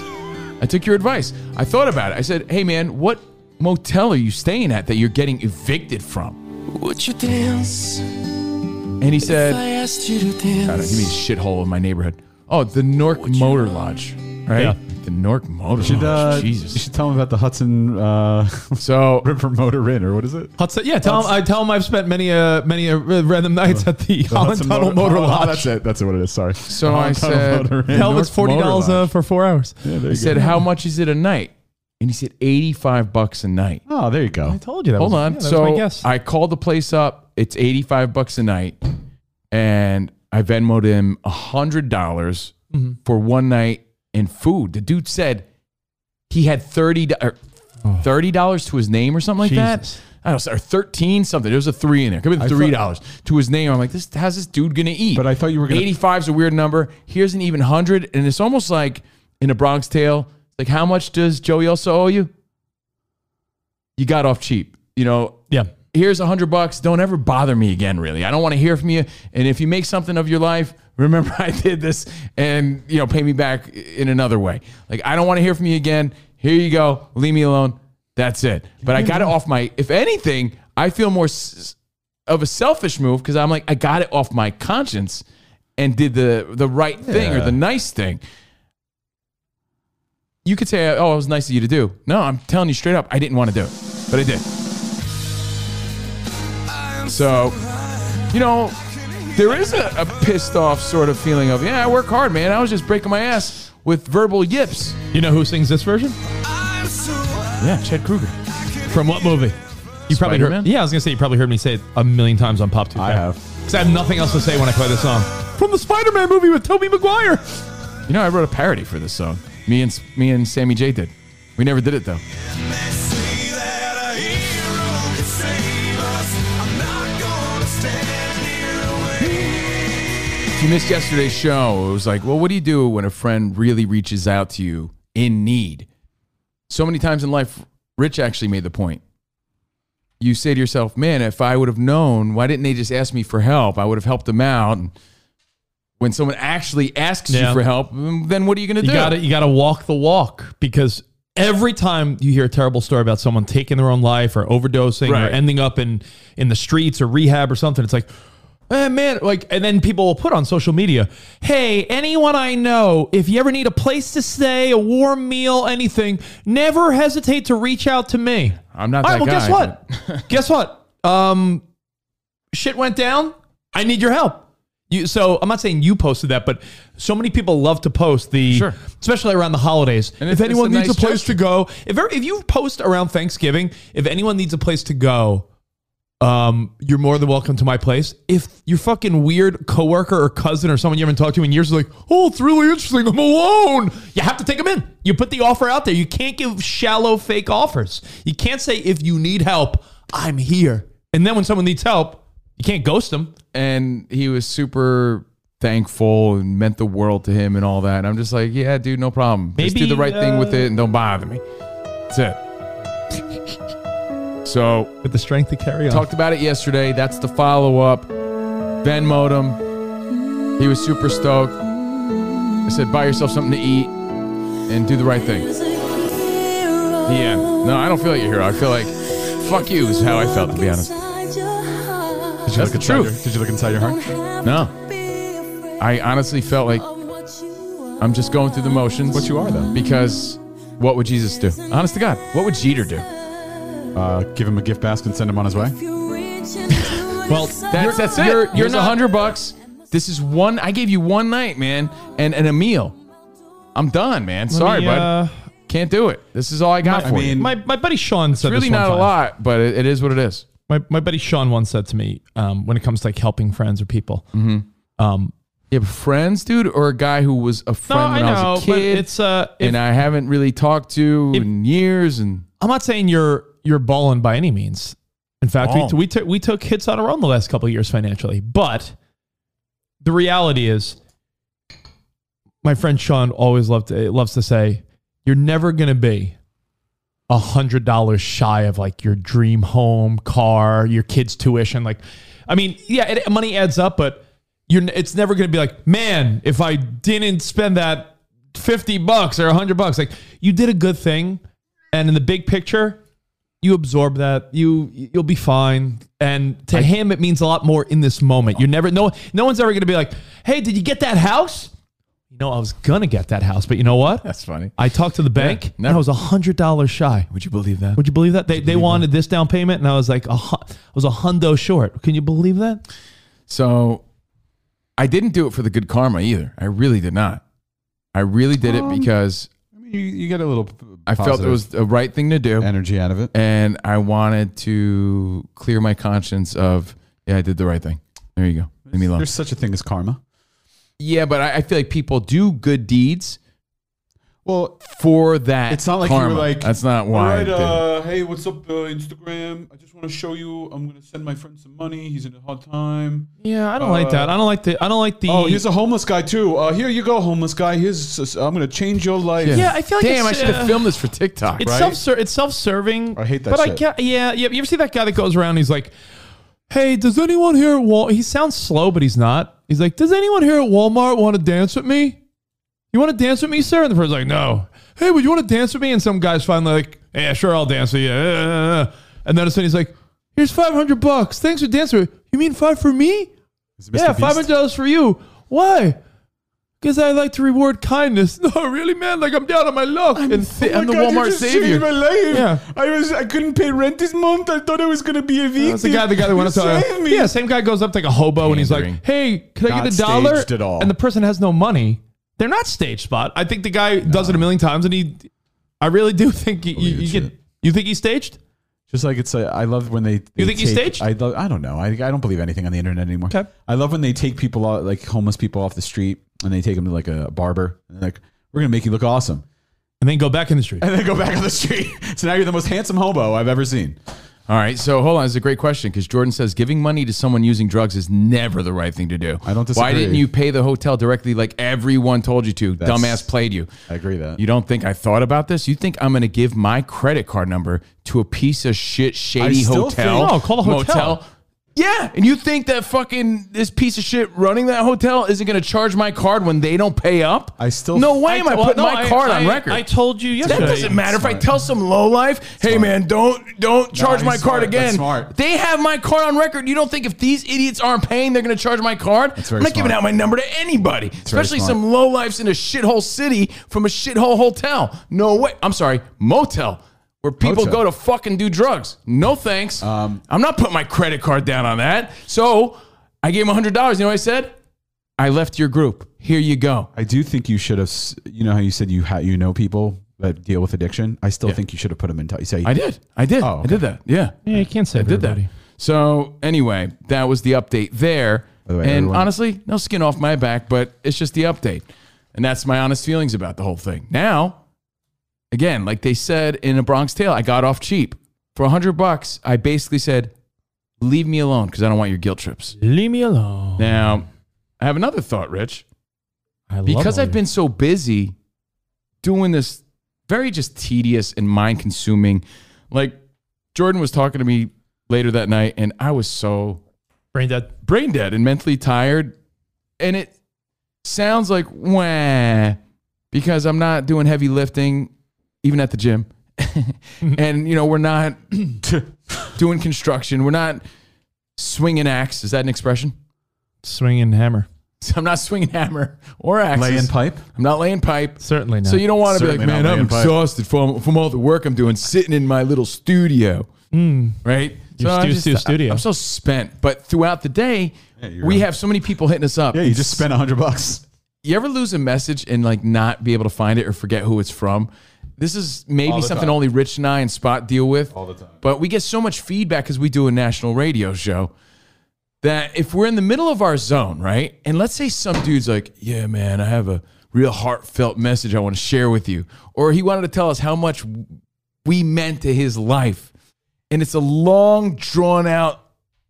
[SPEAKER 5] I took your advice. I thought about it. I said, hey, man, what motel are you staying at that you're getting evicted from?
[SPEAKER 8] Would you dance?
[SPEAKER 5] And he said,
[SPEAKER 8] I asked you to
[SPEAKER 5] I
[SPEAKER 8] dance.
[SPEAKER 5] don't, give me a shithole in my neighborhood. Oh, the Nork Motor Lodge, right?
[SPEAKER 1] Yeah.
[SPEAKER 5] The Nork Motor Lodge.
[SPEAKER 6] Should, uh, You
[SPEAKER 5] Oh, Jesus.
[SPEAKER 6] should tell him about the Hudson uh,
[SPEAKER 5] So
[SPEAKER 6] River Motor Inn, or what is it?
[SPEAKER 1] Hudson, yeah, tell him. I tell him I've spent many uh, many uh, random nights at the
[SPEAKER 6] The
[SPEAKER 1] Holland
[SPEAKER 6] Hudson
[SPEAKER 1] Tunnel Motor
[SPEAKER 6] oh,
[SPEAKER 1] Lodge.
[SPEAKER 6] That's it. That's what it is. Sorry.
[SPEAKER 5] So I said-
[SPEAKER 1] Hell, it's
[SPEAKER 5] North
[SPEAKER 1] forty
[SPEAKER 5] Motor
[SPEAKER 1] dollars uh,
[SPEAKER 5] Lodge.
[SPEAKER 1] for four hours.
[SPEAKER 5] I said, how much is it a night? And he said, 85 bucks a night.
[SPEAKER 6] Oh, there you go.
[SPEAKER 1] I told you that.
[SPEAKER 5] Hold
[SPEAKER 1] was,
[SPEAKER 5] on.
[SPEAKER 1] yeah, that was my
[SPEAKER 5] so
[SPEAKER 1] guess.
[SPEAKER 5] I called the place up. It's 85 bucks a night. And I Venmoed him $100 dollars
[SPEAKER 1] Mm-hmm.
[SPEAKER 5] for one night and food. The dude said he had 30 do- or $30 to his name or something like
[SPEAKER 1] Oh. Jesus.
[SPEAKER 5] that. I don't know, or 13 something. There was a three in there. Could be $3 to his name. I'm like, this how's this dude going to eat?
[SPEAKER 6] But I thought you were gonna-
[SPEAKER 5] 85 is a weird number. Here's an even 100. And it's almost like in a Bronx tale, like, how much does Joey Elsa owe you? You got off cheap. You know,
[SPEAKER 1] yeah,
[SPEAKER 5] here's a hundred bucks. Don't ever bother me again, really. I don't want to hear from you. And if you make something of your life, remember I did this and you know, pay me back in another way. Like I don't want to hear from you again. Here you go. Leave me alone. That's it. But I got it off my if anything, I feel more s- of a selfish move because I'm like, I got it off my conscience and did the the right thing or the nice thing. You could say, "Oh, it was nice of you to do." No, I'm telling you straight up, I didn't want to do it, but I did. So, you know, there is a, a pissed off sort of feeling of, "Yeah, I work hard, man. I was just breaking my ass with verbal yips."
[SPEAKER 1] you know who sings this version?
[SPEAKER 5] Yeah, Chad Kruger.
[SPEAKER 1] From what movie? You probably
[SPEAKER 5] Spider-Man?
[SPEAKER 1] heard. Yeah, I was gonna say you probably heard me say it a million times on Pop Two.
[SPEAKER 6] I have.
[SPEAKER 1] because I have nothing else to say when I play this song from the Spider-Man movie with Tobey Maguire.
[SPEAKER 5] You know, I wrote a parody for this song. Me and me and Sammy J did. We never did it though. If you missed yesterday's show, it was like, well, what do you do when a friend really reaches out to you in need? So many times in life, Rich actually made the point. You say to yourself, man, if I would have known, why didn't they just ask me for help? I would have helped them out. And when someone actually asks
[SPEAKER 1] Yeah.
[SPEAKER 5] you for help, then what are you going to
[SPEAKER 1] You
[SPEAKER 5] do?
[SPEAKER 1] got to you got to walk the walk because every time you hear a terrible story about someone taking their own life or overdosing
[SPEAKER 5] Right.
[SPEAKER 1] or ending up in in the streets or rehab or something, it's like, eh, man, like, and then people will put on social media, hey, anyone I know, if you ever need a place to stay, a warm meal, anything, never hesitate to reach out to me.
[SPEAKER 5] I'm not
[SPEAKER 1] All
[SPEAKER 5] that
[SPEAKER 1] right, well,
[SPEAKER 5] guy.
[SPEAKER 1] guess what? guess what? Um, shit went down. I need your help. You, so I'm not saying you posted that, but so many people love to post the,
[SPEAKER 5] Sure.
[SPEAKER 1] especially around the holidays.
[SPEAKER 5] And it's-
[SPEAKER 1] if
[SPEAKER 5] it's
[SPEAKER 1] anyone
[SPEAKER 5] a
[SPEAKER 1] needs
[SPEAKER 5] nice
[SPEAKER 1] a place
[SPEAKER 5] gesture.
[SPEAKER 1] to go, if er- if you post around Thanksgiving, if anyone needs a place to go, um, you're more than welcome to my place. If your fucking weird coworker or cousin or someone you haven't talked to in years is like, oh, it's really interesting. I'm alone. You have to take them in. You put the offer out there. You can't give shallow fake offers. You can't say if you need help, I'm here. And then when someone needs help, you can't ghost them.
[SPEAKER 5] and he was super thankful and meant the world to him and all that. And I'm just like, yeah, dude, no problem. Just do
[SPEAKER 1] Maybe,
[SPEAKER 5] the right thing with
[SPEAKER 1] uh,
[SPEAKER 5] it and don't bother me. That's it. So
[SPEAKER 1] With the strength to carry on.
[SPEAKER 5] talked about it yesterday. That's the follow up. Venmoed him. He was super stoked. I said, buy yourself something to eat and do the right thing. The end. No, I don't feel like a hero. I feel like fuck you is how I felt to be honest.
[SPEAKER 6] Did
[SPEAKER 5] That's
[SPEAKER 6] you look
[SPEAKER 5] the
[SPEAKER 6] inside
[SPEAKER 5] truth.
[SPEAKER 6] Your, did you look inside your heart?
[SPEAKER 5] No. I honestly felt like I'm just going through the motions.
[SPEAKER 6] What you are, though.
[SPEAKER 5] Because what would Jesus do? Honest to God, what would Jeter do?
[SPEAKER 6] Uh, give him a gift basket and send him on his way.
[SPEAKER 1] Well,
[SPEAKER 5] That's that's it. You're, Here's a
[SPEAKER 1] not-
[SPEAKER 5] hundred bucks. This is one. I gave you one night, man, and and a meal. I'm done, man. Sorry,
[SPEAKER 1] me,
[SPEAKER 5] bud.
[SPEAKER 1] uh,
[SPEAKER 5] Can't do it. This is all I got
[SPEAKER 6] I
[SPEAKER 5] for
[SPEAKER 6] mean,
[SPEAKER 5] you.
[SPEAKER 1] my, my buddy Sean said
[SPEAKER 5] It's really
[SPEAKER 1] this one
[SPEAKER 5] not a
[SPEAKER 1] time.
[SPEAKER 5] lot, but it, it is what it is.
[SPEAKER 1] My, my buddy Sean once said to me, um, when it comes to like helping friends or people,
[SPEAKER 5] Mm.
[SPEAKER 1] um,
[SPEAKER 5] You have friends, dude, or a guy who was a
[SPEAKER 1] no,
[SPEAKER 5] friend
[SPEAKER 1] I
[SPEAKER 5] when I,
[SPEAKER 1] know,
[SPEAKER 5] was a
[SPEAKER 1] but
[SPEAKER 5] kid,
[SPEAKER 1] it's uh, if-
[SPEAKER 5] and I haven't really talked to in years, and
[SPEAKER 1] I'm not saying you're you're balling by any means. In fact,
[SPEAKER 5] Oh.
[SPEAKER 1] we, we, took we took hits on our own the last couple of years financially. But the reality is, my friend Sean always loved to, loves to say, "You're never gonna be a hundred dollars shy of like your dream home, car, your kids' tuition." Like, I mean, yeah, it, money adds up, but you're n- it's never gonna be like, man, if I didn't spend that fifty bucks or hundred bucks, like you did a good thing, and in the big picture, you absorb that. You you'll be fine. And to him, it means a lot more in this moment. You're never no no one's ever gonna be like, hey, did you get that house? You know, I was gonna get that house, but you know what?
[SPEAKER 5] that's funny.
[SPEAKER 1] I talked to the bank and
[SPEAKER 5] never.
[SPEAKER 1] I was hundred dollars shy.
[SPEAKER 5] Would you believe that?
[SPEAKER 1] Would you believe that they they wanted this down payment and I was like a hu- I was a hundo short. Can you believe that?
[SPEAKER 5] So I didn't do it for the good karma either. I really did not. I really did
[SPEAKER 6] Um,
[SPEAKER 5] it because
[SPEAKER 6] I mean, you, you get a little.
[SPEAKER 5] I felt it was the right thing to do.
[SPEAKER 6] energy out of it.
[SPEAKER 5] And I wanted to clear my conscience of, yeah, I did the right thing. There you go. Leave me alone.
[SPEAKER 6] There's such a thing as karma.
[SPEAKER 5] Yeah, but I, I feel like people do good deeds
[SPEAKER 6] Well,
[SPEAKER 5] for that.
[SPEAKER 6] It's not like you
[SPEAKER 5] karma.
[SPEAKER 6] were like,
[SPEAKER 5] that's not
[SPEAKER 9] All
[SPEAKER 5] why. I
[SPEAKER 9] right,
[SPEAKER 5] did it.
[SPEAKER 9] uh, hey, what's up, uh, Instagram? I just want to show you. I'm gonna send my friend some money. He's in a hard time.
[SPEAKER 1] Yeah, I don't like that. I don't like the I don't like the
[SPEAKER 9] Oh, here's a homeless guy too. Uh, here you go, homeless guy. Here's uh, I'm gonna change your life.
[SPEAKER 1] Yeah, I feel like
[SPEAKER 5] Damn, I
[SPEAKER 1] it's,
[SPEAKER 5] should have
[SPEAKER 1] uh,
[SPEAKER 5] filmed this for TikTok.
[SPEAKER 1] It's
[SPEAKER 5] right?
[SPEAKER 1] self ser- it's self serving.
[SPEAKER 6] I hate that
[SPEAKER 1] But I
[SPEAKER 6] shit.
[SPEAKER 1] can't. Yeah, yeah. You ever see that guy that goes around? He's like, "Hey, does anyone here at Wal?" He sounds slow, but he's not. He's like, "Does anyone here at Walmart want to dance with me? You want to dance with me, sir?" And the person's like, "No." Hey, would you want to dance with me? And some guy's finally like, "Yeah, sure, I'll dance with you." Uh, And then he's like, "Here's five hundred bucks. Thanks for dancing." with me." You mean five for me?
[SPEAKER 6] is it Mr.
[SPEAKER 1] Yeah,
[SPEAKER 6] Beast?
[SPEAKER 1] five hundred dollars for you. Why? Because I like to reward kindness. No, really, man. Like I'm down on my luck. and
[SPEAKER 5] Oh I'm
[SPEAKER 9] God,
[SPEAKER 5] the
[SPEAKER 9] you
[SPEAKER 5] Walmart
[SPEAKER 9] just saved
[SPEAKER 5] savior.
[SPEAKER 9] my life.
[SPEAKER 1] Yeah.
[SPEAKER 9] I was I couldn't pay rent this month. I thought I was gonna be evicted.
[SPEAKER 1] That's the guy. The guy that went up
[SPEAKER 9] You
[SPEAKER 1] to
[SPEAKER 6] uh,
[SPEAKER 9] saved me.
[SPEAKER 1] yeah, same guy goes up to like a hobo and he's
[SPEAKER 5] Pandering.
[SPEAKER 1] like, "Hey, could I
[SPEAKER 6] Not
[SPEAKER 1] get a dollar?"
[SPEAKER 6] staged at all.
[SPEAKER 1] And the person has no money. They're not stage spot. I think the guy does it a million times, and he. I really do think you, you,
[SPEAKER 6] Holy
[SPEAKER 1] you get.
[SPEAKER 6] shit.
[SPEAKER 1] You think he's staged?
[SPEAKER 6] Just like it's, a, I love when they. they
[SPEAKER 1] think he's
[SPEAKER 6] take-
[SPEAKER 1] staged?
[SPEAKER 6] I, love, I don't know. I, I don't believe anything on the internet anymore.
[SPEAKER 1] Okay.
[SPEAKER 6] I love when they take people out, like homeless people off the street, and they take them to like a barber. And they're like, we're going to make you look awesome.
[SPEAKER 1] And then go back in the street.
[SPEAKER 6] And then go back on the street. so now you're the most handsome hobo I've ever seen.
[SPEAKER 5] All right, so hold on. It's a great question because Jordan says giving money to someone using drugs is never the right thing to do.
[SPEAKER 6] I don't
[SPEAKER 5] Why
[SPEAKER 6] disagree.
[SPEAKER 5] didn't you pay the hotel directly like everyone told you to?
[SPEAKER 6] That's-
[SPEAKER 5] Dumbass played you.
[SPEAKER 6] I agree that.
[SPEAKER 5] You don't think I thought about this? You think I'm going to give my credit card number to a piece of shit shady
[SPEAKER 6] still
[SPEAKER 5] hotel?
[SPEAKER 1] think- No, call the hotel.
[SPEAKER 5] motel? Yeah, and you think that fucking this piece of shit running that hotel isn't going to charge my card when they don't pay up?
[SPEAKER 6] I still-
[SPEAKER 5] no way am I,
[SPEAKER 1] well,
[SPEAKER 5] putting
[SPEAKER 1] no,
[SPEAKER 5] my
[SPEAKER 1] I-
[SPEAKER 5] card on
[SPEAKER 1] I-
[SPEAKER 5] record.
[SPEAKER 1] I told you
[SPEAKER 5] that
[SPEAKER 1] yesterday.
[SPEAKER 5] doesn't matter if I tell some low life, hey man, don't don't charge
[SPEAKER 6] he's
[SPEAKER 5] my
[SPEAKER 6] smart.
[SPEAKER 5] card again.
[SPEAKER 6] That's smart.
[SPEAKER 5] They have my card on record. You don't think if these idiots aren't paying, they're going to charge my card?
[SPEAKER 6] very
[SPEAKER 5] I'm not giving out
[SPEAKER 6] smart.
[SPEAKER 5] my number to anybody,
[SPEAKER 6] very
[SPEAKER 5] especially
[SPEAKER 6] smart.
[SPEAKER 5] some low lifes in a shithole city from a shithole hotel. No way. I'm sorry, motel. Where people
[SPEAKER 6] Motel. Um,
[SPEAKER 5] go to fucking do drugs. No thanks. I'm not putting my credit card down on that. So I gave him $100. You know what I said? I left your group. Here you go.
[SPEAKER 6] I do think you should have. s- You know how you said you ha- you know people that deal with addiction. I still think you should have put them in touch. Say,
[SPEAKER 5] I did. I did.
[SPEAKER 6] Oh,
[SPEAKER 5] I did that. Yeah.
[SPEAKER 1] Yeah, you can't say I
[SPEAKER 5] did that. So anyway, that was the update there.
[SPEAKER 6] the way,
[SPEAKER 5] and
[SPEAKER 6] everyone-
[SPEAKER 5] honestly, no skin off my back, but it's just the update. And that's my honest feelings about the whole thing. Now, again, like they said in a Bronx Tale, I got off cheap. For a hundred bucks, I basically said, leave me alone because I don't want your guilt trips.
[SPEAKER 1] Leave me alone.
[SPEAKER 5] Now, I have another thought, Rich.
[SPEAKER 1] I love
[SPEAKER 5] Because
[SPEAKER 1] all
[SPEAKER 5] I've
[SPEAKER 1] you.
[SPEAKER 5] been so busy doing this very just tedious and mind consuming. Like Jordan was talking to me later that night, and I was so
[SPEAKER 1] brain dead.
[SPEAKER 5] brain dead and mentally tired. And it sounds like wah because I'm not doing heavy lifting, even at the gym. and you know, we're not doing construction. We're not swinging axe. Is that an expression?
[SPEAKER 1] Swinging hammer.
[SPEAKER 5] I'm not swinging hammer or axe.
[SPEAKER 6] lay in pipe.
[SPEAKER 5] I'm not laying pipe.
[SPEAKER 1] Certainly not.
[SPEAKER 5] So you don't want to be like,
[SPEAKER 6] Certainly not
[SPEAKER 5] man, I'm
[SPEAKER 6] laying pipe."
[SPEAKER 5] exhausted from, from all the work I'm doing, sitting in my little studio, right?
[SPEAKER 1] Hmm. Your
[SPEAKER 5] I'm
[SPEAKER 1] stu- stu- studio.
[SPEAKER 5] I'm so spent. But throughout the day,
[SPEAKER 6] you're
[SPEAKER 5] we
[SPEAKER 6] right.
[SPEAKER 5] have so many people hitting us up.
[SPEAKER 6] Yeah, you just spent a hundred bucks.
[SPEAKER 5] You ever lose a message and like not be able to find it or forget who it's from? This is maybe
[SPEAKER 6] the
[SPEAKER 5] something
[SPEAKER 6] time.
[SPEAKER 5] only Rich and I and Spot deal with.
[SPEAKER 6] All the time.
[SPEAKER 5] But we get so much feedback because we do a national radio show that if we're in the middle of our zone, right? And let's say some dude's like, yeah, man, I have a real heartfelt message I want to share with you. Or he wanted to tell us how much we meant to his life. And it's a long, drawn out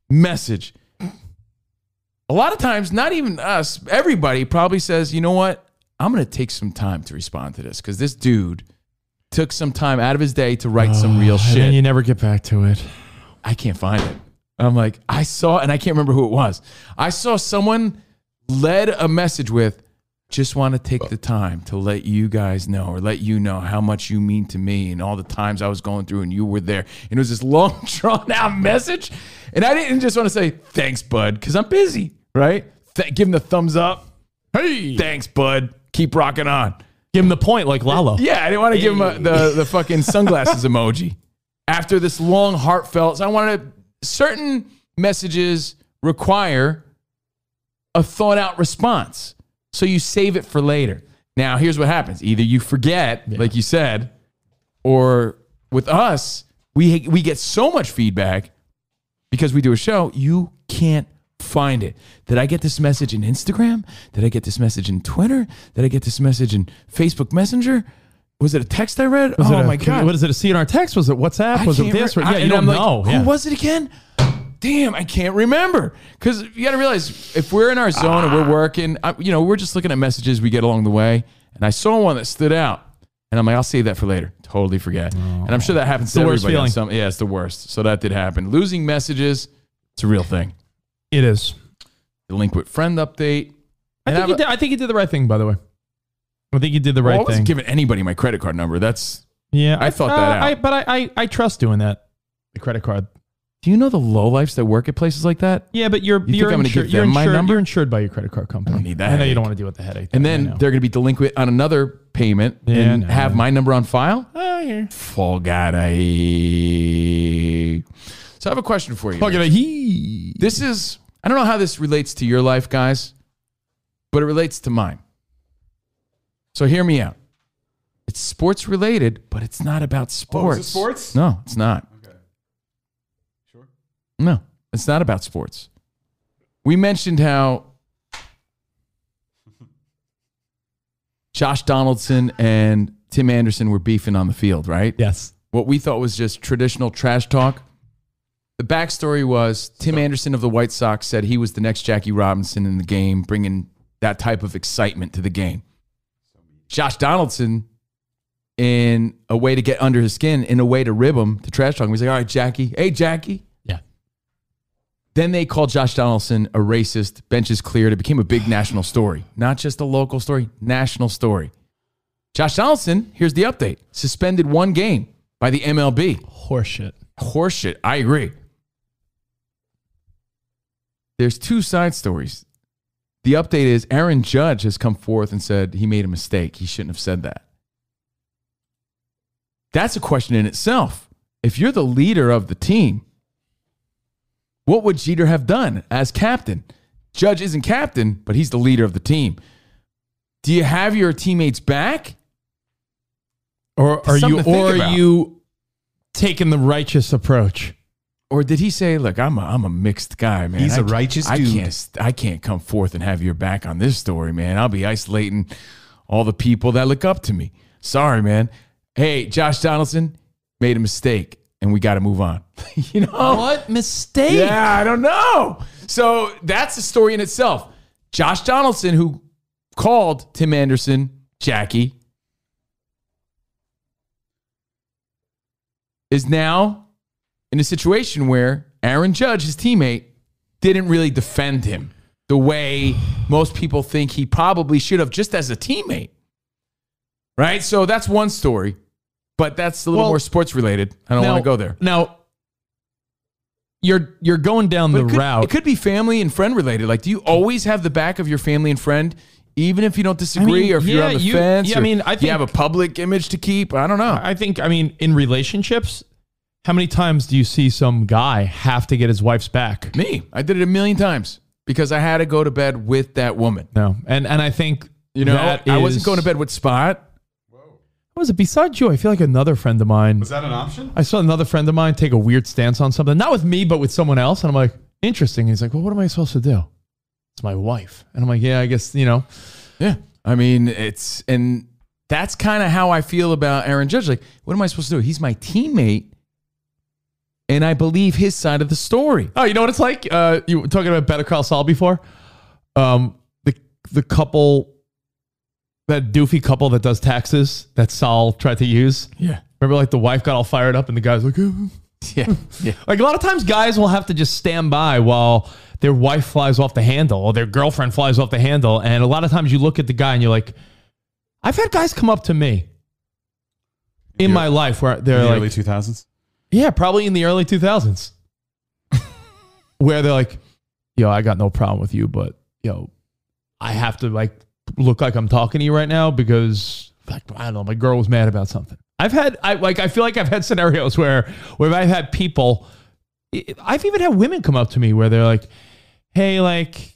[SPEAKER 5] message. A lot of times, not even us, everybody probably says, you know what? I'm going to take some time to respond to this because this dude took some time out of his day to write some real
[SPEAKER 1] And
[SPEAKER 5] shit.
[SPEAKER 1] then you never get back to it.
[SPEAKER 5] I can't find it. I'm like, I saw, and I can't remember who it was. I saw someone led a message with, just want to take the time to let you guys know or let you know how much you mean to me and all the times I was going through and you were there. And it was this long, drawn out message. And I didn't just want to say, thanks, bud, because I'm busy, right? Th- give him the thumbs up. Hey. Thanks, bud. Keep rocking on.
[SPEAKER 1] Give him the point like Lalo.
[SPEAKER 5] Yeah, I didn't want to give him a, the the fucking sunglasses emoji after this long heartfelt. So I wanted to, certain messages require a thought out response, so you save it for later. Now here's what happens: either you forget, like you said, or with us, we we get so much feedback because we do a show, you can't find it. Did I get this message in Instagram? Did I get this message in Twitter? Did I get this message in Facebook Messenger? Was it a text I read?
[SPEAKER 1] Was
[SPEAKER 5] oh
[SPEAKER 1] it a-
[SPEAKER 5] my god!
[SPEAKER 1] What is it? A C in our text? Was it WhatsApp?
[SPEAKER 5] I
[SPEAKER 1] was it
[SPEAKER 5] can't
[SPEAKER 1] this?
[SPEAKER 5] re-
[SPEAKER 1] Or- yeah,
[SPEAKER 5] I-
[SPEAKER 1] you
[SPEAKER 5] and
[SPEAKER 1] don't
[SPEAKER 5] I'm like,
[SPEAKER 1] know. yeah.
[SPEAKER 5] Who was it again? Damn, I can't remember. Because you got to realize if we're in our zone and we're working, I, you know, we're just looking at messages we get along the way. And I saw one that stood out, and I'm like, I'll save that for later. Totally forget. And I'm sure that happens to
[SPEAKER 1] the worst
[SPEAKER 5] everybody. on
[SPEAKER 1] feeling.
[SPEAKER 5] Some, yeah, it's the worst. So that did happen. Losing messages, it's a real thing.
[SPEAKER 1] It is.
[SPEAKER 5] Delinquent friend update.
[SPEAKER 1] I
[SPEAKER 5] And
[SPEAKER 1] think,
[SPEAKER 5] I'm-
[SPEAKER 1] you did, I think you did the right thing, by the way. I think you did the right
[SPEAKER 5] Well, I wasn't
[SPEAKER 1] thing.
[SPEAKER 5] giving anybody my credit card number. That's.
[SPEAKER 1] yeah, Uh,
[SPEAKER 5] I thought that
[SPEAKER 1] I,
[SPEAKER 5] out.
[SPEAKER 1] but I, I, I trust doing that. The credit card.
[SPEAKER 5] Do you know the lowlifes that work at places like that?
[SPEAKER 1] Yeah, but you're
[SPEAKER 5] think
[SPEAKER 1] you're,
[SPEAKER 5] I'm gonna
[SPEAKER 1] insured,
[SPEAKER 5] give
[SPEAKER 1] you're
[SPEAKER 5] them my
[SPEAKER 1] insured.
[SPEAKER 5] number?
[SPEAKER 1] You're insured by your credit card company. I
[SPEAKER 5] don't need that
[SPEAKER 1] I know you don't
[SPEAKER 5] headache.
[SPEAKER 1] want to deal with the headache.
[SPEAKER 5] And
[SPEAKER 1] I
[SPEAKER 5] then
[SPEAKER 1] know.
[SPEAKER 5] they're going to be delinquent on another payment
[SPEAKER 1] Yeah,
[SPEAKER 5] and
[SPEAKER 1] I know.
[SPEAKER 5] have my number on file.
[SPEAKER 1] Ah, here.
[SPEAKER 5] Fall God, I. So I have a question for you. This is, I don't know how this relates to your life, guys, but it relates to mine. So hear me out. It's sports related, but it's not about sports.
[SPEAKER 9] Oh, sports?
[SPEAKER 5] No, it's not.
[SPEAKER 9] Okay. Sure.
[SPEAKER 5] No, it's not about sports. We mentioned how Josh Donaldson and Tim Anderson were beefing on the field, right?
[SPEAKER 1] Yes.
[SPEAKER 5] What we thought was just traditional trash talk. The backstory was Tim Anderson of the White Sox said he was the next Jackie Robinson in the game, bringing that type of excitement to the game. Josh Donaldson, in a way to get under his skin, in a way to rib him, to trash talk him, he's like, all right, Jackie, hey, Jackie,
[SPEAKER 1] Yeah.
[SPEAKER 5] Then they called Josh Donaldson a racist. Benches cleared. It became a big national story, not just a local story, national story. Josh Donaldson, here's the update suspended one game by the MLB.
[SPEAKER 1] Horseshit.
[SPEAKER 5] Horseshit. I agree. There's two side stories. The update is Aaron Judge has come forth and said he made a mistake. He shouldn't have said that. That's a question in itself. If you're the leader of the team, what would Jeter have done as captain? Judge isn't captain, but he's the leader of the team. Do you have your teammates back?
[SPEAKER 1] Or are you
[SPEAKER 5] Something to think
[SPEAKER 1] or are
[SPEAKER 5] about.
[SPEAKER 1] you taking the righteous approach?
[SPEAKER 5] Or did he say, "Look, I'm a, I'm a mixed guy, man.
[SPEAKER 6] He's
[SPEAKER 5] I
[SPEAKER 6] a
[SPEAKER 5] can't-
[SPEAKER 6] righteous
[SPEAKER 5] I
[SPEAKER 6] dude."
[SPEAKER 5] can't st- I can't come forth and have your back on this story, man. I'll be isolating all the people that look up to me. Sorry, man. Hey, Josh Donaldson made a mistake, and we got to move on. you know
[SPEAKER 1] What mistake?
[SPEAKER 5] Yeah, I don't know. So that's the story in itself. Josh Donaldson, who called Tim Anderson, Jackie, is now in a situation where Aaron Judge, his teammate, didn't really defend him the way most people think he probably should have just as a teammate. Right? So that's one story, but that's a little
[SPEAKER 1] Well,
[SPEAKER 5] more sports related. I don't
[SPEAKER 1] Now-
[SPEAKER 5] want to go there.
[SPEAKER 1] Now you're you're going down
[SPEAKER 5] But
[SPEAKER 1] the
[SPEAKER 5] it could,
[SPEAKER 1] route.
[SPEAKER 5] It could be family and friend related. Like, do you always have the back of your family and friend, even if you don't disagree or if you're
[SPEAKER 1] yeah,
[SPEAKER 5] on the
[SPEAKER 1] you-
[SPEAKER 5] fence?
[SPEAKER 1] yeah, I
[SPEAKER 5] or
[SPEAKER 1] mean, I
[SPEAKER 5] you have a
[SPEAKER 1] think-
[SPEAKER 5] public image to keep. I don't know.
[SPEAKER 1] I think, I mean, in relationships, how many times do you see some guy have to get his wife's back?
[SPEAKER 5] Me, I did it a million times because I had to go to bed with that woman.
[SPEAKER 1] No. And and I think
[SPEAKER 5] You know,
[SPEAKER 1] that
[SPEAKER 5] I
[SPEAKER 1] is-
[SPEAKER 5] wasn't going to bed with Spot.
[SPEAKER 1] What was it besides you? I feel like another friend of mine.
[SPEAKER 9] Is that an option?
[SPEAKER 1] I saw another friend of mine take a weird stance on something, not with me, but with someone else. And I'm like, interesting. He's like, well, what am I supposed to do? It's my wife. And I'm like, yeah, I guess, you know,
[SPEAKER 5] Yeah, I mean, it's and that's kind of how I feel about Aaron Judge. Like, what am I supposed to do? He's my teammate, and I believe his side of the story.
[SPEAKER 1] Oh, you know what it's like? Uh, you were talking about Better Call Saul before? Um, the the couple, that doofy couple that does taxes that Saul tried to use.
[SPEAKER 5] Yeah.
[SPEAKER 1] Remember, like the wife got all fired up, and the guy's like, "Ugh."
[SPEAKER 5] Yeah, yeah.
[SPEAKER 1] like a lot of times guys will have to just stand by while their wife flies off the handle or their girlfriend flies off the handle, and a lot of times you look at the guy and you're like, I've had guys come up to me in my life where they're
[SPEAKER 6] In the
[SPEAKER 1] like,
[SPEAKER 6] early 2000s.
[SPEAKER 1] yeah, probably in the early 2000s. Where they're like, yo, I got no problem with you, but yo, I have to like look like I'm talking to you right now because like, I don't know, my girl was mad about something. I've had I like I feel like I've had scenarios where where I've had people I've even had women come up to me where they're like, "Hey, like,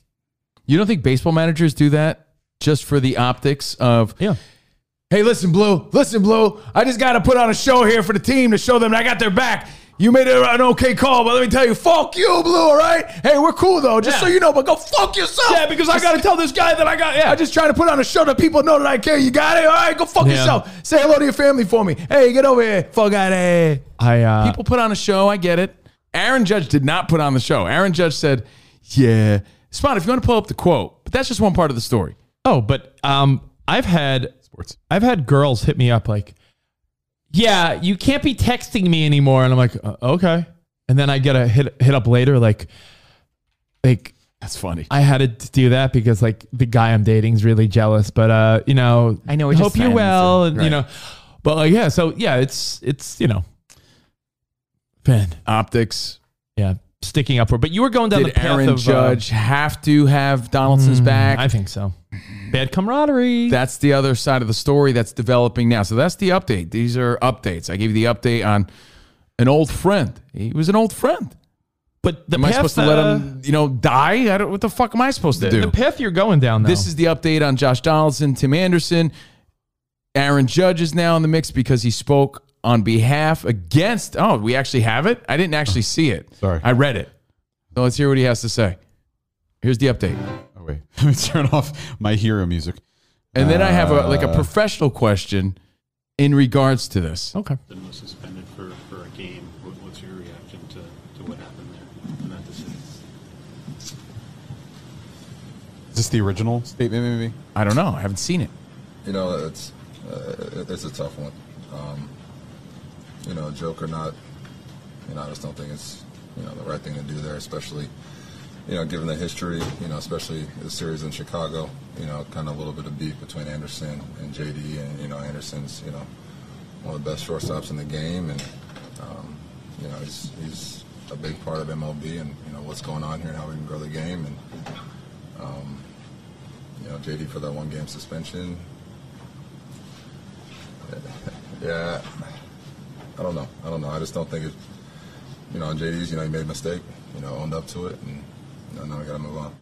[SPEAKER 5] You don't think baseball managers do that just for the optics of
[SPEAKER 1] yeah,
[SPEAKER 5] hey, listen, Blue, listen, Blue, I just got to put on a show here for the team to show them that I got their back. You made a- an okay call, but let me tell you, fuck you, Blue, all right? Hey, we're cool though, just so
[SPEAKER 1] Yeah.
[SPEAKER 5] you know, but go fuck yourself.
[SPEAKER 1] Yeah, because I gotta tell this guy that I got- yeah.
[SPEAKER 5] I just trying to put on a show that people know that I care. You got it? All right, go fuck
[SPEAKER 1] Yeah.
[SPEAKER 5] yourself. Say hello to your family for me. Hey, get over here. Fuck out of here.
[SPEAKER 1] I uh,
[SPEAKER 5] People put on a show. I get it. Aaron Judge did not put on the show. Aaron Judge said, yeah. Spot, if you want to pull up the quote, but that's just one part of the story.
[SPEAKER 1] Oh, but um, I've had sports. I've had girls hit me up like, "Yeah, you can't be texting me anymore," and I'm like, uh, "Okay." And then I get a hit hit up later like, like
[SPEAKER 5] That's funny.
[SPEAKER 1] I had to do that because like the guy I'm dating's really jealous, but uh, you know, I know.
[SPEAKER 5] we're just
[SPEAKER 1] hope you're
[SPEAKER 5] friends
[SPEAKER 1] well,
[SPEAKER 5] and-
[SPEAKER 1] and you know, but like yeah, so yeah, it's it's you know, man,
[SPEAKER 5] Optics.
[SPEAKER 1] yeah, sticking up for. But you were going down the
[SPEAKER 5] Did
[SPEAKER 1] path
[SPEAKER 5] Aaron
[SPEAKER 1] of uh, Hmm,
[SPEAKER 5] Judge have to have Donaldson's back?
[SPEAKER 1] I think so. Bad camaraderie.
[SPEAKER 5] that's the other side of the story that's developing now. So that's the update. These are updates. I gave you the update on an old friend. He was an old friend.
[SPEAKER 1] but the
[SPEAKER 5] Am I
[SPEAKER 1] path,
[SPEAKER 5] supposed to let
[SPEAKER 1] uh,
[SPEAKER 5] him, you know, die? I don't, what the fuck am I supposed to do?
[SPEAKER 1] The path you're going down. Though.
[SPEAKER 5] This is the update on Josh Donaldson, Tim Anderson. Aaron Judge is now in the mix because he spoke on behalf against. Oh, we actually have it? I didn't actually see it.
[SPEAKER 6] Sorry.
[SPEAKER 5] I read it. So let's hear what he has to say. Here's the update.
[SPEAKER 6] Oh, wait. Let me turn off my hero music.
[SPEAKER 5] And then I have a, like a
[SPEAKER 6] Uh.
[SPEAKER 5] professional question in regards to this.
[SPEAKER 6] Oh.
[SPEAKER 1] okay.
[SPEAKER 10] been suspended for, for a game. What, what's your reaction to, to what happened there in that decision?
[SPEAKER 6] Is this the original statement, maybe?
[SPEAKER 5] I don't know. I haven't seen it.
[SPEAKER 11] You know, it's uh, it's a tough one. Um, you know, joke or not, you know, I just don't think it's you know the right thing to do there, especially you know given the history, you know especially the series in Chicago, you know kind of a little bit of beef between Anderson and JD, and you know Anderson's you know one of the best shortstops in the game, and um, you know he's he's a big part of MLB and you know what's going on here and how we can grow the game, and um, you know JD for that one game suspension. Yeah, I don't know. I don't know. I just don't think it. You know, on JD's, you know, he made a mistake. You know, owned up to it, and you know, now we got to move on.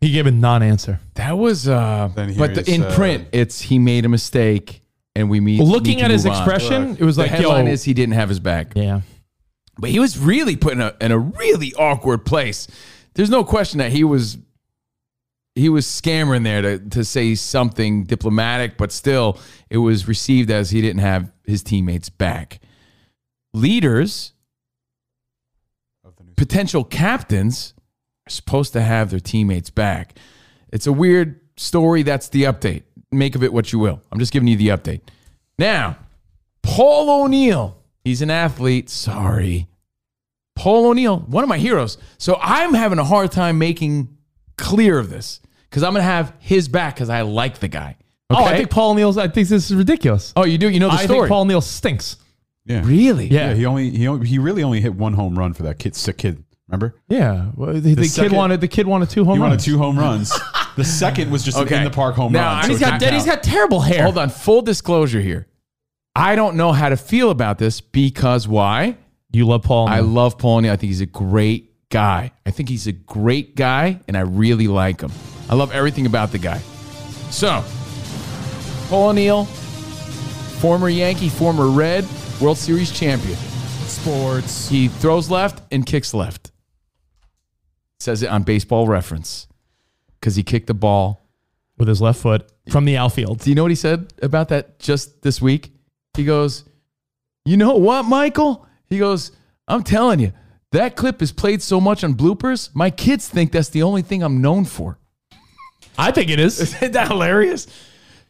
[SPEAKER 1] He gave a non-answer.
[SPEAKER 5] That was, uh,
[SPEAKER 6] Then
[SPEAKER 5] but
[SPEAKER 6] here's,
[SPEAKER 5] the, in
[SPEAKER 6] uh,
[SPEAKER 5] print, it's he made a mistake, and we meet.
[SPEAKER 1] Looking
[SPEAKER 5] need to
[SPEAKER 1] at his
[SPEAKER 5] move on.
[SPEAKER 1] expression, it was
[SPEAKER 5] the
[SPEAKER 1] like,
[SPEAKER 5] headline
[SPEAKER 1] yo.
[SPEAKER 5] is he didn't have his back,
[SPEAKER 1] Yeah.
[SPEAKER 5] but he was really put in a in a really awkward place. There's no question that he was he was scammering there to to say something diplomatic, but still, it was received as he didn't have his teammates back. Leaders potential captains are supposed to have their teammates back. It's a weird story. That's the update. Make of it what you will. I'm just giving you the update. Now, Paul O'Neill. He's an athlete. Sorry. Paul O'Neill, one of my heroes. So I'm having a hard time making clear of this because I'm going to have his back because I like the guy.
[SPEAKER 1] Oh, I think Paul Neal's. I think this is ridiculous.
[SPEAKER 5] Oh, you do? You know the
[SPEAKER 1] I
[SPEAKER 5] story?
[SPEAKER 1] think Paul Neal stinks.
[SPEAKER 6] Yeah.
[SPEAKER 5] really?
[SPEAKER 6] Yeah,
[SPEAKER 1] Yeah.
[SPEAKER 6] he only he only, he really only hit one home run for that kid sick kid. Remember?
[SPEAKER 1] Yeah. Well, the, the
[SPEAKER 6] second-
[SPEAKER 1] kid wanted. The kid wanted two home
[SPEAKER 6] He wanted
[SPEAKER 1] runs.
[SPEAKER 6] two home runs. the second was just
[SPEAKER 5] Okay.
[SPEAKER 6] an in the park home
[SPEAKER 5] Now,
[SPEAKER 6] run.
[SPEAKER 5] and he's
[SPEAKER 6] it
[SPEAKER 5] got
[SPEAKER 6] didn't
[SPEAKER 5] dead- he's
[SPEAKER 6] count.
[SPEAKER 1] got terrible hair.
[SPEAKER 5] Hold on. Full disclosure here. I don't know how to feel about this because why?
[SPEAKER 1] You love Paul.
[SPEAKER 5] I
[SPEAKER 1] O'Neill.
[SPEAKER 5] love Paul O'Neill. I think he's a great guy. I think he's a great guy, and I really like him. I love everything about the guy. So, Paul O'Neill, former Yankee, former Red, World Series champion.
[SPEAKER 6] sports.
[SPEAKER 5] He throws left and kicks left. Says it on baseball reference because he kicked the ball.
[SPEAKER 1] with his left foot from the outfield.
[SPEAKER 5] Do you know what he said about that just this week? He goes, You know what, Michael? He goes, I'm telling you, that clip is played so much on bloopers, my kids think that's the only thing I'm known for.
[SPEAKER 1] I think it is.
[SPEAKER 5] Isn't that hilarious?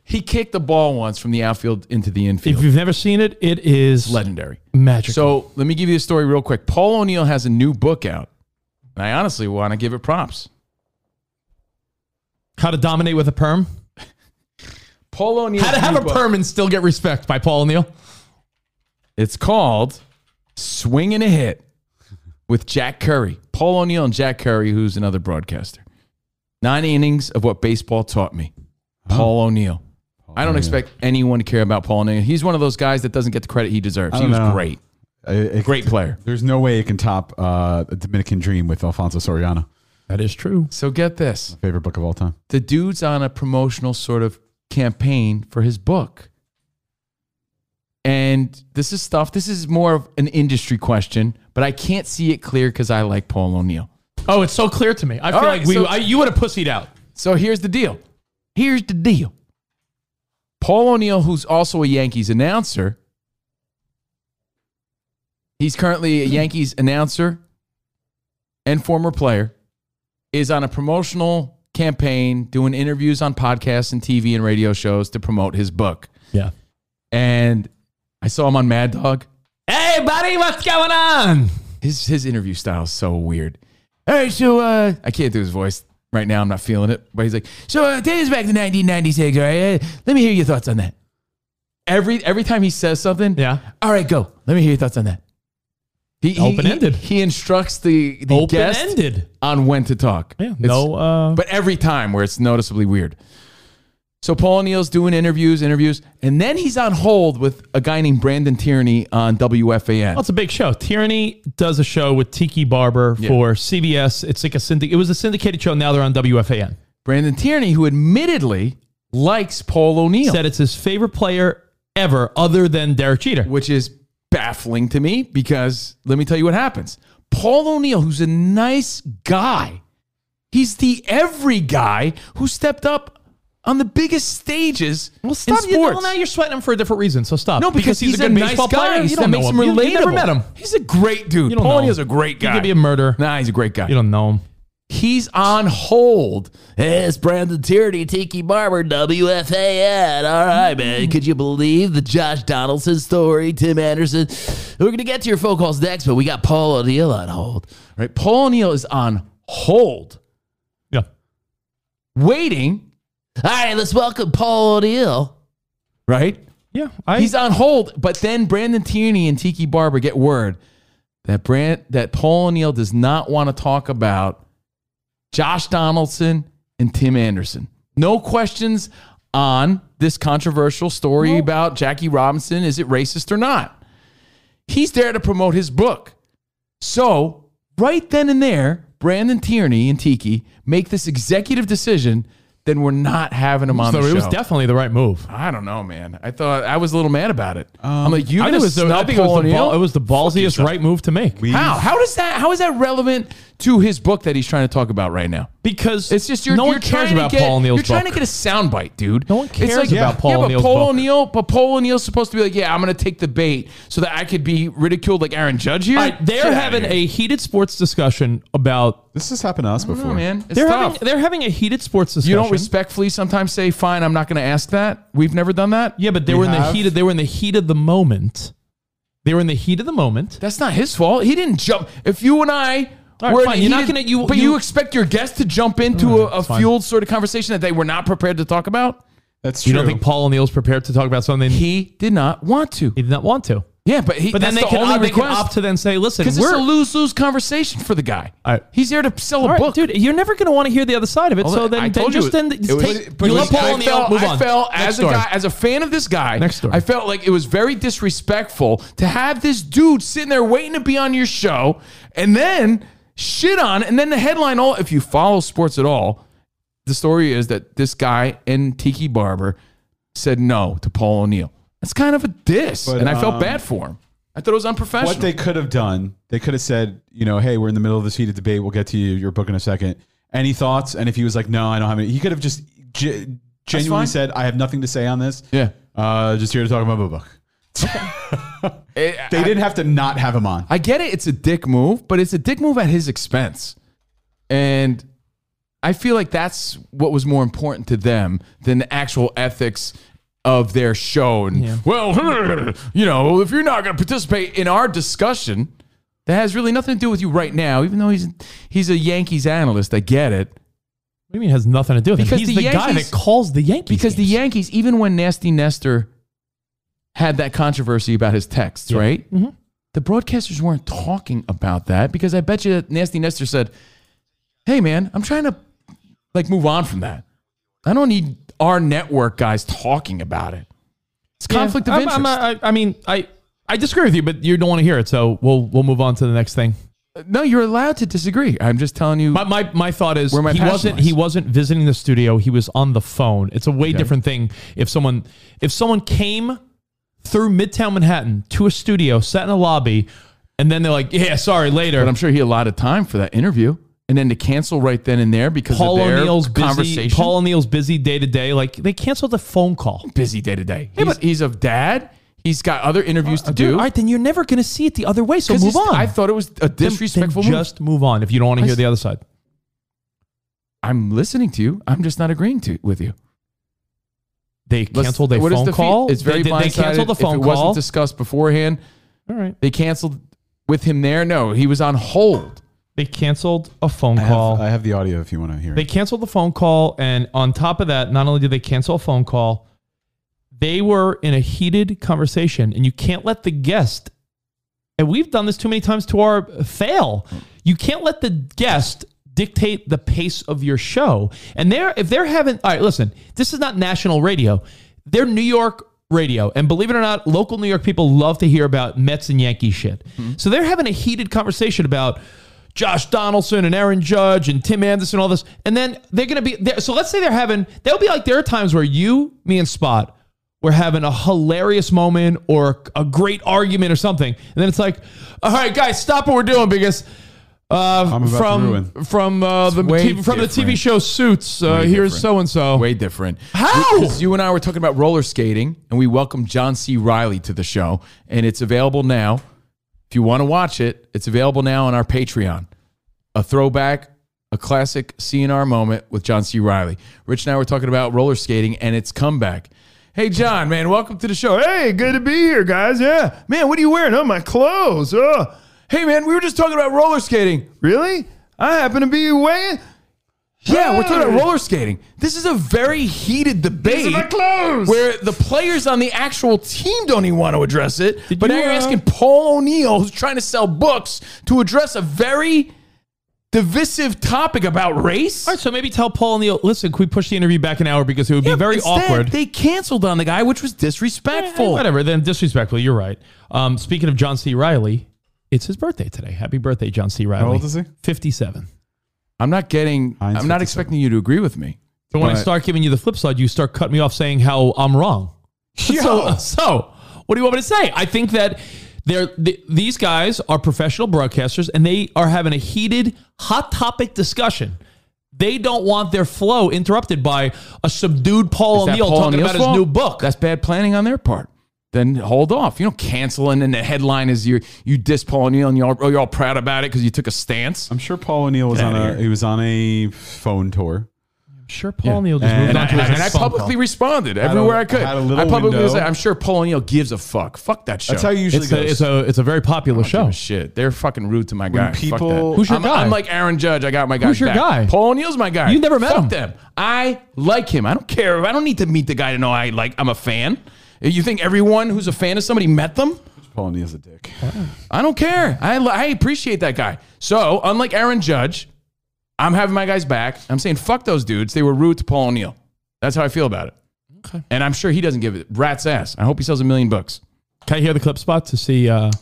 [SPEAKER 5] He kicked the ball once from the outfield into the
[SPEAKER 1] If
[SPEAKER 5] infield.
[SPEAKER 1] you've never seen it, it is
[SPEAKER 5] Legendary.
[SPEAKER 1] magic.
[SPEAKER 5] So let me give you a story real quick. Paul O'Neill has a new book out, and I honestly want to give it props.
[SPEAKER 1] how to dominate with a perm?
[SPEAKER 5] Paul O'Neill.
[SPEAKER 1] How to have a perm and still get respect by Paul O'Neill?
[SPEAKER 5] It's called Swing and a Hit with Jack Curry. Paul O'Neill and Jack Curry, who's another broadcaster. Nine innings of what baseball taught me. Paul O'Neill. I don't expect anyone to care about Paul O'Neill. He's one of those guys that doesn't get the credit he deserves. He
[SPEAKER 6] don't
[SPEAKER 5] was
[SPEAKER 6] know.
[SPEAKER 5] great.
[SPEAKER 6] It- it-
[SPEAKER 5] Great player.
[SPEAKER 6] There's no way it can top uh, a Dominican Dream with Alfonso Soriano.
[SPEAKER 1] That is true.
[SPEAKER 5] So get this.
[SPEAKER 6] Favorite book of all time.
[SPEAKER 5] the dude's on a promotional sort of campaign for his book. And this is stuff, this is more of an industry question, but I can't see it clear because I like Paul O'Neill.
[SPEAKER 1] Oh, it's so clear to me. I feel
[SPEAKER 5] right,
[SPEAKER 1] like we,
[SPEAKER 5] so-
[SPEAKER 1] I, you would have pussied out.
[SPEAKER 5] So here's the deal. Here's the deal. Paul O'Neill, who's also a Yankees announcer, he's currently a Yankees announcer and former player, is on a promotional campaign doing interviews on podcasts and TV and radio shows to promote his book.
[SPEAKER 1] Yeah.
[SPEAKER 5] And I saw him on Mad Dog.
[SPEAKER 1] Hey, buddy, what's going on?
[SPEAKER 5] His his interview style is so weird. All right, so uh, I can't do his voice right now. I'm not feeling it. But he's like, so uh, take us back to 1996. All right, uh, let me hear your thoughts on that. Every every time he says something,
[SPEAKER 1] Yeah.
[SPEAKER 5] All right, go. Let me hear your thoughts on that. He, he-
[SPEAKER 1] Open-ended.
[SPEAKER 5] He, he instructs the the guest
[SPEAKER 1] Open-ended.
[SPEAKER 5] on when to talk.
[SPEAKER 1] Yeah.
[SPEAKER 5] It's-
[SPEAKER 1] No. Uh,
[SPEAKER 5] but every time where it's noticeably weird. So Paul O'Neill's doing interviews, interviews, and then he's on hold with a guy named Brandon Tierney on WFAN.
[SPEAKER 1] Well, it's a big show. Tyranny does a show with Tiki Barber
[SPEAKER 5] Yeah.
[SPEAKER 1] for CBS. It's like a syndic. It was a syndicated show. Now they're on WFAN.
[SPEAKER 5] Brandon Tierney, who admittedly likes Paul O'Neill,
[SPEAKER 1] Said it's his favorite player ever, other than Derek Jeter.
[SPEAKER 5] which is baffling to me because let me tell you what happens. Paul O'Neill, who's a nice guy, he's the every guy who stepped up on the biggest stages
[SPEAKER 1] Well, stop.
[SPEAKER 5] in
[SPEAKER 1] You,
[SPEAKER 5] sports.
[SPEAKER 1] well, now you're sweating him for a different reason. So stop.
[SPEAKER 5] No, because, he's, a, nice guy.
[SPEAKER 1] You
[SPEAKER 5] He's
[SPEAKER 1] don't
[SPEAKER 5] that makes
[SPEAKER 1] know
[SPEAKER 5] him
[SPEAKER 1] him.
[SPEAKER 5] relatable.
[SPEAKER 1] You never met him.
[SPEAKER 5] He's a great dude.
[SPEAKER 1] You don't
[SPEAKER 5] Paul
[SPEAKER 1] know
[SPEAKER 5] O'Neill's a
[SPEAKER 1] him.
[SPEAKER 5] great guy.
[SPEAKER 1] He could be a murderer.
[SPEAKER 5] Nah, he's a great guy.
[SPEAKER 1] You don't know him.
[SPEAKER 5] He's on hold. Hey, it's Brandon Tierney, Tiki Barber, WFAN. All right, man. Could you believe the Josh Donaldson story, Tim Anderson? We're going to get to your phone calls next, but we got Paul O'Neill on hold. All right. Paul O'Neill is on hold.
[SPEAKER 1] Yeah.
[SPEAKER 5] Waiting. All right, let's welcome Paul O'Neill. Right?
[SPEAKER 1] Yeah. I,
[SPEAKER 5] He's on hold, but then Brandon Tierney and Tiki Barber get word that Brand that Paul O'Neill does not want to talk about Josh Donaldson and Tim Anderson. No questions on this controversial story about Jackie Robinson. Is it racist or not? He's there to promote his book. So, right then and there, Brandon Tierney and Tiki make this executive decision. Then we're not having him on
[SPEAKER 1] so
[SPEAKER 5] the show.
[SPEAKER 1] it was definitely the right move.
[SPEAKER 5] I don't know, man. I thought I was a little mad about it. I'm like, you
[SPEAKER 1] I,
[SPEAKER 5] going
[SPEAKER 1] think it
[SPEAKER 5] to
[SPEAKER 1] was the,
[SPEAKER 5] snub
[SPEAKER 1] I think it was the,
[SPEAKER 5] Paul
[SPEAKER 1] ball, it
[SPEAKER 5] O'Neill?
[SPEAKER 1] was the ballsiest right move to make.
[SPEAKER 5] How? How does that? How is that relevant to his book that he's trying to talk about right now?
[SPEAKER 1] because
[SPEAKER 5] It's just you're,
[SPEAKER 1] no
[SPEAKER 5] you're
[SPEAKER 1] one cares
[SPEAKER 5] trying to
[SPEAKER 1] about
[SPEAKER 5] get,
[SPEAKER 1] Paul O'Neill's
[SPEAKER 5] You're trying to
[SPEAKER 1] book.
[SPEAKER 5] get a soundbite, dude.
[SPEAKER 1] No one
[SPEAKER 5] It's
[SPEAKER 1] cares
[SPEAKER 5] like,
[SPEAKER 1] about Paul
[SPEAKER 5] yeah, but
[SPEAKER 1] O'Neill's
[SPEAKER 5] Paul
[SPEAKER 1] book.
[SPEAKER 5] O'Neill, but Paul O'Neill's supposed to be like, yeah, I'm going to take the bait so that I could be ridiculed like Aaron Judge here.
[SPEAKER 1] All right,
[SPEAKER 5] Get
[SPEAKER 1] they're
[SPEAKER 5] outta
[SPEAKER 1] having
[SPEAKER 5] here.
[SPEAKER 1] a heated sports discussion about.
[SPEAKER 6] This has happened to us
[SPEAKER 5] I
[SPEAKER 6] before.
[SPEAKER 5] don't know, man. It's
[SPEAKER 1] They're
[SPEAKER 5] tough.
[SPEAKER 1] having, they're having a heated sports discussion.
[SPEAKER 5] you don't respectfully sometimes say, fine, I'm not going to ask that. We've never done that.
[SPEAKER 1] Yeah, but they
[SPEAKER 6] We
[SPEAKER 1] were in the
[SPEAKER 6] have-
[SPEAKER 1] heat. Of, they were in the heat of the moment. They were in the heat of the moment.
[SPEAKER 5] That's not his fault. He didn't jump. If you and I
[SPEAKER 1] All right,
[SPEAKER 5] were in
[SPEAKER 1] fine.
[SPEAKER 5] a
[SPEAKER 1] You're not
[SPEAKER 5] heated-
[SPEAKER 1] gonna- you-
[SPEAKER 5] but
[SPEAKER 1] you-
[SPEAKER 5] you, expect your guest to jump into
[SPEAKER 1] All right,
[SPEAKER 5] a, a
[SPEAKER 1] it's fine.
[SPEAKER 5] fueled sort of conversation that they were not prepared to talk about.
[SPEAKER 6] That's true.
[SPEAKER 1] You don't think Paul O'Neill's prepared to talk about something he,
[SPEAKER 5] He did not want to.
[SPEAKER 1] did not want to?
[SPEAKER 5] Yeah, but he.
[SPEAKER 1] But then
[SPEAKER 5] that's
[SPEAKER 1] they
[SPEAKER 5] the
[SPEAKER 1] can,
[SPEAKER 5] only
[SPEAKER 1] opt- they can
[SPEAKER 5] request.
[SPEAKER 1] opt to then say, "Listen,
[SPEAKER 5] because it's
[SPEAKER 1] we're
[SPEAKER 5] a lose lose conversation for the guy.
[SPEAKER 1] All right.
[SPEAKER 5] He's there to sell a
[SPEAKER 1] All right,
[SPEAKER 5] book,
[SPEAKER 1] dude. You're never going to want to hear the other side of it.
[SPEAKER 5] Although,
[SPEAKER 1] so then,
[SPEAKER 5] I
[SPEAKER 1] then
[SPEAKER 5] told
[SPEAKER 1] just
[SPEAKER 5] you,
[SPEAKER 1] then
[SPEAKER 5] it
[SPEAKER 1] just
[SPEAKER 5] was-
[SPEAKER 1] take,
[SPEAKER 5] but
[SPEAKER 1] you
[SPEAKER 5] it
[SPEAKER 1] love
[SPEAKER 5] was-
[SPEAKER 1] Paul
[SPEAKER 5] I
[SPEAKER 1] O'Neill.
[SPEAKER 5] felt-
[SPEAKER 1] move
[SPEAKER 5] I
[SPEAKER 1] on.
[SPEAKER 5] felt
[SPEAKER 1] Next
[SPEAKER 5] as
[SPEAKER 1] story.
[SPEAKER 5] a guy, as a fan of this guy.
[SPEAKER 1] Next story.
[SPEAKER 5] I felt like it was very disrespectful to have this dude sitting there waiting to be on your show, and then shit on, and then the headline. All if you follow sports at all, the story is that this guy and Tiki Barber said no to Paul O'Neill. That's kind of a diss,
[SPEAKER 6] But,
[SPEAKER 5] and I felt
[SPEAKER 6] um,
[SPEAKER 5] bad for him. I thought it was unprofessional.
[SPEAKER 6] what they could have done, they could have said, you know, hey, we're in the middle of this heated debate. We'll get to you, your book in a second. Any thoughts? And if he was like, no, I don't have any, he could have just ge- genuinely
[SPEAKER 5] fine.
[SPEAKER 6] said, I have nothing to say on this.
[SPEAKER 5] yeah,
[SPEAKER 6] Uh, just here to talk about my book.
[SPEAKER 5] Eh,
[SPEAKER 6] They didn't have to not have him on.
[SPEAKER 5] I get it. It's a dick move, but it's a dick move at his expense. And I feel like that's what was more important to them than the actual ethics of their show. And well, you know, if you're not going to participate in our discussion, that has really nothing to do with you right now. Even though he's he's a Yankees analyst, I get it.
[SPEAKER 1] What do you mean it has nothing to do with it?
[SPEAKER 5] Because
[SPEAKER 1] He's the,
[SPEAKER 5] the
[SPEAKER 1] guy
[SPEAKER 5] Yankees-
[SPEAKER 1] that calls the Yankees.
[SPEAKER 5] Because the
[SPEAKER 1] games.
[SPEAKER 5] Yankees, even when Nasty Nestor had that controversy about his texts, right? The broadcasters weren't talking about that because I bet you that Nasty Nestor said, "Hey, man, I'm trying to like move on from that. I don't need our network guys talking about it. It's conflict
[SPEAKER 1] Yeah.
[SPEAKER 5] of
[SPEAKER 1] I'm-
[SPEAKER 5] interest."
[SPEAKER 1] I'm- I- I mean, I I disagree with you, but you don't want to hear it, so we'll we'll move on to the next thing.
[SPEAKER 5] no, you're allowed to disagree. I'm just telling you.
[SPEAKER 1] My my, my thought is
[SPEAKER 5] Where my
[SPEAKER 1] he
[SPEAKER 5] passion
[SPEAKER 1] wasn't
[SPEAKER 5] lies.
[SPEAKER 1] he wasn't visiting the studio. He was on the phone. It's a way different thing if someone if someone came through Midtown Manhattan to a studio, sat in a lobby, and then they're like, "Yeah, sorry, later."
[SPEAKER 5] but I'm sure he had a lot of time for that interview, and then to cancel right then and there because
[SPEAKER 1] Paul
[SPEAKER 5] of their
[SPEAKER 1] O'Neill's
[SPEAKER 5] conversation.
[SPEAKER 1] busy. Paul O'Neill's busy day to day. Like they canceled the phone call.
[SPEAKER 5] busy day to day. He's, he's a dad. He's got other interviews to
[SPEAKER 1] Uh, Dude,
[SPEAKER 5] do.
[SPEAKER 1] all right, then you're never going to see it the other way. So
[SPEAKER 5] 'Cause
[SPEAKER 1] move
[SPEAKER 5] he's-
[SPEAKER 1] on.
[SPEAKER 5] I thought it was a
[SPEAKER 1] Then- then
[SPEAKER 5] disrespectful move.
[SPEAKER 1] just move on if you don't want to hear
[SPEAKER 5] s-
[SPEAKER 1] the other side.
[SPEAKER 5] I'm listening to you. I'm just not agreeing to with you.
[SPEAKER 1] They
[SPEAKER 5] Let's-
[SPEAKER 1] canceled a
[SPEAKER 5] what is
[SPEAKER 1] phone
[SPEAKER 5] the fee-
[SPEAKER 1] call.
[SPEAKER 5] It's very
[SPEAKER 1] they, they, they
[SPEAKER 5] blindsided.
[SPEAKER 1] canceled the
[SPEAKER 5] If
[SPEAKER 1] phone
[SPEAKER 5] It wasn't
[SPEAKER 1] call.
[SPEAKER 5] discussed beforehand.
[SPEAKER 1] all right.
[SPEAKER 5] They canceled with him there. No, he was on hold.
[SPEAKER 1] They canceled a phone
[SPEAKER 6] I
[SPEAKER 1] call.
[SPEAKER 6] have, I have the audio if you want to hear
[SPEAKER 1] They
[SPEAKER 6] it.
[SPEAKER 1] canceled the phone call, and on top of that, not only did they cancel a phone call, they were in a heated conversation, and you can't let the guest. And we've done this too many times to our fail. You can't let the guest dictate the pace of your show. And they're if they're having all right, listen, this is not national radio. They're New York radio. And believe it or not, local New York people love to hear about Mets and Yankee shit. So they're having a heated conversation about Josh Donaldson and Aaron Judge and Tim Anderson, all this. And then they're going to be there. So let's say they're having, they'll be like, there are times where you, me, and Spot were having a hilarious moment or a great argument or something. And then it's like, all right, guys, stop what we're doing because. Uh,
[SPEAKER 6] I'm about to
[SPEAKER 1] from
[SPEAKER 6] ruin.
[SPEAKER 1] from uh, the
[SPEAKER 5] way
[SPEAKER 1] TV, from the TV
[SPEAKER 5] different.
[SPEAKER 1] show Suits, uh, here's
[SPEAKER 5] different.
[SPEAKER 1] so and so.
[SPEAKER 5] Way different.
[SPEAKER 1] How?
[SPEAKER 5] Because you and I were talking about roller skating, and we welcome John C. Riley to the show, and it's available now. If you want to watch it, it's available now on our Patreon. A throwback a classic CNR moment with John C. Riley. Rich and I were talking about roller skating and its comeback. Hey, John, man, welcome to the show. Hey, good to be here, guys. Yeah, man, what are you wearing? Oh, my clothes. Oh, hey, man, we were just talking about roller skating. Really? I happen to be wearing. Yeah, we're talking about roller skating. This is a very heated debate where the players on the actual team don't even want to address it. but now you're asking Paul O'Neill, who's trying to sell books, to address a very divisive topic about race.
[SPEAKER 1] All right, so maybe tell Paul Neal, listen, can we push the interview back an hour because it would be very
[SPEAKER 5] Instead,
[SPEAKER 1] awkward.
[SPEAKER 5] They canceled on the guy, which was disrespectful.
[SPEAKER 1] Whatever, then disrespectful, you're right. Um, speaking of John C. Riley, it's his birthday today. Happy birthday, John C. Riley.
[SPEAKER 6] old is he?
[SPEAKER 1] 57.
[SPEAKER 5] I'm not getting. I'm not expecting you to agree with me.
[SPEAKER 1] So when I
[SPEAKER 5] But-
[SPEAKER 1] start giving you the flip side, you start cutting me off saying how I'm wrong. So, so what do you want me to say? I think that they're, th- these guys are professional broadcasters and they are having a heated, hot topic discussion. They don't want their flow interrupted by a subdued
[SPEAKER 5] Is
[SPEAKER 1] Paul
[SPEAKER 5] that
[SPEAKER 1] O'Neill
[SPEAKER 5] Paul
[SPEAKER 1] talking
[SPEAKER 5] O'Neill's
[SPEAKER 1] about his
[SPEAKER 5] fault?
[SPEAKER 1] new book.
[SPEAKER 5] That's bad planning on their part. Then hold off. You don't cancel, and then the headline is you you diss Paul O'Neill, and you're all, oh, you're all proud about it because you took a stance.
[SPEAKER 6] I'm sure Paul O'Neill was on a he was on a phone tour.
[SPEAKER 1] sure Paul O'Neill just moved
[SPEAKER 5] And,
[SPEAKER 1] on
[SPEAKER 5] I,
[SPEAKER 1] to his
[SPEAKER 5] and I
[SPEAKER 1] next phone
[SPEAKER 5] publicly
[SPEAKER 1] call.
[SPEAKER 5] responded
[SPEAKER 6] a-
[SPEAKER 5] everywhere I could.
[SPEAKER 6] had a little
[SPEAKER 5] I publicly
[SPEAKER 6] window.
[SPEAKER 5] was like, I'm sure Paul O'Neill gives a fuck. Fuck that show.
[SPEAKER 6] That's how you usually
[SPEAKER 1] It's
[SPEAKER 6] go.
[SPEAKER 1] a, it's a it's a very popular show.
[SPEAKER 5] Shit, they're fucking rude to my guy. Fuck
[SPEAKER 6] people-
[SPEAKER 5] that.
[SPEAKER 1] Who's your
[SPEAKER 5] I'm,
[SPEAKER 1] guy?
[SPEAKER 5] I'm like Aaron Judge. I got my guy.
[SPEAKER 1] Who's your guy?
[SPEAKER 5] Paul O'Neill's my guy.
[SPEAKER 1] You never met
[SPEAKER 5] Fuck
[SPEAKER 1] him.
[SPEAKER 5] them. I like him. I don't care. I don't need to meet the guy to know I like. I'm a fan. You think everyone who's a fan of somebody met them?
[SPEAKER 6] Paul O'Neill's a dick.
[SPEAKER 5] I don't care. I, li- I appreciate that guy. So unlike Aaron Judge, I'm having my guys back. I'm saying fuck those dudes. They were rude to Paul O'Neill. That's how I feel about it. Okay. And I'm sure he doesn't give it rat's ass. I hope he sells a million books.
[SPEAKER 1] Can I hear the clip spot to see? Uh,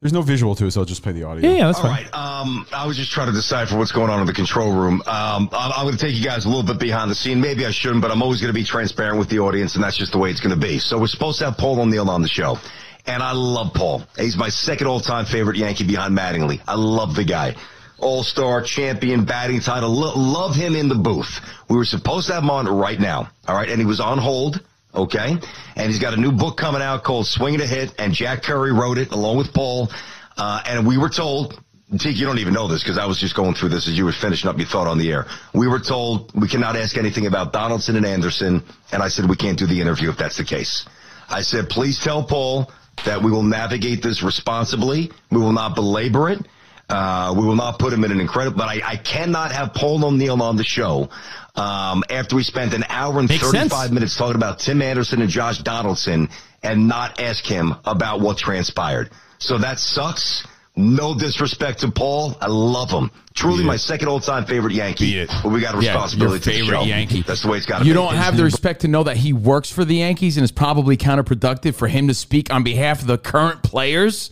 [SPEAKER 6] There's no visual to it, so I'll just play the audio.
[SPEAKER 1] yeah, yeah, that's
[SPEAKER 11] All
[SPEAKER 1] fine.
[SPEAKER 11] right. Um, I was just trying to decipher what's going on in the control room. Um, I'm, I'm going to take you guys a little bit behind the scene. Maybe I shouldn't, but I'm always going to be transparent with the audience, and that's just the way it's going to be. So we're supposed to have Paul O'Neill on the show. And I love Paul. He's my second all-time favorite Yankee behind Mattingly. I love the guy. All-star, champion, batting title. Lo- love him in the booth. We were supposed to have him on right now. All right. And he was on hold. Okay. And he's got a new book coming out called Swing It a Hit, and Jack Curry wrote it along with Paul. Uh, and we were told, Teak, you don't even know this because I was just going through this as you were finishing up your thought on the air. We were told we cannot ask anything about Donaldson and Anderson. And I said, we can't do the interview if that's the case. I said, please tell Paul that we will navigate this responsibly. We will not belabor it. Uh, we will not put him in an incredible, but I, I cannot have Paul O'Neill on the show um, after we spent an hour and
[SPEAKER 1] Makes
[SPEAKER 11] 35
[SPEAKER 1] sense.
[SPEAKER 11] minutes talking about Tim Anderson and Josh Donaldson and not ask him about what transpired. So that sucks. No disrespect to Paul. I love him. Truly my second all time favorite Yankee. But we got a
[SPEAKER 5] Yeah,
[SPEAKER 11] responsibility
[SPEAKER 5] your
[SPEAKER 11] to the
[SPEAKER 5] favorite
[SPEAKER 11] show.
[SPEAKER 5] Yankee.
[SPEAKER 11] That's the way it's got to be.
[SPEAKER 5] You don't have the respect to know that he works for the Yankees and it's probably counterproductive for him to speak on behalf of the current players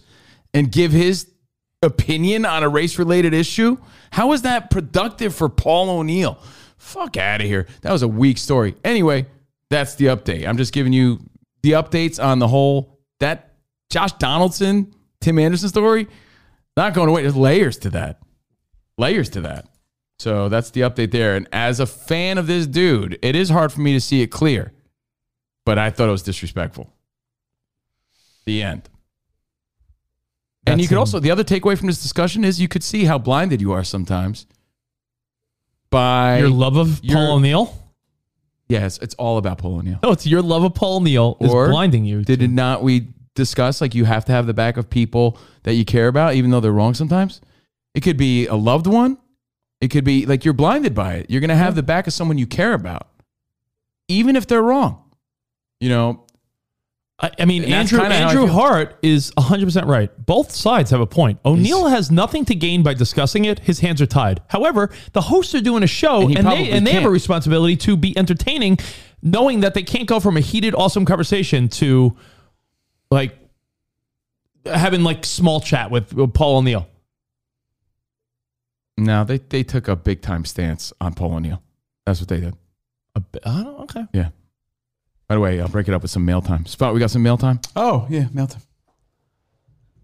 [SPEAKER 5] and give his opinion on a race related issue. How is that productive for Paul O'Neill? Fuck out of here. That was a weak story. Anyway, that's the update. I'm just giving you the updates on the whole that Josh Donaldson, Tim Anderson story. Not going away. There's layers to that. Layers to that. So that's the update there. And as a fan of this dude, it is hard for me to see it clear, but I thought it was disrespectful. The end. and
[SPEAKER 1] That's
[SPEAKER 5] you could
[SPEAKER 1] an-
[SPEAKER 5] also, the other takeaway from this discussion is you could see how blinded you are sometimes by
[SPEAKER 1] your love of
[SPEAKER 5] Your-
[SPEAKER 1] Paul O'Neill?
[SPEAKER 5] Yes, it's all about Paul O'Neill.
[SPEAKER 1] No, it's your love of Paul O'Neill is
[SPEAKER 5] Or
[SPEAKER 1] blinding you.
[SPEAKER 5] Did it not we discuss like you have to have the back of people that you care about, even though they're wrong sometimes? It could be a loved one. It could be like you're blinded by it. You're gonna have the back of someone you care about, even if they're wrong. You know,
[SPEAKER 1] I, I mean,
[SPEAKER 5] And that's
[SPEAKER 1] Andrew
[SPEAKER 5] kinda how I
[SPEAKER 1] Andrew
[SPEAKER 5] feel.
[SPEAKER 1] Hart is 100% right. Both sides have a point. O'Neill has nothing to gain by discussing it. His hands are tied. However, the hosts are doing a show
[SPEAKER 5] And he
[SPEAKER 1] and, they,
[SPEAKER 5] probably
[SPEAKER 1] and they have a
[SPEAKER 5] can't.
[SPEAKER 1] responsibility to be entertaining, knowing that they can't go from a heated, awesome conversation to like having like small chat with, with Paul O'Neill.
[SPEAKER 5] no, they they took a big time stance on Paul O'Neill. That's what they did.
[SPEAKER 1] A bit- I don't, okay.
[SPEAKER 5] Yeah. By the way, I'll break it up with some mail time. Spot, we got some mail time.
[SPEAKER 6] Oh yeah, Melton.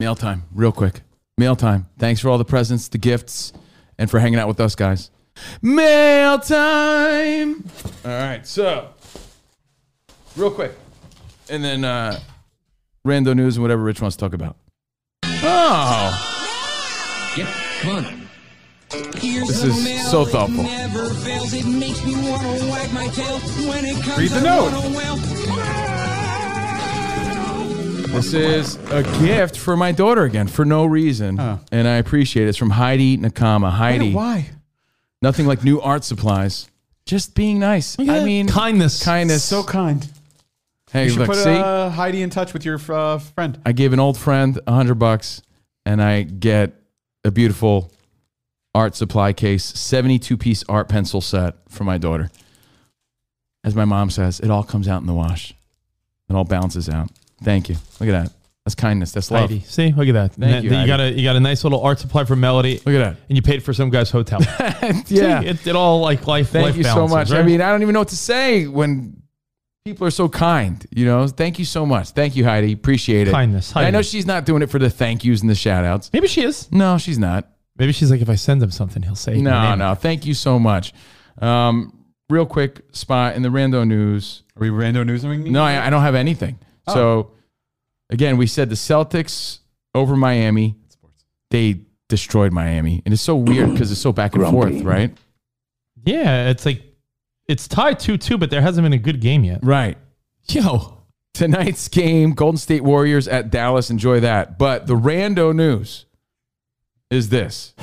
[SPEAKER 5] Mail time, real quick. Mail time. Thanks for all the presents, the gifts, and for hanging out with us, guys. Mail time. All right, so real quick, and then uh, rando news and whatever Rich wants to talk about. Oh,
[SPEAKER 3] Yep, come on.
[SPEAKER 5] This is so thoughtful.
[SPEAKER 6] Read the note.
[SPEAKER 5] This is a gift for my daughter again for no reason, and I appreciate it. It's from Heidi Nakama. Heidi,
[SPEAKER 6] Why?
[SPEAKER 5] nothing like new art supplies. Just being nice. I mean,
[SPEAKER 1] Kindness.
[SPEAKER 5] kindness.
[SPEAKER 6] So kind.
[SPEAKER 5] hey,
[SPEAKER 6] You should
[SPEAKER 5] look,
[SPEAKER 6] put
[SPEAKER 5] see,
[SPEAKER 6] uh, Heidi in touch with your uh, friend.
[SPEAKER 5] I gave an old friend a hundred bucks, and I get a beautiful art supply case, seventy-two piece art pencil set for my daughter. As my mom says, it all comes out in the wash. It all bounces out. Thank you. Look at that. That's kindness. That's love.
[SPEAKER 1] Heidi. See, look at that.
[SPEAKER 5] Thank you,
[SPEAKER 1] you
[SPEAKER 5] Heidi.
[SPEAKER 1] got a you got a nice little art supply for Melody,
[SPEAKER 5] Look at
[SPEAKER 1] and you paid for some guy's hotel.
[SPEAKER 5] that. yeah.
[SPEAKER 1] See, it, it all like life.
[SPEAKER 5] Thank
[SPEAKER 1] life
[SPEAKER 5] you so much.
[SPEAKER 1] balances,
[SPEAKER 5] I
[SPEAKER 1] right?
[SPEAKER 5] mean, I don't even know what to say when people are so kind. You know, thank you so much. Thank you, Heidi. Appreciate it.
[SPEAKER 1] Kindness,
[SPEAKER 5] And I know
[SPEAKER 1] Heidi.
[SPEAKER 5] she's not doing it for the thank yous and the shout outs.
[SPEAKER 1] maybe she is.
[SPEAKER 5] No, she's not.
[SPEAKER 1] Maybe she's like, if I send him something, he'll say my
[SPEAKER 5] No,
[SPEAKER 1] name.
[SPEAKER 5] no. Thank you so much. Um, real quick spot in the rando news.
[SPEAKER 6] Are we rando newsing?
[SPEAKER 5] No, I, I don't have anything.
[SPEAKER 1] Oh.
[SPEAKER 5] So, again, we said the Celtics over Miami. They destroyed Miami, and it's so weird because it's so back and
[SPEAKER 2] Grumpy.
[SPEAKER 5] forth, right?
[SPEAKER 1] Yeah, it's like it's tied two two, but there hasn't been a good game yet.
[SPEAKER 5] Right.
[SPEAKER 1] Yo,
[SPEAKER 5] tonight's game, Golden State Warriors at Dallas. Enjoy that. But the rando news is this.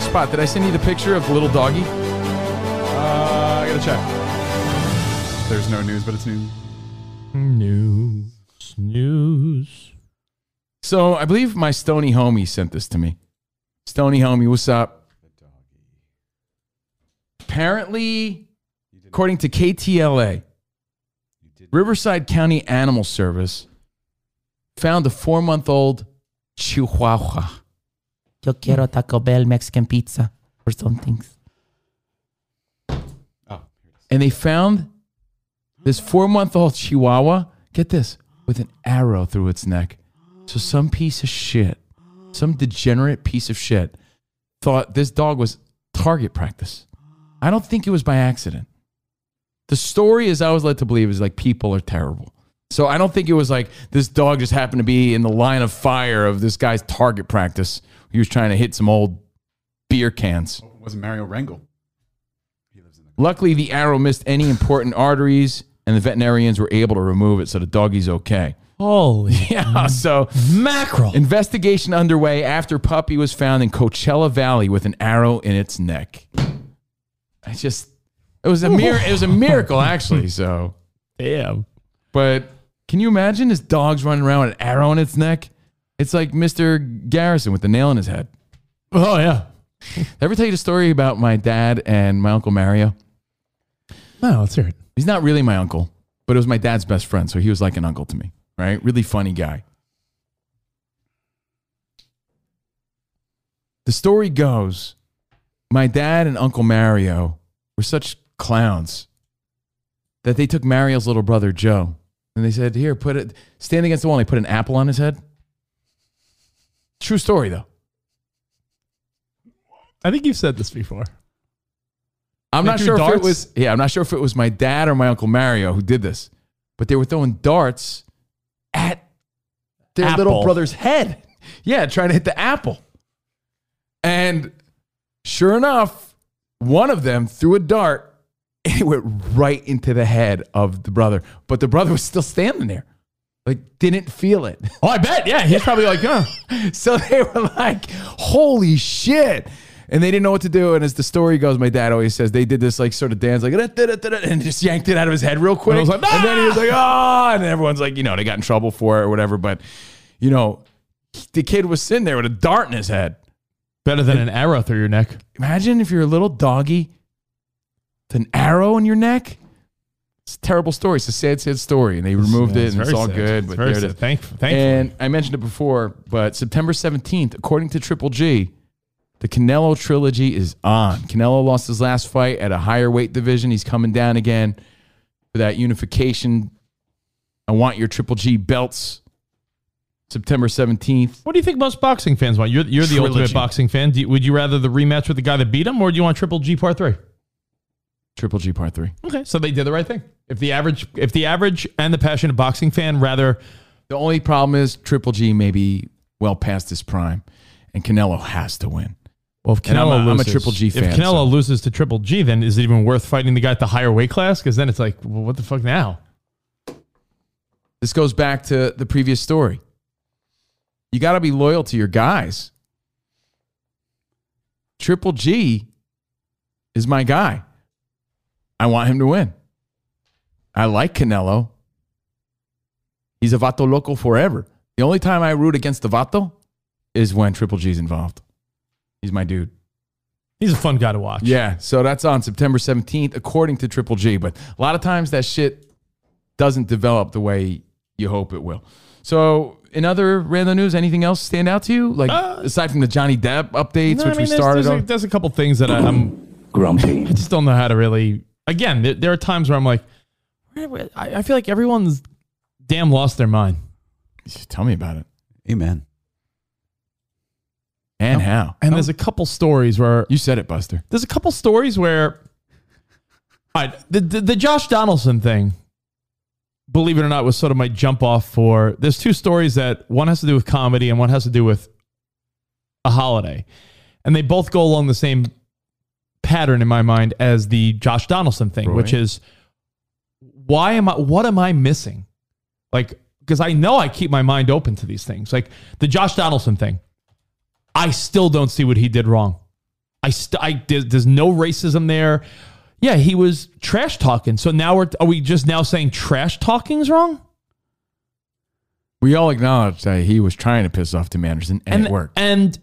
[SPEAKER 5] Spot, did I send you the picture of the little doggy?
[SPEAKER 6] Uh, I gotta check. There's no news, but it's news.
[SPEAKER 1] news, news.
[SPEAKER 5] So I believe my Stony homie sent this to me. Stony homie, what's up? Apparently, according to KTLA, Riverside County Animal Service found a four month old Chihuahua.
[SPEAKER 12] Yo quiero Taco Bell Mexican pizza or something.
[SPEAKER 5] and they found this four month old Chihuahua, get this, with an arrow through its neck. So some piece of shit, some degenerate piece of shit, thought this dog was target practice. I don't think it was by accident. The story is I was led to believe is like people are terrible. So I don't think it was like this dog just happened to be in the line of fire of this guy's target practice. He was trying to hit some old beer cans.
[SPEAKER 6] It wasn't Mario Rangel.
[SPEAKER 5] Luckily, the arrow missed any important arteries, and the veterinarians were able to remove it, so the doggy's okay.
[SPEAKER 1] Holy
[SPEAKER 5] Yeah, so
[SPEAKER 1] mackerel!
[SPEAKER 5] investigation underway after puppy was found in Coachella Valley with an arrow in its neck. I just, it was a mir- it was a miracle actually. So,
[SPEAKER 1] Damn.
[SPEAKER 5] but can you imagine this dog's running around with an arrow in its neck? It's like Mr. Garrison with the nail in his head.
[SPEAKER 1] Oh yeah.
[SPEAKER 5] Did I ever tell you the story about my dad and my uncle Mario?
[SPEAKER 1] No, let's hear it.
[SPEAKER 5] He's not really my uncle, but it was my dad's best friend, so he was like an uncle to me, right? Really funny guy. The story goes my dad and Uncle Mario were such clowns that they took Mario's little brother, Joe, and they said, Here, put it, stand against the wall, and they put an apple on his head. True story, though.
[SPEAKER 1] I think you've said this before.
[SPEAKER 5] I'm
[SPEAKER 1] They
[SPEAKER 5] not
[SPEAKER 1] threw
[SPEAKER 5] sure if it
[SPEAKER 1] darts?
[SPEAKER 5] was yeah, I'm not sure if it was my dad or my uncle Mario who did this, but they were throwing darts at their little
[SPEAKER 1] Apple.
[SPEAKER 5] brother's head. Yeah, trying to hit the apple. And sure enough, one of them threw a dart and it went right into the head of the brother, but the brother was still standing there. Like didn't feel it.
[SPEAKER 1] Oh, I bet. Yeah, he's probably like, huh.
[SPEAKER 5] So they were like, holy shit. And they didn't know what to do. And as the story goes, my dad always says they did this like sort of dance, like, "Da, da, da, da, da," and just yanked it out of his head real quick.
[SPEAKER 1] And I was like, "Ah!"
[SPEAKER 5] And then he was like, oh, and everyone's like, you know, they got in trouble for it or whatever. But, you know, the kid was sitting there with a dart in his head.
[SPEAKER 1] Better than an arrow through your neck.
[SPEAKER 5] Imagine if you're a little doggy with an arrow in your neck. It's a terrible story. It's a sad, sad story. And they removed
[SPEAKER 1] Yeah,
[SPEAKER 5] it and it's
[SPEAKER 1] very
[SPEAKER 5] all
[SPEAKER 1] sad.
[SPEAKER 5] good.
[SPEAKER 1] It's
[SPEAKER 5] but
[SPEAKER 1] very
[SPEAKER 5] there it
[SPEAKER 1] sad.
[SPEAKER 5] is.
[SPEAKER 1] Thank, thankfully.
[SPEAKER 5] And I mentioned it before, but September 17th, according to Triple G, the Canelo trilogy is on. Canelo lost his last fight at a higher weight division. He's coming down again for that unification. I want your Triple G belts. September 17th.
[SPEAKER 1] what do you think most boxing fans want? You're, you're the ultimate
[SPEAKER 5] Trilogy.
[SPEAKER 1] boxing fan. Do you, would you rather the rematch with the guy that beat him, or do you want Triple G Part Three?
[SPEAKER 5] Triple G part three.
[SPEAKER 1] Okay, so they did the right thing. If the average, if the average and the passionate boxing fan rather
[SPEAKER 5] The only problem is Triple G may be well past his prime, and Canelo has to win.
[SPEAKER 1] Well, if
[SPEAKER 5] And I'm
[SPEAKER 1] Canelo
[SPEAKER 5] a- I'm a
[SPEAKER 1] loses,
[SPEAKER 5] Triple G fan,
[SPEAKER 1] If Canelo loses to Triple G, then is it even worth fighting the guy at the higher weight class? Because then it's like, well, what the fuck now?
[SPEAKER 5] This goes back to the previous story. You got to be loyal to your guys. Triple G is my guy. I want him to win. I like Canelo. He's a Vato loco forever. The only time I root against the Vato is when Triple G's involved. He's my dude.
[SPEAKER 1] He's a fun guy to watch.
[SPEAKER 5] Yeah, so that's on September 17th, according to Triple G. But a lot of times that shit doesn't develop the way you hope it will. So, in other random news, anything else stand out to you? Like, aside from the Johnny Depp updates,
[SPEAKER 1] No, I
[SPEAKER 5] which
[SPEAKER 1] mean,
[SPEAKER 5] we
[SPEAKER 1] there's-
[SPEAKER 5] started
[SPEAKER 1] There's, a-
[SPEAKER 5] on?
[SPEAKER 1] there's a couple things that I, I'm
[SPEAKER 2] grumpy.
[SPEAKER 1] I just don't know how to really. Again, there, there are times where I'm like, I, I feel like everyone's damn lost their mind.
[SPEAKER 5] Tell me about it.
[SPEAKER 6] Amen.
[SPEAKER 5] And how?
[SPEAKER 6] Oh.
[SPEAKER 1] And there's a couple stories where
[SPEAKER 5] You said it, Buster.
[SPEAKER 1] There's a couple stories where, all right, the, the the Josh Donaldson thing, believe it or not, was sort of my jump off for. There's two stories that one has to do with comedy and one has to do with a holiday, and they both go along the same pattern in my mind as the Josh Donaldson thing, which
[SPEAKER 5] Right.
[SPEAKER 1] is why am I? What am I missing? Like, because I know I keep my mind open to these things. Like the Josh Donaldson thing, I still don't see what he did wrong. I, st- I there's, there's no racism there. Yeah, he was trash talking. So now we're are we just now saying trash talking's wrong?
[SPEAKER 5] We all acknowledge that he was trying to piss off Tim Anderson, and, it worked.
[SPEAKER 1] And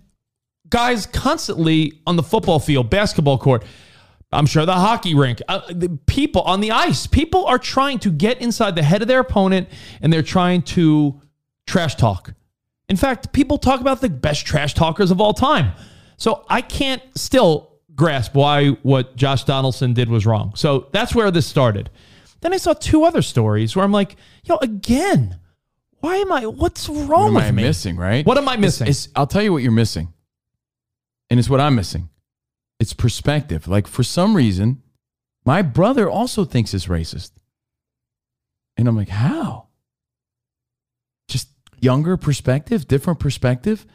[SPEAKER 1] guys constantly on the football field, basketball court, I'm sure the hockey rink, uh, the people on the ice, people are trying to get inside the head of their opponent and they're trying to trash talk. In fact, people talk about the best trash talkers of all time. So I can't still grasp why what Josh Donaldson did was wrong. So that's where this started. Then I saw two other stories where I'm like, yo, again, why am I, what's
[SPEAKER 5] What
[SPEAKER 1] wrong
[SPEAKER 5] am
[SPEAKER 1] with
[SPEAKER 5] I
[SPEAKER 1] me?
[SPEAKER 5] missing, right?
[SPEAKER 1] What am I missing?
[SPEAKER 5] It's, it's- I'll tell you what you're missing. And it's what I'm missing. It's perspective. Like, for some reason, my brother also thinks it's racist. And I'm like, how? Just younger perspective, different perspective.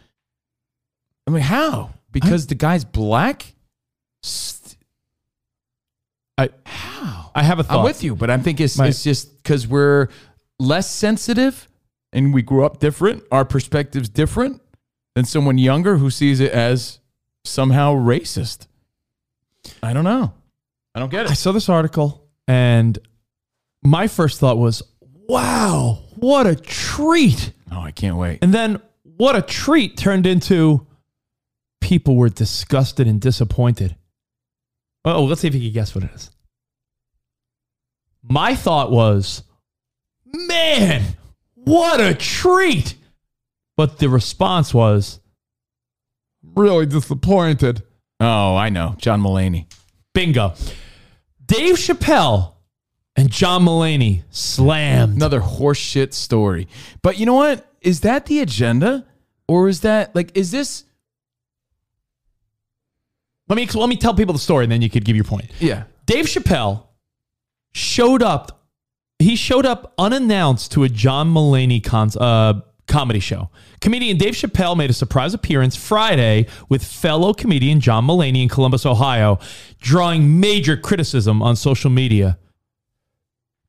[SPEAKER 5] I mean, how? Because the guy's black? St-
[SPEAKER 1] I,
[SPEAKER 5] how?
[SPEAKER 1] I have a thought.
[SPEAKER 5] I'm with you, but I think it's
[SPEAKER 1] My-
[SPEAKER 5] it's just because we're less sensitive and we grew up different. Our perspectives different than someone younger who sees it as somehow racist. I don't know. I don't get
[SPEAKER 1] I
[SPEAKER 5] it.
[SPEAKER 1] saw this article and my first thought was, wow, what a treat.
[SPEAKER 5] Oh, I can't wait.
[SPEAKER 1] And then what a treat turned into people were disgusted and disappointed. Oh, let's see if you can guess what it is. My thought was, man, what a treat. But the response was, really disappointed.
[SPEAKER 5] Oh, I know. John Mulaney.
[SPEAKER 1] Bingo. Dave Chappelle and John Mulaney slammed.
[SPEAKER 5] Another horseshit story. But you know what? Is that the agenda? Or is that like is this
[SPEAKER 1] Let me let me tell people the story, and then you could give your point.
[SPEAKER 5] Yeah.
[SPEAKER 1] Dave Chappelle showed up. He showed up unannounced to a John Mulaney cons, uh, comedy show. Comedian Dave Chappelle made a surprise appearance Friday with fellow comedian John Mulaney in Columbus, Ohio, drawing major criticism on social media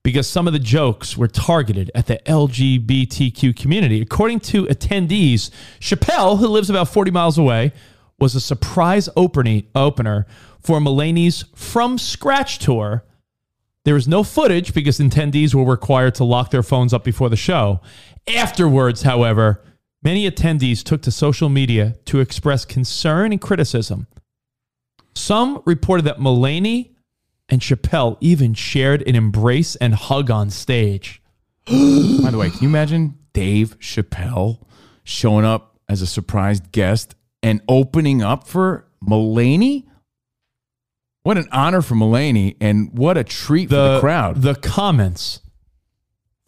[SPEAKER 1] because some of the jokes were targeted at the LGBTQ community. According to attendees, Chappelle, who lives about 40 miles away, was a surprise opening, opener for Mulaney's From Scratch tour. There was no footage because attendees were required to lock their phones up before the show. Afterwards, however, many attendees took to social media to express concern and criticism. Some reported that Mulaney and Chappelle even shared an embrace and hug on stage.
[SPEAKER 5] By the way, can you imagine Dave Chappelle showing up as a surprised guest and opening up for Mulaney? What an honor for Mulaney and what a treat for the crowd.
[SPEAKER 1] the comments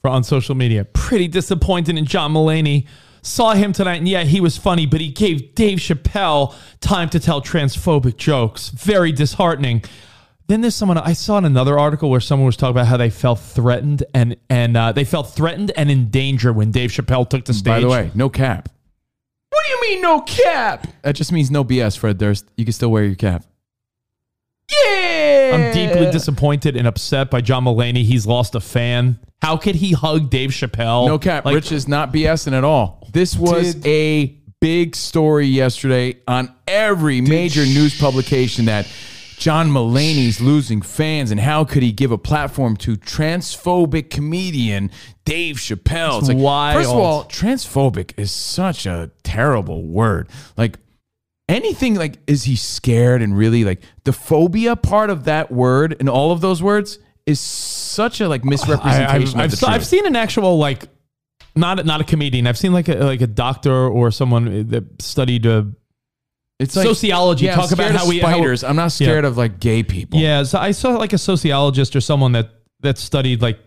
[SPEAKER 1] for on social media. Pretty disappointed in John Mulaney. Saw him tonight, and yeah, he was funny, but he gave Dave Chappelle time to tell transphobic jokes. Very disheartening. Then there's someone I saw in another article where someone was talking about how they felt threatened and and uh, they felt threatened and in danger when Dave Chappelle took the stage.
[SPEAKER 5] By the way, no cap.
[SPEAKER 1] What do you mean no cap?
[SPEAKER 5] That just means no BS, Fred Durst. You can still wear your cap.
[SPEAKER 1] Yeah. I'm deeply disappointed and upset by John Mulaney. He's lost a fan. How could he hug Dave Chappelle?
[SPEAKER 5] No cap.
[SPEAKER 1] Like,
[SPEAKER 5] Rich is not BSing at all. This was a big story yesterday on every major news publication that John Mulaney's losing fans and how could he give a platform to transphobic comedian Dave Chappelle?
[SPEAKER 1] It's
[SPEAKER 5] first of
[SPEAKER 1] wild.
[SPEAKER 5] all, transphobic is such a terrible word. Like anything like is he scared and really like the phobia part of that word and all of those words is such a like
[SPEAKER 1] I,
[SPEAKER 5] misrepresentation
[SPEAKER 1] I've,
[SPEAKER 5] of
[SPEAKER 1] I've,
[SPEAKER 5] the
[SPEAKER 1] se- I've
[SPEAKER 5] truth.
[SPEAKER 1] seen an actual like not not a comedian. I've seen like a like a doctor or someone that studied uh
[SPEAKER 5] It's
[SPEAKER 1] sociology.
[SPEAKER 5] yeah, I'm
[SPEAKER 1] talk about
[SPEAKER 5] scared of
[SPEAKER 1] how we how-
[SPEAKER 5] spiders. I'm not
[SPEAKER 1] Yeah.
[SPEAKER 5] scared of like gay people.
[SPEAKER 1] Yeah, so I saw like a sociologist or someone that that studied like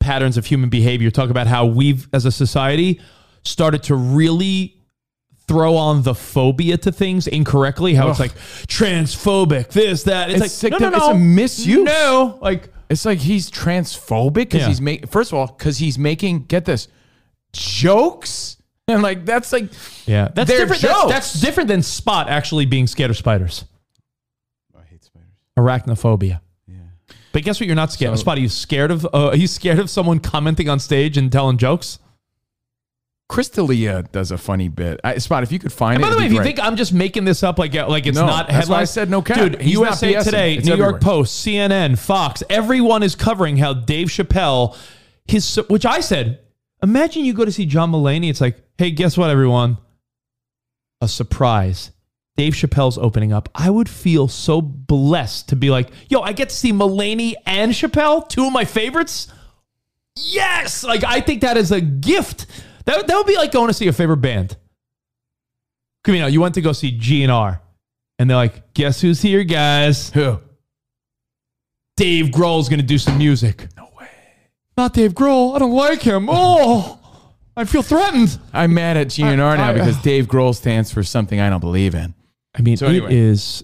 [SPEAKER 1] patterns of human behavior talk about how we've as a society started to really throw on the phobia to things incorrectly. How it's
[SPEAKER 5] Ugh.
[SPEAKER 1] like transphobic, this, that. It's,
[SPEAKER 5] It's
[SPEAKER 1] like
[SPEAKER 5] sick
[SPEAKER 1] no, no,
[SPEAKER 5] that- it's
[SPEAKER 1] no.
[SPEAKER 5] a misuse.
[SPEAKER 1] No, like
[SPEAKER 5] It's like he's transphobic because
[SPEAKER 1] Yeah.
[SPEAKER 5] he's making. First of all, because he's making get this jokes and like that's like
[SPEAKER 1] yeah, that's
[SPEAKER 5] They're
[SPEAKER 1] different. That's,
[SPEAKER 5] jokes.
[SPEAKER 1] that's different than Spot actually being scared of spiders. I hate spiders. Arachnophobia. But guess what? You're not scared.
[SPEAKER 5] So-
[SPEAKER 1] Spot, are you scared of? Uh, are you scared of someone commenting on stage and telling jokes?
[SPEAKER 5] Crystalia does a funny bit. I, Spot, if you could find
[SPEAKER 1] And
[SPEAKER 5] it.
[SPEAKER 1] by the
[SPEAKER 5] it'd
[SPEAKER 1] way, if
[SPEAKER 5] be
[SPEAKER 1] you
[SPEAKER 5] great.
[SPEAKER 1] think I'm just making this up, like uh, like it's
[SPEAKER 5] No,
[SPEAKER 1] not
[SPEAKER 5] that's why I
[SPEAKER 1] headline,
[SPEAKER 5] said no cap.
[SPEAKER 1] dude.
[SPEAKER 5] He's not
[SPEAKER 1] USA
[SPEAKER 5] BSing.
[SPEAKER 1] Today,
[SPEAKER 5] It's
[SPEAKER 1] New
[SPEAKER 5] everywhere.
[SPEAKER 1] York Post, CNN, Fox, everyone is covering how Dave Chappelle, his which I said, imagine you go to see John Mulaney. It's like, hey, guess what, everyone? A surprise. Dave Chappelle's opening up. I would feel so blessed to be like, yo, I get to see Mulaney and Chappelle, two of my favorites. Yes, like I think that is a gift. That that would be like going to see a favorite band. Camino, you went to go see G and R, and they're like, "Guess who's here, guys?
[SPEAKER 5] Who?
[SPEAKER 1] Dave Grohl's gonna do some music." No way. Not Dave Grohl. I don't like him. Oh, I feel threatened.
[SPEAKER 5] I'm mad at GNR now
[SPEAKER 1] I-
[SPEAKER 5] because Dave Grohl stands for something I don't believe in.
[SPEAKER 1] I mean,
[SPEAKER 5] So
[SPEAKER 1] it
[SPEAKER 5] anyway.
[SPEAKER 1] is.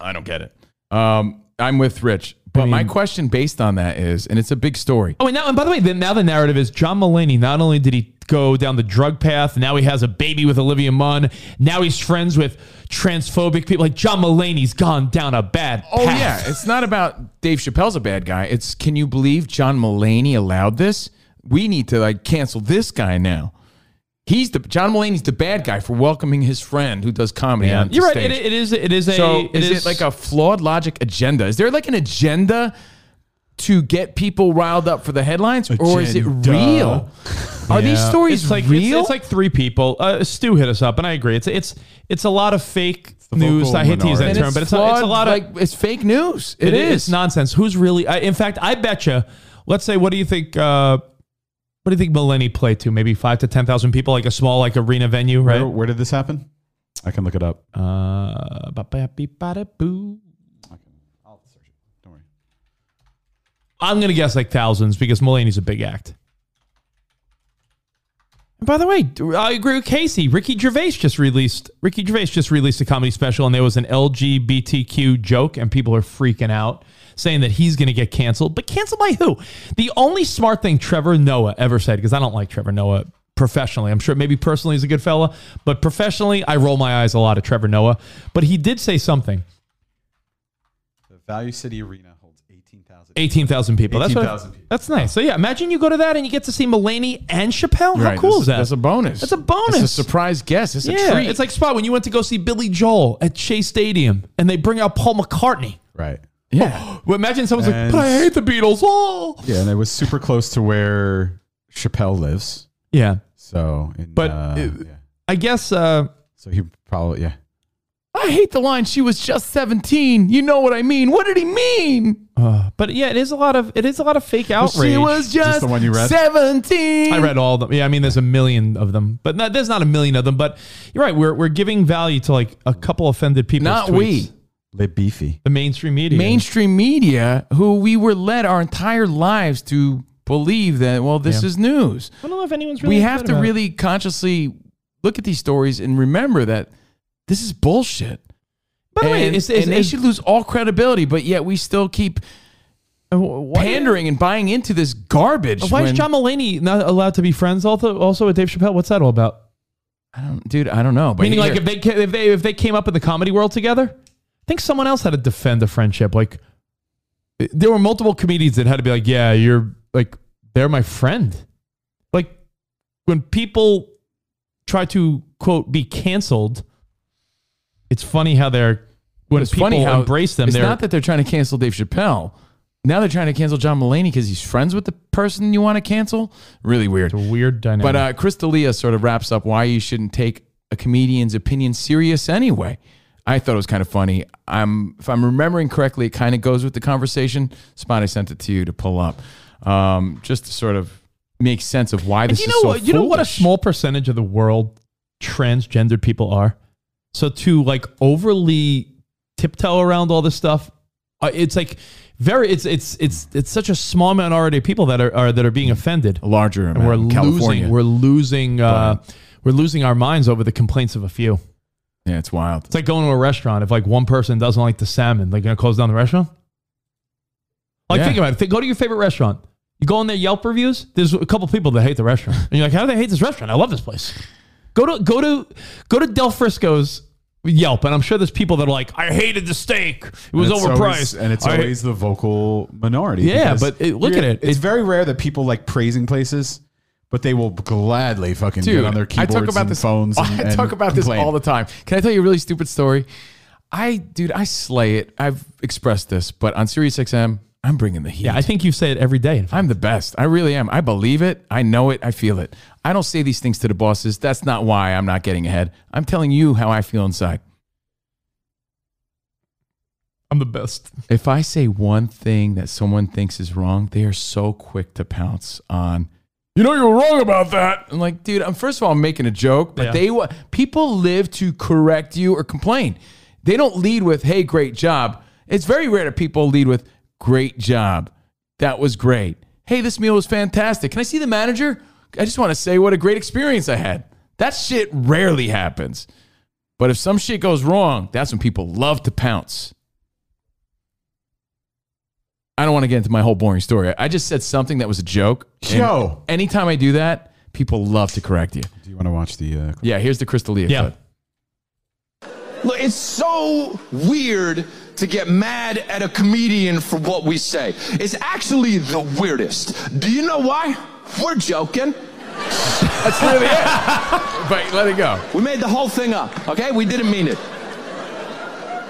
[SPEAKER 5] I don't get it. Um, I'm with Rich, but my
[SPEAKER 1] mean-
[SPEAKER 5] question based on that is, and it's a big story.
[SPEAKER 1] Oh, and now, and by the way, then now the narrative is John Mulaney. Not only did he go down the drug path, now he has a baby with Olivia Munn. Now he's friends with transphobic people. Like John Mulaney's gone down a bad.
[SPEAKER 5] Oh
[SPEAKER 1] path.
[SPEAKER 5] yeah, it's not about Dave Chappelle's a bad guy. It's can you believe John Mulaney allowed this? We need to like cancel this guy now. He's the John Mulaney's the bad guy for welcoming his friend who does comedy.
[SPEAKER 1] Yeah.
[SPEAKER 5] on
[SPEAKER 1] You're right.
[SPEAKER 5] stage.
[SPEAKER 1] It, it is. It is a.
[SPEAKER 5] so is it like a flawed logic agenda? Is there like an agenda to get people riled up for the headlines, or is it
[SPEAKER 6] Agenda.
[SPEAKER 5] real? Are these
[SPEAKER 1] Yeah.
[SPEAKER 5] stories
[SPEAKER 1] It's like it's-
[SPEAKER 5] real?
[SPEAKER 1] It's, like three people. Uh, Stu hit us up, and I agree. It's it's it's a lot of fake
[SPEAKER 6] the
[SPEAKER 1] news.
[SPEAKER 6] vocal
[SPEAKER 1] I hate to use that
[SPEAKER 6] minority.
[SPEAKER 1] term, but it's a, it's a
[SPEAKER 5] flawed,
[SPEAKER 1] lot of
[SPEAKER 5] like it's fake news.
[SPEAKER 1] it is
[SPEAKER 5] is.
[SPEAKER 1] nonsense. Who's really? I, in fact, I bet you. Let's say, what do you think? Uh, what do you think Millennium played to? Maybe five to ten thousand people, like a small like arena venue,
[SPEAKER 6] Where,
[SPEAKER 1] right?
[SPEAKER 6] where did this happen? I can look it up.
[SPEAKER 1] Uh, ba-ba-beep-ba-da-boo.
[SPEAKER 6] Don't worry.
[SPEAKER 1] I'm gonna guess like thousands because Mulaney's a big act. And by the way, I agree with Casey. Ricky Gervais just released Ricky Gervais just released a comedy special, and there was an LGBTQ joke, and people are freaking out, saying that he's gonna get canceled. But canceled by who? The only smart thing Trevor Noah ever said, because I don't like Trevor Noah professionally. I'm sure maybe personally he's a good fella, but professionally, I roll my eyes a lot at Trevor Noah. But he did say something.
[SPEAKER 6] The Value City Arena holds 18,000.
[SPEAKER 1] 18,000 people. That's what-
[SPEAKER 6] 18,000 people.
[SPEAKER 1] That's nice. So yeah, imagine you go to that and you get to see Mulaney and Chappelle. How
[SPEAKER 5] Right, that's-
[SPEAKER 1] cool is that?
[SPEAKER 5] That's a bonus.
[SPEAKER 1] That's a bonus.
[SPEAKER 5] It's a surprise guest. It's
[SPEAKER 1] yeah,
[SPEAKER 5] a treat.
[SPEAKER 1] it's like spot when you went to go see Billy Joel at Shea Stadium and they bring out Paul McCartney.
[SPEAKER 6] Right.
[SPEAKER 5] yeah.
[SPEAKER 1] Well, imagine someone's
[SPEAKER 6] And-
[SPEAKER 1] like, "But I hate the Beatles." Oh,
[SPEAKER 6] Yeah, and it was super close to where Chappelle lives.
[SPEAKER 1] yeah.
[SPEAKER 6] So, in,
[SPEAKER 1] But
[SPEAKER 6] uh,
[SPEAKER 1] it-
[SPEAKER 6] yeah.
[SPEAKER 1] I guess. Uh,
[SPEAKER 6] so he probably yeah.
[SPEAKER 5] I hate the line. She was just seventeen. You know what I mean? What did he mean?
[SPEAKER 1] uh, but yeah, it is a lot of it is a lot of fake outrage.
[SPEAKER 5] She was just
[SPEAKER 6] the one you read?
[SPEAKER 5] seventeen.
[SPEAKER 1] I read all of them. Yeah, I mean, there's a million of them, but not, there's not a million of them. But you're right. We're we're giving value to like a couple offended people.
[SPEAKER 5] Not we.
[SPEAKER 6] Lib beefy.
[SPEAKER 1] The mainstream media.
[SPEAKER 5] Mainstream media, who we were led our entire lives to believe that. Well, this
[SPEAKER 1] Yeah.
[SPEAKER 5] is news.
[SPEAKER 1] I don't know if anyone's really.
[SPEAKER 5] We have
[SPEAKER 1] upset
[SPEAKER 5] to
[SPEAKER 1] about it.
[SPEAKER 5] really consciously look at these stories and remember that this is bullshit.
[SPEAKER 1] By the
[SPEAKER 5] and,
[SPEAKER 1] way, is, is,
[SPEAKER 5] and they
[SPEAKER 1] is,
[SPEAKER 5] should lose all credibility, but yet we still keep
[SPEAKER 1] why-
[SPEAKER 5] pandering and buying into this garbage.
[SPEAKER 1] Why
[SPEAKER 5] when-
[SPEAKER 1] is John Mulaney not allowed to be friends also, also with Dave Chappelle? What's that all about?
[SPEAKER 5] I don't, dude. I don't know. But
[SPEAKER 1] Meaning, like
[SPEAKER 5] here-
[SPEAKER 1] if they ca- if they if they came up in the comedy world together, I think someone else had to defend a friendship. Like eh, there were multiple comedians that had to be like, yeah, you're like they're my friend. Like when people try to quote be canceled, it's funny how they're when
[SPEAKER 5] it's
[SPEAKER 1] people
[SPEAKER 5] funny how
[SPEAKER 1] embrace them.
[SPEAKER 5] It's
[SPEAKER 1] They're
[SPEAKER 5] not that they're trying to cancel Dave Chappelle. Now they're trying to cancel John Mulaney because he's friends with the person you want to cancel. Really weird.
[SPEAKER 1] It's a weird dynamic.
[SPEAKER 5] But uh, Chris D'Elia sort of wraps up why you shouldn't take a comedian's opinion serious anyway. I thought it was kind of funny. I'm, if I'm remembering correctly, it kind of goes with the conversation. Spot, I sent it to you to pull up, um, just to sort of make sense of why this
[SPEAKER 1] you
[SPEAKER 5] is
[SPEAKER 1] know
[SPEAKER 5] so.
[SPEAKER 1] what? You know what? A
[SPEAKER 5] foolish.
[SPEAKER 1] small percentage of the world transgendered people are. So to like overly tiptoe around all this stuff, uh, it's like very. It's it's it's it's such a small minority of people that are, are that are being offended.
[SPEAKER 5] A larger
[SPEAKER 1] and
[SPEAKER 5] amount
[SPEAKER 1] we're
[SPEAKER 5] in California.
[SPEAKER 1] losing. We're losing. Uh, we're losing our minds over the complaints of a few.
[SPEAKER 5] Yeah, it's wild.
[SPEAKER 1] It's like going to a restaurant. If like one person doesn't like the salmon, they're gonna close down the restaurant. Like
[SPEAKER 5] Yeah.
[SPEAKER 1] think about it. Think, go to your favorite restaurant. You go on their Yelp reviews. There's a couple people that hate the restaurant, and you're like, how do they hate this restaurant? I love this place. Go to go to go to Del Frisco's Yelp, and I'm sure there's people that are like, I hated the steak. It was
[SPEAKER 6] And it's
[SPEAKER 1] overpriced.
[SPEAKER 6] always- and it's
[SPEAKER 1] I-
[SPEAKER 6] always the vocal minority.
[SPEAKER 1] Yeah,
[SPEAKER 6] because
[SPEAKER 1] but it- look at
[SPEAKER 6] you're-
[SPEAKER 1] it.
[SPEAKER 6] It's
[SPEAKER 1] It-
[SPEAKER 6] very rare that people like praising places, but they will gladly fucking
[SPEAKER 5] Dude,
[SPEAKER 6] get on their keyboards
[SPEAKER 5] I talk about
[SPEAKER 6] and
[SPEAKER 5] this,
[SPEAKER 6] phones. And,
[SPEAKER 5] I talk about this all the time. Can I tell you a really stupid story? I, dude, I slay it. I've expressed this, but on SiriusXM, I'm bringing the heat.
[SPEAKER 1] yeah, I think you say it every day.
[SPEAKER 5] I'm the best. I really am. I believe it. I know it. I feel it. I don't say these things to the bosses. That's not why I'm not getting ahead. I'm telling you how I feel inside.
[SPEAKER 1] I'm the best.
[SPEAKER 5] If I say one thing that someone thinks is wrong, they are so quick to pounce on. You know you're wrong about that. I'm like, dude. I'm first of all, I'm making a joke, but
[SPEAKER 1] Yeah.
[SPEAKER 5] they wa- people live to correct you or complain. They don't lead with, "Hey, great job." It's very rare that people lead with, "Great job, that was great." Hey, this meal was fantastic. Can I see the manager? I just want to say what a great experience I had. That shit rarely happens. But if some shit goes wrong, that's when people love to pounce. I don't want to get into my whole boring story. I just said something that was a joke. And
[SPEAKER 6] Yo.
[SPEAKER 5] Anytime I do that, people love to correct you.
[SPEAKER 6] Do you want to watch the? Uh,
[SPEAKER 5] Yeah, here's the Crystalia
[SPEAKER 1] Yeah.
[SPEAKER 5] clip.
[SPEAKER 13] Look, it's so weird to get mad at a comedian for what we say. It's actually the weirdest. Do you know why? We're joking. That's really it.
[SPEAKER 5] But let it go.
[SPEAKER 13] We made the whole thing up, okay? We didn't mean it.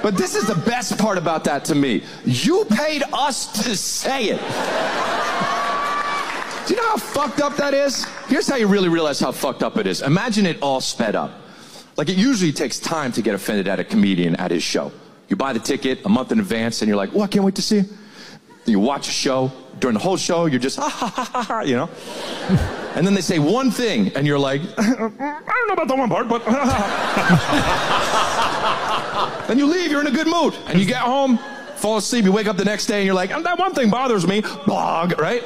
[SPEAKER 13] But this is the best part about that to me. You paid us to say it. Do you know how fucked up that is? Here's how you really realize how fucked up it is. Imagine it all sped up. Like it usually takes time to get offended at a comedian at his show. You buy the ticket a month in advance and you're like, oh, I can't wait to see him. You watch a show. During the whole show, you're just, ha ha ha ha, ha, you know? And then they say one thing and you're like, I don't know about that one part, but. and you leave, you're in a good mood. And you get home, fall asleep, you wake up the next day and you're like, that one thing bothers me, blog, right?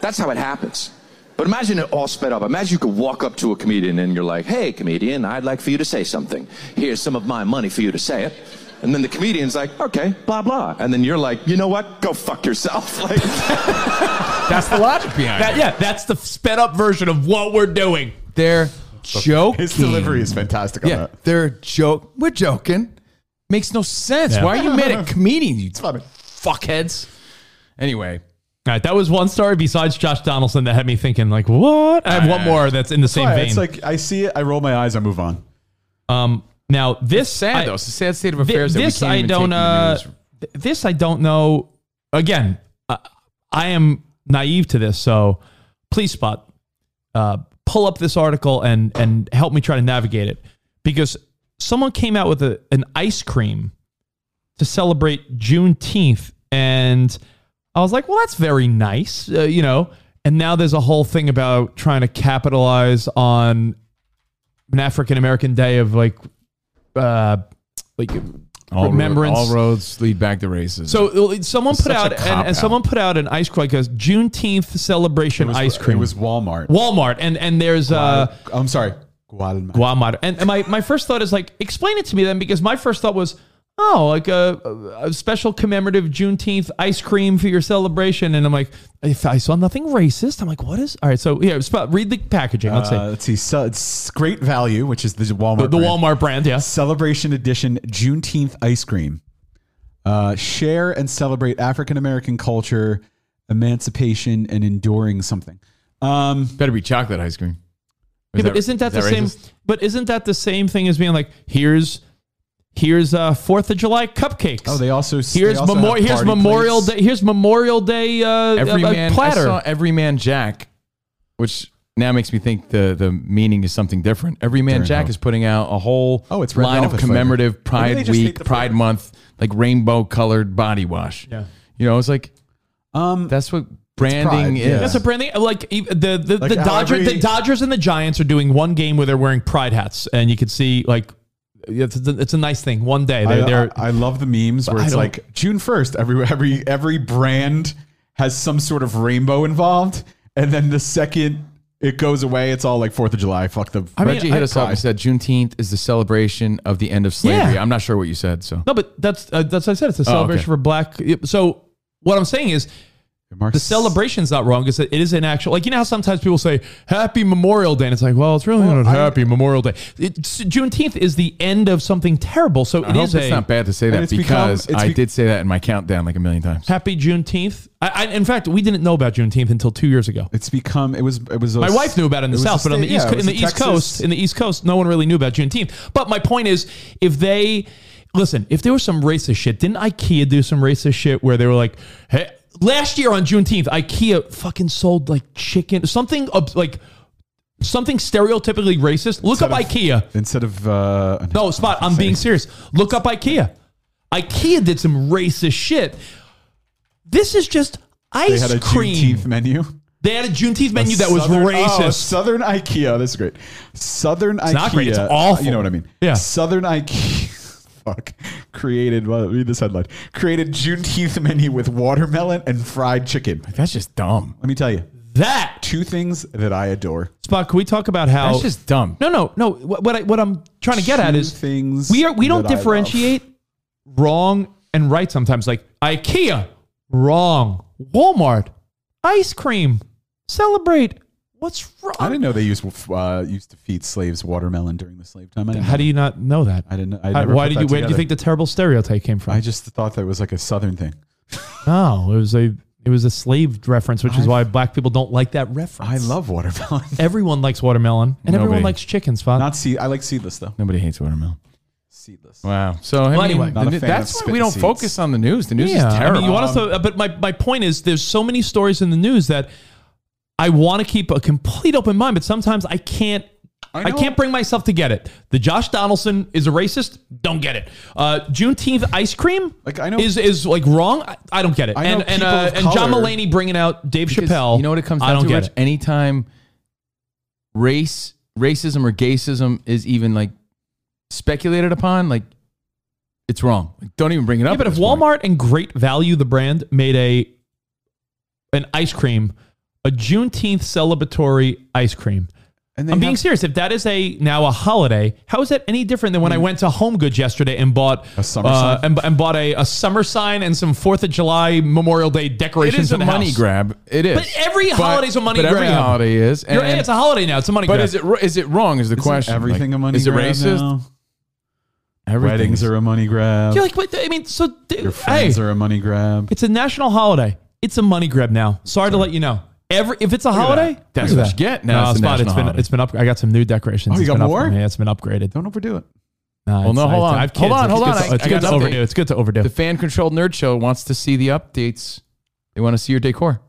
[SPEAKER 13] That's how it happens. But imagine it all sped up. Imagine you could walk up to a comedian and you're like, hey, comedian, I'd like for you to say something. Here's some of my money for you to say it. And then the comedian's like, okay, blah, blah. And then you're like, you know what? Go fuck yourself. Like,
[SPEAKER 5] That's the logic behind
[SPEAKER 1] That, yeah, that's the sped up version of what we're doing.
[SPEAKER 5] They're
[SPEAKER 1] Oh,
[SPEAKER 5] joking.
[SPEAKER 6] His delivery is fantastic. On
[SPEAKER 5] Yeah,
[SPEAKER 6] that.
[SPEAKER 5] they're joke. We're joking. Makes no sense.
[SPEAKER 1] Yeah.
[SPEAKER 5] Why are you mad at comedians? You fuckheads. Anyway,
[SPEAKER 1] All right, that was one story besides Josh Donaldson that had me thinking like, what? I have one more that's in the same
[SPEAKER 6] Why?
[SPEAKER 1] vein.
[SPEAKER 6] It's like I see it, I roll my eyes, I move on.
[SPEAKER 1] Um, now this
[SPEAKER 5] sad
[SPEAKER 1] I,
[SPEAKER 5] though. It's a sad state of
[SPEAKER 1] thi-
[SPEAKER 5] affairs.
[SPEAKER 1] this
[SPEAKER 5] that we
[SPEAKER 1] I
[SPEAKER 5] can't even
[SPEAKER 1] don't.
[SPEAKER 5] take in the
[SPEAKER 1] Uh,
[SPEAKER 5] news.
[SPEAKER 1] th- this I don't know. Again, uh, I am naive to this, so please spot. Uh, pull up this article and and help me try to navigate it because someone came out with a, an ice cream to celebrate Juneteenth, and I was like, well, that's very nice, uh, you know. And now there's a whole thing about trying to capitalize on an African American day of like, uh, like
[SPEAKER 5] all,
[SPEAKER 1] remembrance.
[SPEAKER 5] Road, all roads lead back to racism.
[SPEAKER 1] so uh, someone put
[SPEAKER 5] such a
[SPEAKER 1] out and,
[SPEAKER 5] cop-out.
[SPEAKER 1] and someone put out an ice cream because Juneteenth celebration ice cream
[SPEAKER 6] It was Walmart.
[SPEAKER 1] Walmart and and there's uh
[SPEAKER 6] I'm sorry, Walmart.
[SPEAKER 1] Guamar. And, and my, my first thought is like, explain it to me then, because my first thought was, oh, like a, a special commemorative Juneteenth ice cream for your celebration. And I'm like, if I saw nothing racist. I'm like, what is? All right, so yeah, sp- read the packaging. Let's see.
[SPEAKER 6] Uh, let's see. So it's great value, which is the Walmart.
[SPEAKER 1] The- the Walmart brand, yeah.
[SPEAKER 6] Celebration edition Juneteenth ice cream. Uh, share and celebrate African American culture, emancipation, and enduring something. Um,
[SPEAKER 5] Better be chocolate ice cream. Or
[SPEAKER 1] Yeah,
[SPEAKER 5] is
[SPEAKER 1] but isn't
[SPEAKER 5] is
[SPEAKER 1] that, the same?
[SPEAKER 5] racist?
[SPEAKER 1] But isn't that the same thing as being like, here's here's uh Fourth of July cupcakes.
[SPEAKER 6] Oh, they also
[SPEAKER 1] here's
[SPEAKER 6] they also
[SPEAKER 1] memorial
[SPEAKER 6] have
[SPEAKER 1] here's
[SPEAKER 6] party
[SPEAKER 1] Memorial
[SPEAKER 6] plates.
[SPEAKER 1] Day here's Memorial Day uh, uh,
[SPEAKER 5] Everyman
[SPEAKER 1] platter.
[SPEAKER 5] I saw Everyman Jack, which now makes me think the the meaning is something different. Everyman
[SPEAKER 6] Different,
[SPEAKER 5] Jack
[SPEAKER 6] huh?
[SPEAKER 5] is putting out a whole
[SPEAKER 6] Oh, it's red
[SPEAKER 5] line of
[SPEAKER 6] velvet flavor.
[SPEAKER 5] commemorative
[SPEAKER 6] Maybe they
[SPEAKER 5] Pride
[SPEAKER 6] just hate
[SPEAKER 5] Week,
[SPEAKER 6] the
[SPEAKER 5] Pride
[SPEAKER 6] flavor.
[SPEAKER 5] Month, like rainbow colored body wash.
[SPEAKER 1] Yeah.
[SPEAKER 5] you know, it's like
[SPEAKER 6] Um,
[SPEAKER 5] that's what branding
[SPEAKER 6] Pride,
[SPEAKER 5] is.
[SPEAKER 6] yeah.
[SPEAKER 1] That's a brand name. Like e- the the,
[SPEAKER 6] Like
[SPEAKER 1] the
[SPEAKER 6] how
[SPEAKER 1] Dodgers,
[SPEAKER 6] every-
[SPEAKER 1] the Dodgers and the Giants are doing one game where they're wearing pride hats, and you can see like it's, it's a, it's a nice thing. One day
[SPEAKER 6] I,
[SPEAKER 1] they're, they're
[SPEAKER 6] I, I love the memes where
[SPEAKER 1] I
[SPEAKER 6] it's
[SPEAKER 1] don't-
[SPEAKER 6] like June first. Every every every brand has some sort of rainbow involved, and then the second it goes away, it's all like Fourth of July. Fuck the.
[SPEAKER 1] I mean,
[SPEAKER 5] Reggie hit us up and said Juneteenth is the celebration of the end of slavery.
[SPEAKER 1] Yeah.
[SPEAKER 5] I'm not sure what you said, so
[SPEAKER 1] no, but that's uh, that's what I said. It's a
[SPEAKER 5] Oh, okay.
[SPEAKER 1] celebration for black. So what I'm saying is the celebration's not wrong. It's that it is an actual like you know how sometimes people say Happy Memorial Day, and it's like well, it's really not Happy Memorial Day. It's, Juneteenth is the end of something terrible, so
[SPEAKER 5] I
[SPEAKER 1] it
[SPEAKER 5] hope
[SPEAKER 1] is
[SPEAKER 5] it's
[SPEAKER 1] a
[SPEAKER 5] not bad to say
[SPEAKER 6] And
[SPEAKER 5] that
[SPEAKER 6] it's become-
[SPEAKER 5] because
[SPEAKER 6] it's
[SPEAKER 5] I
[SPEAKER 6] be-
[SPEAKER 5] did say that in my countdown like a million times.
[SPEAKER 1] Happy Juneteenth. I, I, in fact, we didn't know about Juneteenth until two years ago.
[SPEAKER 6] It's become it was it was a-
[SPEAKER 1] My wife knew about it in the
[SPEAKER 6] was a
[SPEAKER 1] South, but on the
[SPEAKER 6] state-
[SPEAKER 1] East
[SPEAKER 6] yeah,
[SPEAKER 1] Co-
[SPEAKER 6] it
[SPEAKER 1] in
[SPEAKER 6] was
[SPEAKER 1] the
[SPEAKER 6] a
[SPEAKER 1] East
[SPEAKER 6] Texas-
[SPEAKER 1] Coast, in the East Coast, no one really knew about Juneteenth. But my point is, if they listen, if there was some racist shit, didn't IKEA do some racist shit where they were like, hey, last year on Juneteenth, IKEA fucking sold like chicken, something ob- like something stereotypically racist. Look up IKEA.
[SPEAKER 6] instead of uh,
[SPEAKER 1] No, spot. I'm being serious. Look up IKEA. IKEA did some racist shit. This is just
[SPEAKER 6] they
[SPEAKER 1] ice
[SPEAKER 6] had a
[SPEAKER 1] cream.
[SPEAKER 6] Juneteenth menu.
[SPEAKER 1] They had a Juneteenth
[SPEAKER 6] A
[SPEAKER 1] menu that was
[SPEAKER 6] Southern- oh,
[SPEAKER 1] racist.
[SPEAKER 6] Southern IKEA. This is great. Southern IKEA.
[SPEAKER 1] not great, it's awful.
[SPEAKER 6] You know what I mean?
[SPEAKER 1] Yeah.
[SPEAKER 6] Southern IKEA. Fuck. Created. Well, read this headline. Created Juneteenth menu with watermelon and fried chicken.
[SPEAKER 5] That's just dumb.
[SPEAKER 6] Let me tell you,
[SPEAKER 1] that
[SPEAKER 6] two things that I adore. Oh,
[SPEAKER 1] Spock, can we talk about how?
[SPEAKER 5] That's just dumb.
[SPEAKER 1] no, no, no. What, what I what I'm trying to get at
[SPEAKER 6] Two
[SPEAKER 1] is
[SPEAKER 6] things
[SPEAKER 1] we are we don't
[SPEAKER 6] that I
[SPEAKER 1] differentiate wrong and right sometimes. Like IKEA, wrong. Walmart, ice cream. Celebrate. What's wrong?
[SPEAKER 6] I didn't know they used uh, used to feed slaves watermelon during the slave time. I didn't
[SPEAKER 1] How
[SPEAKER 6] know.
[SPEAKER 1] do you not know that?
[SPEAKER 6] I didn't. I
[SPEAKER 1] How-
[SPEAKER 6] never
[SPEAKER 1] why
[SPEAKER 6] put
[SPEAKER 1] did
[SPEAKER 6] that
[SPEAKER 1] you? Where did you
[SPEAKER 6] together.
[SPEAKER 1] think the terrible stereotype came from?
[SPEAKER 6] I just thought that was like a southern thing.
[SPEAKER 1] no, it was a it was a slave reference, which is
[SPEAKER 6] I-
[SPEAKER 1] why black people don't like that
[SPEAKER 6] I
[SPEAKER 1] reference.
[SPEAKER 6] love watermelon.
[SPEAKER 1] Everyone likes watermelon, and everyone
[SPEAKER 5] Nobody.
[SPEAKER 1] likes chicken. Spot.
[SPEAKER 6] Not seed. I like seedless though.
[SPEAKER 5] Nobody hates watermelon.
[SPEAKER 6] Seedless.
[SPEAKER 5] Wow. So Oh, I mean,
[SPEAKER 1] anyway.
[SPEAKER 6] Not a
[SPEAKER 5] the-
[SPEAKER 6] fan
[SPEAKER 5] that's
[SPEAKER 6] of
[SPEAKER 5] why we
[SPEAKER 6] spitting
[SPEAKER 5] don't
[SPEAKER 6] seeds.
[SPEAKER 5] focus on the news. The news
[SPEAKER 1] Yeah,
[SPEAKER 5] is
[SPEAKER 1] I mean,
[SPEAKER 5] terrible.
[SPEAKER 1] you want us to, but my, my point is there's so many stories in the news that I want to keep a complete open mind, but sometimes I can't. I, can't bring myself to get it. The Josh Donaldson is a racist. Don't get it. Uh, Juneteenth ice cream
[SPEAKER 6] Like, I know-
[SPEAKER 1] is is like wrong. I, I don't get it.
[SPEAKER 6] I know
[SPEAKER 1] and and,
[SPEAKER 6] people
[SPEAKER 1] uh,
[SPEAKER 6] of
[SPEAKER 1] and John
[SPEAKER 6] color-
[SPEAKER 1] Mulaney bringing out Dave
[SPEAKER 5] Because
[SPEAKER 1] Chappelle.
[SPEAKER 5] You know what it comes down
[SPEAKER 1] I don't
[SPEAKER 5] to?
[SPEAKER 1] get
[SPEAKER 5] Rich?
[SPEAKER 1] it.
[SPEAKER 5] Anytime race, racism, or gayism is even like speculated upon, like it's wrong. Like, don't even bring it up.
[SPEAKER 1] Yeah, but
[SPEAKER 5] at
[SPEAKER 1] if
[SPEAKER 5] this point.
[SPEAKER 1] Walmart and Great Value, the brand, made a an ice cream, a Juneteenth celebratory ice cream,
[SPEAKER 6] And
[SPEAKER 1] I'm being serious. If that is a now a holiday, how is that any different than
[SPEAKER 5] Mm.
[SPEAKER 1] when I went to Home Goods yesterday and bought uh,
[SPEAKER 6] A summer sign?
[SPEAKER 1] and, and bought a, a summer sign and some Fourth of July Memorial Day
[SPEAKER 5] it
[SPEAKER 1] decorations?
[SPEAKER 5] is
[SPEAKER 1] for
[SPEAKER 5] a
[SPEAKER 1] the
[SPEAKER 5] money
[SPEAKER 1] house.
[SPEAKER 5] grab. It is.
[SPEAKER 1] But every
[SPEAKER 5] But-
[SPEAKER 1] holiday's a money
[SPEAKER 5] but Every
[SPEAKER 1] grab.
[SPEAKER 5] holiday is. And,
[SPEAKER 1] You're- it's a holiday now. It's a money.
[SPEAKER 5] but
[SPEAKER 1] grab.
[SPEAKER 5] is it is it wrong? Is the question
[SPEAKER 6] everything
[SPEAKER 5] Like,
[SPEAKER 6] a money
[SPEAKER 5] Is it
[SPEAKER 6] grab
[SPEAKER 5] racist?
[SPEAKER 6] now?
[SPEAKER 5] Everything
[SPEAKER 6] Weddings
[SPEAKER 5] is-
[SPEAKER 6] are a money grab.
[SPEAKER 1] You're like, what, I mean, so d-
[SPEAKER 6] Your
[SPEAKER 1] hey,
[SPEAKER 6] friends are a money grab.
[SPEAKER 1] it's a national holiday. It's a money grab now. Sorry to let you know. Every if it's a
[SPEAKER 5] at that.
[SPEAKER 1] holiday,
[SPEAKER 5] That's
[SPEAKER 1] look at
[SPEAKER 5] what you get now.
[SPEAKER 1] No,
[SPEAKER 5] It's a
[SPEAKER 1] spot. It's
[SPEAKER 5] national
[SPEAKER 1] been
[SPEAKER 5] holiday.
[SPEAKER 1] it's been up. I got some new decorations.
[SPEAKER 6] Oh, you
[SPEAKER 1] It's
[SPEAKER 6] got
[SPEAKER 1] been up-
[SPEAKER 6] more?
[SPEAKER 1] yeah, it's been upgraded.
[SPEAKER 6] Don't overdo it.
[SPEAKER 1] No,
[SPEAKER 5] Oh, Well, no,
[SPEAKER 1] it's-
[SPEAKER 5] hold
[SPEAKER 1] I-
[SPEAKER 5] on.
[SPEAKER 1] I have
[SPEAKER 5] Hold
[SPEAKER 1] kids.
[SPEAKER 5] on,
[SPEAKER 1] It's
[SPEAKER 5] hold
[SPEAKER 1] good
[SPEAKER 5] on. I-
[SPEAKER 1] to- It's
[SPEAKER 5] I
[SPEAKER 1] good
[SPEAKER 5] got
[SPEAKER 1] to
[SPEAKER 5] an
[SPEAKER 1] overdo.
[SPEAKER 5] update.
[SPEAKER 1] It's good to overdo.
[SPEAKER 5] The fan controlled nerd show wants to see the updates. They want to see your decor.
[SPEAKER 1] What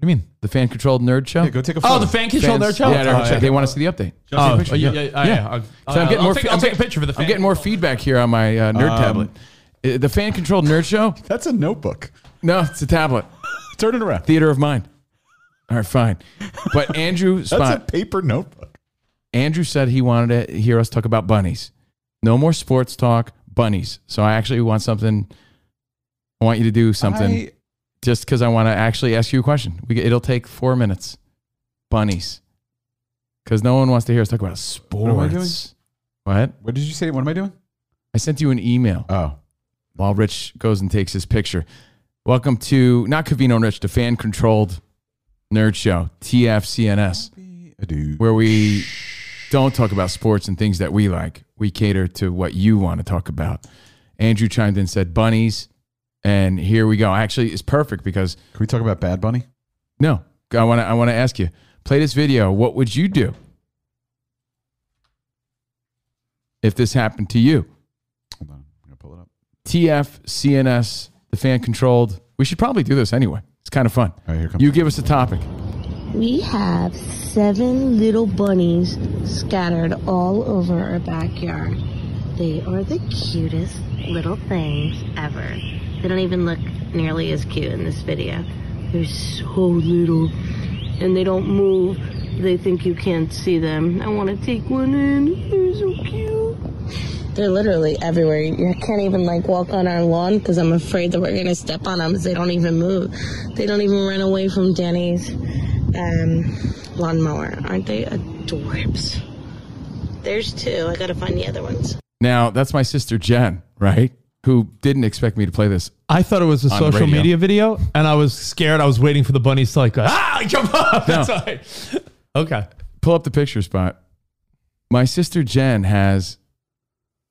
[SPEAKER 1] do you mean?
[SPEAKER 5] The fan controlled nerd show.
[SPEAKER 6] Yeah, go take a photo.
[SPEAKER 1] Oh, the fan control
[SPEAKER 5] Fans-
[SPEAKER 1] nerd show.
[SPEAKER 5] Yeah, they're-
[SPEAKER 1] Oh, yeah.
[SPEAKER 5] they want to see the update.
[SPEAKER 1] Oh,
[SPEAKER 6] picture,
[SPEAKER 1] yeah,
[SPEAKER 6] yeah.
[SPEAKER 1] yeah, yeah, yeah.
[SPEAKER 5] So I'm getting
[SPEAKER 1] I'll
[SPEAKER 5] more.
[SPEAKER 1] Take,
[SPEAKER 5] fe-
[SPEAKER 1] I'll
[SPEAKER 5] I'm
[SPEAKER 1] take a
[SPEAKER 5] get-
[SPEAKER 1] picture for the. Fan.
[SPEAKER 5] I'm getting more feedback here on my uh, nerd
[SPEAKER 6] Um,
[SPEAKER 5] tablet. Uh, The fan controlled nerd show.
[SPEAKER 6] That's a notebook.
[SPEAKER 5] No, it's a tablet.
[SPEAKER 6] Turn it around.
[SPEAKER 5] Theater of mind. All right, fine. But Andrew
[SPEAKER 6] That's
[SPEAKER 5] Spot.
[SPEAKER 6] a paper notebook.
[SPEAKER 5] Andrew said he wanted to hear us talk about bunnies. No more sports talk, bunnies. So I actually want something. I want you to do something
[SPEAKER 6] I-
[SPEAKER 5] just because I want to actually ask you a question. We, it'll take four minutes. Bunnies. Because no one wants to hear us talk about
[SPEAKER 6] am I doing?
[SPEAKER 5] sports. What?
[SPEAKER 6] what did you say? What am I doing?
[SPEAKER 3] I sent you an email.
[SPEAKER 6] Oh.
[SPEAKER 3] While Rich goes and takes his picture. Welcome to not Cavino and Rich, the fan controlled nerd show, TFCNS, where we don't talk about sports and things that we like. We cater to what you want to talk about. Andrew chimed in and said bunnies, and here we go. Actually, it's perfect because
[SPEAKER 6] can we talk about Bad Bunny?
[SPEAKER 3] No, I want to. I want to ask you. Play this video. What would you do if this happened to you? TF, CNS, the fan controlled. We should probably do this anyway. It's kind of fun.
[SPEAKER 6] All right, here comes.
[SPEAKER 3] You give us a topic.
[SPEAKER 14] We have seven little bunnies scattered all over our backyard. They are the cutest little things ever. They don't even look nearly as cute in this video. They're so little and they don't move. They think you can't see them. I want to take one in. They're so cute. They're literally everywhere. You can't even like walk on our lawn because I'm afraid that we're gonna step on them. They don't even move. They don't even run away from Danny's um, lawnmower. Aren't they adorbs? There's two. I gotta find the other ones.
[SPEAKER 3] Now that's my sister Jen, right? Who didn't expect me to play this.
[SPEAKER 1] I thought it was a
[SPEAKER 3] On the
[SPEAKER 1] social
[SPEAKER 3] radio.
[SPEAKER 1] media video, and I was scared. I was waiting for the bunnies to like, ah, jump up. That's all right. Okay.
[SPEAKER 3] Pull up the picture spot. My sister Jen has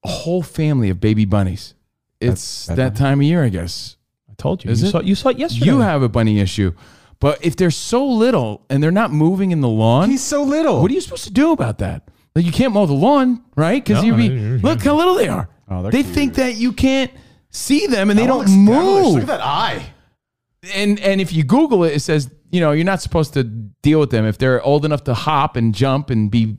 [SPEAKER 3] a whole family of baby bunnies. It's
[SPEAKER 1] Bad-
[SPEAKER 3] that,
[SPEAKER 1] bad
[SPEAKER 3] time of year, I guess. I
[SPEAKER 1] told you. You saw- you saw it yesterday.
[SPEAKER 3] You have a bunny issue. But if they're so little and they're not moving in the lawn, he's
[SPEAKER 6] so little.
[SPEAKER 3] What are you supposed to do about that? Like you can't mow the lawn, right? Because
[SPEAKER 1] No,
[SPEAKER 3] you'd be
[SPEAKER 1] I-
[SPEAKER 3] look how little they are.
[SPEAKER 6] Oh, they're
[SPEAKER 3] they
[SPEAKER 6] cute.
[SPEAKER 3] think that you can't see them and they
[SPEAKER 6] That
[SPEAKER 3] don't
[SPEAKER 6] looks devilish.
[SPEAKER 3] move
[SPEAKER 6] Look at that eye.
[SPEAKER 3] and and if you Google it, it says you know you're not supposed to deal with them if they're old enough to hop and jump and be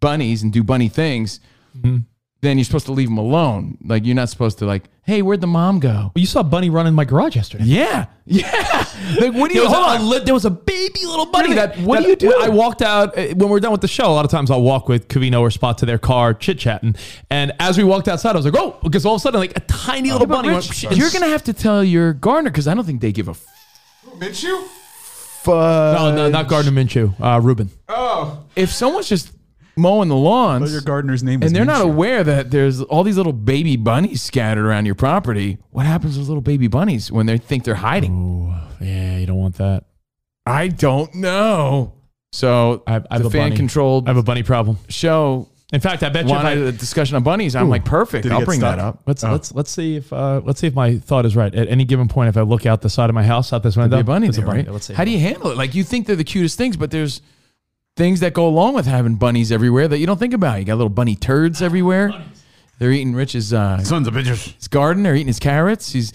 [SPEAKER 3] bunnies and do bunny things.
[SPEAKER 1] Mm-hmm.
[SPEAKER 3] Then you're supposed to leave them alone. Like you're not supposed to like, hey, where'd the mom go?
[SPEAKER 1] Well, you saw a bunny run in my garage yesterday.
[SPEAKER 3] Yeah, yeah. like what
[SPEAKER 1] There
[SPEAKER 3] do you?
[SPEAKER 1] was,
[SPEAKER 3] Hold
[SPEAKER 1] a,
[SPEAKER 3] on.
[SPEAKER 1] a li- there was a baby little bunny.
[SPEAKER 3] Really?
[SPEAKER 1] that,
[SPEAKER 3] What
[SPEAKER 1] that-
[SPEAKER 3] do you do?
[SPEAKER 1] I walked out uh, when we're done with the show. A lot of times I'll walk with Cavino or Spot to their car, chit chatting. And as we walked outside, I was like, oh, because all of a sudden, like a tiny little bunny. went,
[SPEAKER 3] Rich,
[SPEAKER 1] psh,
[SPEAKER 3] you're
[SPEAKER 1] and-
[SPEAKER 3] gonna have to tell your gardener because I don't think they give a
[SPEAKER 6] Minshew?
[SPEAKER 3] fuck.
[SPEAKER 1] oh, No, no, not Gardner Minshew. Uh, Ruben.
[SPEAKER 6] Oh.
[SPEAKER 3] If someone's just mowing the lawns,
[SPEAKER 6] Your gardener's name is
[SPEAKER 3] and they're not
[SPEAKER 6] Minshew.
[SPEAKER 3] aware that there's all these little baby bunnies scattered around your property. What happens to those little baby bunnies when they think they're hiding?
[SPEAKER 1] Oh, Yeah, you don't want that.
[SPEAKER 3] I don't know. So
[SPEAKER 1] I, I have
[SPEAKER 3] the
[SPEAKER 1] a bunny.
[SPEAKER 3] fan controlled
[SPEAKER 1] I have a bunny problem.
[SPEAKER 3] show
[SPEAKER 1] In fact, I bet you if
[SPEAKER 3] wanted
[SPEAKER 1] I,
[SPEAKER 3] a discussion on bunnies. I'm
[SPEAKER 1] Ooh.
[SPEAKER 3] like, perfect.
[SPEAKER 6] Did it
[SPEAKER 3] I'll
[SPEAKER 6] get
[SPEAKER 3] bring
[SPEAKER 6] stuck?
[SPEAKER 3] that up.
[SPEAKER 1] Let's
[SPEAKER 3] Oh.
[SPEAKER 1] let's let's see if uh, let's see if my thought is right. At any given point, if I look out the side of my house out this
[SPEAKER 3] There'd
[SPEAKER 1] window,
[SPEAKER 3] be a bunny
[SPEAKER 1] there's
[SPEAKER 3] there, right?
[SPEAKER 1] there. Let's see.
[SPEAKER 3] How do you handle it? Like you think they're the cutest things, but there's things that go along with having bunnies everywhere that you don't think about. You got little bunny turds everywhere. They're eating Rich's uh,
[SPEAKER 6] Sons of bitches.
[SPEAKER 3] his garden. They're eating his carrots. He's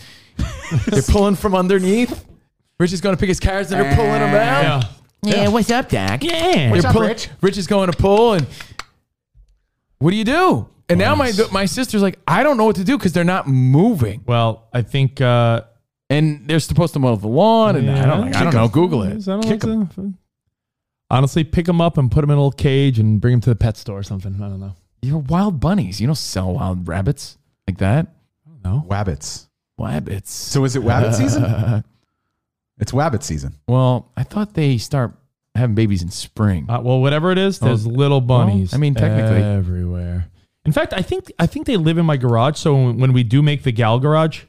[SPEAKER 3] they're pulling from underneath. Rich is going to pick his carrots and they're pulling them out.
[SPEAKER 1] Yeah.
[SPEAKER 15] Yeah, what's up, Doc?
[SPEAKER 1] Yeah.
[SPEAKER 3] They're pulling- Rich? is going to pull, and what do you do? And now my my sister's like, I don't know what to do because they're not moving,
[SPEAKER 1] Well, I think. Uh,
[SPEAKER 3] and they're supposed to mow the lawn, and I don't, like, I don't know. Google
[SPEAKER 1] Is
[SPEAKER 3] it.
[SPEAKER 1] that all it's in? Honestly, pick them up and put them in a little cage and bring them to the pet store or something. I don't know.
[SPEAKER 3] You're wild bunnies. You don't sell wild rabbits like that.
[SPEAKER 6] Wabbits.
[SPEAKER 3] Rabbits.
[SPEAKER 6] So is it Wabbit season? It's Wabbit season.
[SPEAKER 3] well, I thought they start having babies in spring.
[SPEAKER 1] Uh, well, whatever it is, there's
[SPEAKER 3] Oh,
[SPEAKER 1] little bunnies.
[SPEAKER 3] well, I mean, technically.
[SPEAKER 1] everywhere. In fact, I think I think they live in my garage. So when, when we do make the gal garage,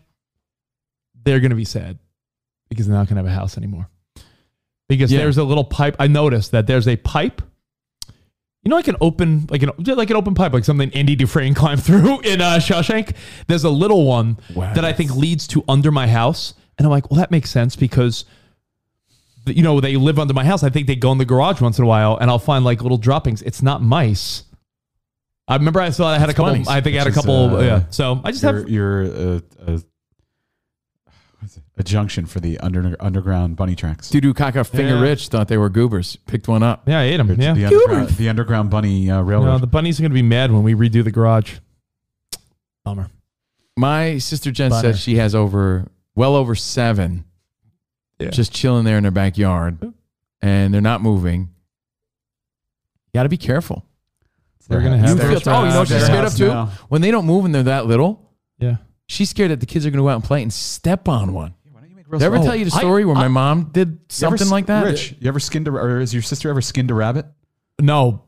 [SPEAKER 1] they're gonna be sad because they're not gonna have a house anymore. Because
[SPEAKER 3] Yeah.
[SPEAKER 1] there's a little pipe. I noticed that there's a pipe. You know, like an open, like an like an open pipe, like something Andy Dufresne climbed through in uh, Shawshank. There's a little one
[SPEAKER 3] Wow.
[SPEAKER 1] that I think leads to under my house, and I'm like, well, that makes sense because that, you know, they live under my house. I think they go in the garage once in a while, and I'll find like little droppings. It's not mice. I remember I saw I had
[SPEAKER 3] It's
[SPEAKER 1] a couple.
[SPEAKER 3] bunnies,
[SPEAKER 1] I think I had a
[SPEAKER 6] which is,
[SPEAKER 1] couple.
[SPEAKER 6] uh,
[SPEAKER 1] yeah. So I just
[SPEAKER 6] you're,
[SPEAKER 1] have.
[SPEAKER 6] you're a, a, what's it? a junction for the under, underground bunny tracks.
[SPEAKER 3] Doo doo caca finger
[SPEAKER 1] Yeah.
[SPEAKER 3] rich thought they were goobers. Picked one up.
[SPEAKER 1] Yeah, I ate them.
[SPEAKER 6] It's
[SPEAKER 1] Yeah.
[SPEAKER 6] the, underground, the underground bunny uh, railroad.
[SPEAKER 1] No, the bunnies are gonna be mad when we redo the garage. Bummer.
[SPEAKER 3] My sister Jen
[SPEAKER 1] Butter.
[SPEAKER 3] said she has over well over seven,
[SPEAKER 1] Yeah.
[SPEAKER 3] just chilling there in her backyard, and they're not moving. You got to be careful.
[SPEAKER 1] They're gonna have.
[SPEAKER 3] You feel- oh, you know what she's scared of too? When they don't move and they're that little,
[SPEAKER 1] Yeah.
[SPEAKER 3] she's scared that the kids are going to go out and play and step on one. Did I ever
[SPEAKER 1] Oh,
[SPEAKER 3] tell you the
[SPEAKER 1] I-
[SPEAKER 3] story where
[SPEAKER 1] I-
[SPEAKER 3] my mom did something like that?
[SPEAKER 6] Rich, you ever skinned a, or has your sister ever skinned a rabbit?
[SPEAKER 1] No,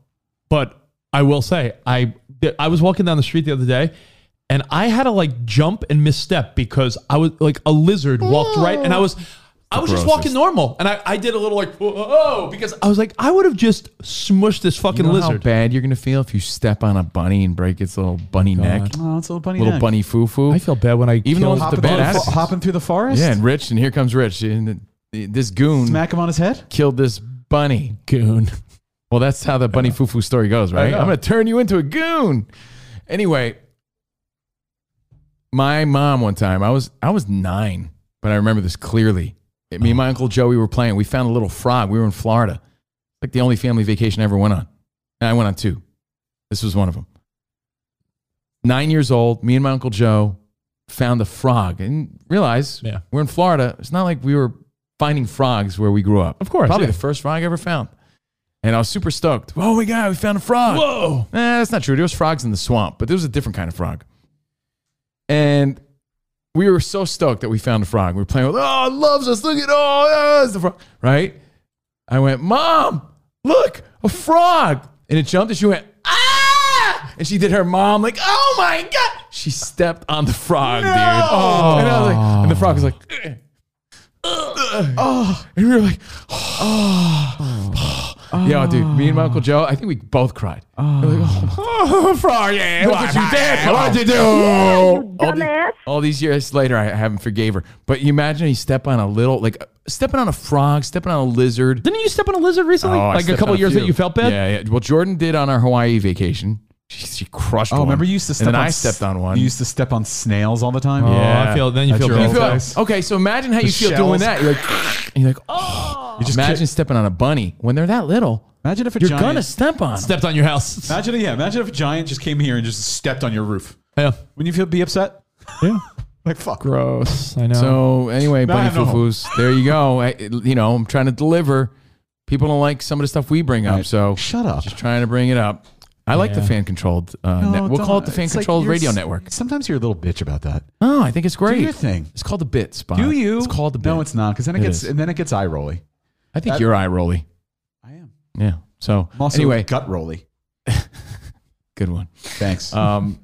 [SPEAKER 1] but I will say I I was walking down the street the other day, and I had to like jump and misstep because I was like a lizard walked right, and I was. I was just
[SPEAKER 16] Grossest.
[SPEAKER 1] walking normal, and I, I did a little like whoa because I was like I would have just smushed this fucking
[SPEAKER 3] You know
[SPEAKER 1] lizard.
[SPEAKER 3] how bad you're gonna feel if you step on a bunny and break its little bunny neck,
[SPEAKER 6] Oh, it's a little bunny
[SPEAKER 3] little
[SPEAKER 6] neck.
[SPEAKER 3] bunny foo foo. I
[SPEAKER 1] feel bad when I
[SPEAKER 3] even though it's the
[SPEAKER 6] hopping, through the
[SPEAKER 3] bad
[SPEAKER 6] fo- hopping through the forest.
[SPEAKER 3] Yeah, and Rich, and here comes Rich, and th- this goon
[SPEAKER 6] smack him on his head.
[SPEAKER 3] killed this bunny
[SPEAKER 1] goon.
[SPEAKER 3] Well, that's how the bunny foo foo story goes, right?
[SPEAKER 6] know.
[SPEAKER 3] I'm gonna turn you into a goon. Anyway, my mom one time, I was I was nine, but I remember this clearly. Me and my uncle Joey were playing. We found a little frog. We were in Florida, like the only family vacation I ever went on, and I went on two. This was one of them. Nine years old, me and my uncle Joe found a frog and realize
[SPEAKER 1] Yeah.
[SPEAKER 3] we're in Florida. It's not like we were finding frogs where we grew up. Of
[SPEAKER 1] course,
[SPEAKER 3] probably
[SPEAKER 1] yeah.
[SPEAKER 3] the first frog I ever found. And I was super stoked. Oh my God, we found a frog.
[SPEAKER 1] Whoa.
[SPEAKER 3] Eh, that's not true. There was frogs in the swamp, but there was a different kind of frog. And we were so stoked that we found a frog. We were playing with, oh, it loves us. Look at, oh, yeah, it's the frog. Right? I went, Mom, look, a frog. And it jumped and she went, ah! And she did her mom, like, oh my God. She stepped on the frog, dude.
[SPEAKER 16] Oh.
[SPEAKER 3] And, I was like, and the frog was like, "Eh." oh. And we were like, Yo, dude, me and my Uncle Joe, I think we both cried. We're like, oh, frog, yeah, look what you did. What did you do? all, the- all these years later, I haven't forgave her. But you imagine you step on a little, like stepping on a frog, stepping on a lizard.
[SPEAKER 1] Didn't you step on a lizard recently?
[SPEAKER 3] Oh, I
[SPEAKER 1] like a
[SPEAKER 3] stepped
[SPEAKER 1] couple
[SPEAKER 3] on
[SPEAKER 1] years
[SPEAKER 3] few.
[SPEAKER 1] that you felt bad.
[SPEAKER 3] Yeah, yeah. Well, Jordan did on our Hawaii vacation. She, she crushed
[SPEAKER 6] Oh,
[SPEAKER 3] one.
[SPEAKER 6] remember you used to step
[SPEAKER 3] and then
[SPEAKER 6] on
[SPEAKER 3] I
[SPEAKER 6] s-
[SPEAKER 3] stepped on one.
[SPEAKER 6] You used to step on snails all the time.
[SPEAKER 1] Oh, I feel- then you
[SPEAKER 6] At
[SPEAKER 1] feel
[SPEAKER 6] your
[SPEAKER 1] bad.
[SPEAKER 6] old
[SPEAKER 1] You feel-
[SPEAKER 6] place.
[SPEAKER 3] okay, so imagine how
[SPEAKER 6] The
[SPEAKER 3] you feel doing
[SPEAKER 6] shells.
[SPEAKER 3] that. You're like, and you're like, oh. You just imagine stepping on a bunny when they're that little.
[SPEAKER 6] Imagine if a
[SPEAKER 3] You're
[SPEAKER 6] giant,
[SPEAKER 3] gonna step on. 'em.
[SPEAKER 1] Stepped on your house.
[SPEAKER 6] Imagine, yeah, imagine if a giant just came here and just stepped on your roof.
[SPEAKER 1] Yeah.
[SPEAKER 6] Wouldn't you feel be upset?
[SPEAKER 1] Yeah.
[SPEAKER 6] like fuck.
[SPEAKER 1] Gross. I know.
[SPEAKER 3] So anyway,
[SPEAKER 6] No,
[SPEAKER 3] bunny
[SPEAKER 6] I know.
[SPEAKER 3] foo-foos, there you go. I, you know, I'm trying to deliver. People don't like some of the stuff we bring up, so
[SPEAKER 6] Shut up.
[SPEAKER 3] just trying to bring it up. I like the
[SPEAKER 1] Yeah.
[SPEAKER 3] fan controlled. Uh,
[SPEAKER 6] No,
[SPEAKER 3] net- we'll
[SPEAKER 6] don't.
[SPEAKER 3] call it the fan
[SPEAKER 6] It's like
[SPEAKER 3] controlled
[SPEAKER 6] you're
[SPEAKER 3] radio
[SPEAKER 6] s-
[SPEAKER 3] network.
[SPEAKER 6] Sometimes you're a little bitch about that.
[SPEAKER 3] Oh, I think it's great.
[SPEAKER 6] Do your thing.
[SPEAKER 3] It's called the bit spot.
[SPEAKER 6] Do you?
[SPEAKER 3] It's called the bit.
[SPEAKER 6] No, it's not. Because then it,
[SPEAKER 3] It
[SPEAKER 6] gets
[SPEAKER 3] is.
[SPEAKER 6] and then it gets eye rolly.
[SPEAKER 3] I think
[SPEAKER 6] that-
[SPEAKER 3] you're eye rolly.
[SPEAKER 6] I am.
[SPEAKER 3] Yeah. So
[SPEAKER 6] I'm also
[SPEAKER 3] anyway,
[SPEAKER 6] gut rolly.
[SPEAKER 3] good one.
[SPEAKER 6] Thanks.
[SPEAKER 3] Um,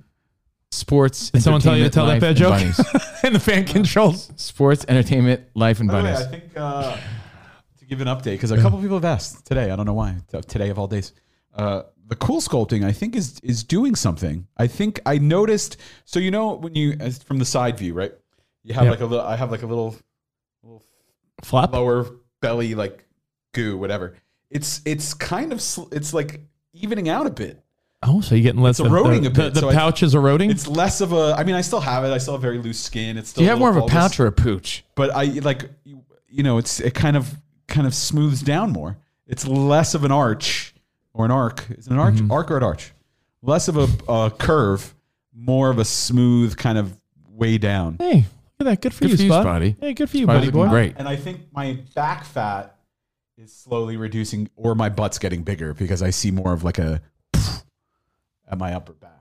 [SPEAKER 3] sports.
[SPEAKER 1] Did someone tell you to
[SPEAKER 3] entertainment,
[SPEAKER 1] tell that
[SPEAKER 3] life,
[SPEAKER 1] bad
[SPEAKER 3] and
[SPEAKER 1] joke?
[SPEAKER 3] bunnies.
[SPEAKER 1] and the fan controls.
[SPEAKER 3] sports, entertainment, life, and
[SPEAKER 6] By the way,
[SPEAKER 3] bunnies.
[SPEAKER 6] I think uh, to give an update because a couple people have asked today. I don't know why. t- Today of all days, uh, the cool sculpting I think is is doing something. I think I noticed. So you know when you as from the side view, right? You have
[SPEAKER 1] Yeah.
[SPEAKER 6] like a little. I have like a little
[SPEAKER 1] Flop.
[SPEAKER 6] lower belly like goo, whatever. It's it's kind of sl- it's like evening out a bit.
[SPEAKER 1] Oh, so you're getting less.
[SPEAKER 6] It's eroding
[SPEAKER 1] the,
[SPEAKER 6] a bit,
[SPEAKER 1] The, the
[SPEAKER 6] so I-
[SPEAKER 1] pouch is eroding.
[SPEAKER 6] It's less of a. I mean, I still have it. I still have very loose skin. It's still
[SPEAKER 3] Do you have more
[SPEAKER 6] little
[SPEAKER 3] of a
[SPEAKER 6] bulbous.
[SPEAKER 3] pouch or a pooch?
[SPEAKER 6] but I like you you know it's it kind of kind of smooths down more. It's less of an arch or an arc. Is it an arch?
[SPEAKER 3] Mm-hmm.
[SPEAKER 6] Arc or an arch? Less of a, a curve, more of a smooth kind of way down.
[SPEAKER 1] hey, look at that. Good for
[SPEAKER 3] Good
[SPEAKER 1] you,
[SPEAKER 3] for you,
[SPEAKER 1] Spud.
[SPEAKER 3] Spuddy.
[SPEAKER 1] Hey, good for you,
[SPEAKER 3] Spuddy's
[SPEAKER 1] buddy
[SPEAKER 3] looking
[SPEAKER 1] boy.
[SPEAKER 3] great.
[SPEAKER 6] And I think my back fat is slowly reducing, or my butt's getting bigger because I see more of like a at my upper back.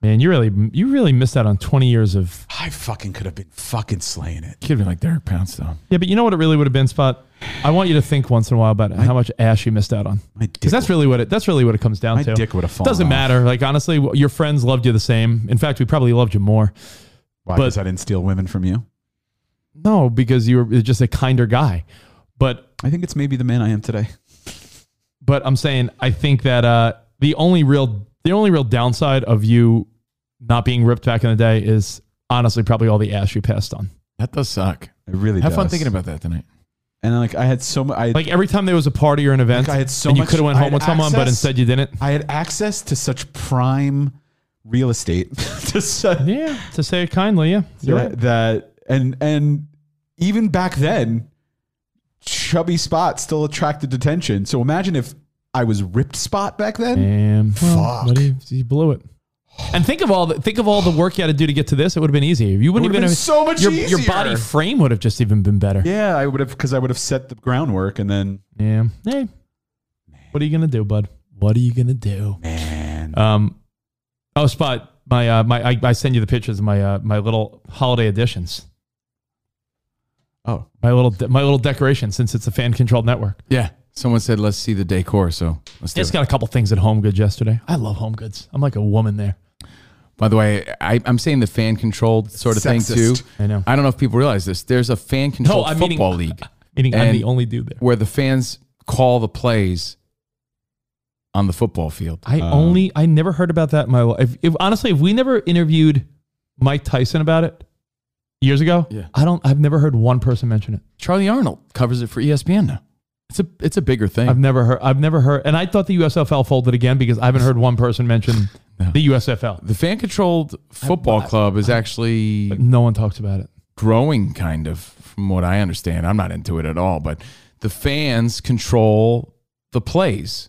[SPEAKER 1] Man, you really you really missed out on 20 years of.
[SPEAKER 6] I fucking could have been fucking slaying it.
[SPEAKER 3] Could have been like Derek Poundstone.
[SPEAKER 1] Yeah, but you know what it really would have been, Spot. I want you to think once in a while about how much ash you missed out on.
[SPEAKER 6] My dick
[SPEAKER 1] Because that's
[SPEAKER 6] would-
[SPEAKER 1] really what it that's really what it comes down
[SPEAKER 6] My
[SPEAKER 1] to.
[SPEAKER 6] dick would have fallen
[SPEAKER 1] Doesn't
[SPEAKER 6] off.
[SPEAKER 1] matter. Like honestly, w- your friends loved you the same. In fact, we probably loved you more. but-
[SPEAKER 6] Why? Because I didn't steal women from you.
[SPEAKER 1] No, because you were just a kinder guy. But
[SPEAKER 6] I think it's maybe the man I am today.
[SPEAKER 1] but I'm saying I think that uh, the only real the only real downside of you not being ripped back in the day is honestly probably all the ash you passed on.
[SPEAKER 3] That does suck.
[SPEAKER 6] It really
[SPEAKER 3] Have
[SPEAKER 6] does.
[SPEAKER 3] fun thinking about that tonight.
[SPEAKER 6] And like I had so much. I,
[SPEAKER 1] Like every time there was a party or an event,
[SPEAKER 6] Like, I had so
[SPEAKER 1] and you
[SPEAKER 6] much-
[SPEAKER 1] could have went
[SPEAKER 6] I
[SPEAKER 1] home
[SPEAKER 6] had
[SPEAKER 1] with someone, but
[SPEAKER 6] access.
[SPEAKER 1] instead you didn't.
[SPEAKER 6] I had access to such prime real estate to such,
[SPEAKER 1] Yeah, to say it kindly, yeah. You're right.
[SPEAKER 6] that, that and and even back then, chubby spot still attracted attention. So imagine if I was ripped spot back then.
[SPEAKER 1] And well,
[SPEAKER 6] Fuck.
[SPEAKER 1] but he, he blew it. And think of all the think of all the work you had to do to get to this. It would have been easier. You wouldn't
[SPEAKER 6] It
[SPEAKER 1] even
[SPEAKER 6] would've been
[SPEAKER 1] have
[SPEAKER 6] so much
[SPEAKER 1] your, your
[SPEAKER 6] easier.
[SPEAKER 1] body frame would have just even been better.
[SPEAKER 6] Yeah, I would have because I would have set the groundwork and then
[SPEAKER 1] Yeah. Hey, what are you gonna do, bud? What are you gonna do?
[SPEAKER 6] man,
[SPEAKER 1] Um, oh, spot my uh, my I, I send you the pictures of my uh, my little holiday editions,
[SPEAKER 6] oh
[SPEAKER 1] my little de- my little decoration. Since it's a fan controlled network,
[SPEAKER 3] Yeah. Someone said, let's see the decor. So let's do
[SPEAKER 1] it's
[SPEAKER 3] it.
[SPEAKER 1] got a couple things at Home Goods yesterday. I love Home Goods. I'm like a woman there.
[SPEAKER 3] By the way, I, I'm saying the fan controlled sort of thing
[SPEAKER 1] Sexist.
[SPEAKER 3] too.
[SPEAKER 1] I know.
[SPEAKER 3] I don't know if people realize this. There's a fan controlled
[SPEAKER 1] I'm meaning-
[SPEAKER 3] football league.
[SPEAKER 1] meaning I'm
[SPEAKER 3] and
[SPEAKER 1] the only dude there.
[SPEAKER 3] Where the fans call the plays on the football field.
[SPEAKER 1] I only I never heard about that in my life. If, if honestly, if we never interviewed Mike Tyson about it years ago,
[SPEAKER 3] Yeah.
[SPEAKER 1] I don't. I've never heard one person mention it.
[SPEAKER 3] Charlie Arnold covers it for E ESPN now. It's a it's a bigger thing.
[SPEAKER 1] I've never heard. I've never heard. And I thought the USFL folded again because I haven't heard one person mention the USFL.
[SPEAKER 3] The fan controlled football club is actually
[SPEAKER 1] No one talks about it.
[SPEAKER 3] growing kind of from what I understand. I'm not into it at all, but the fans control the plays.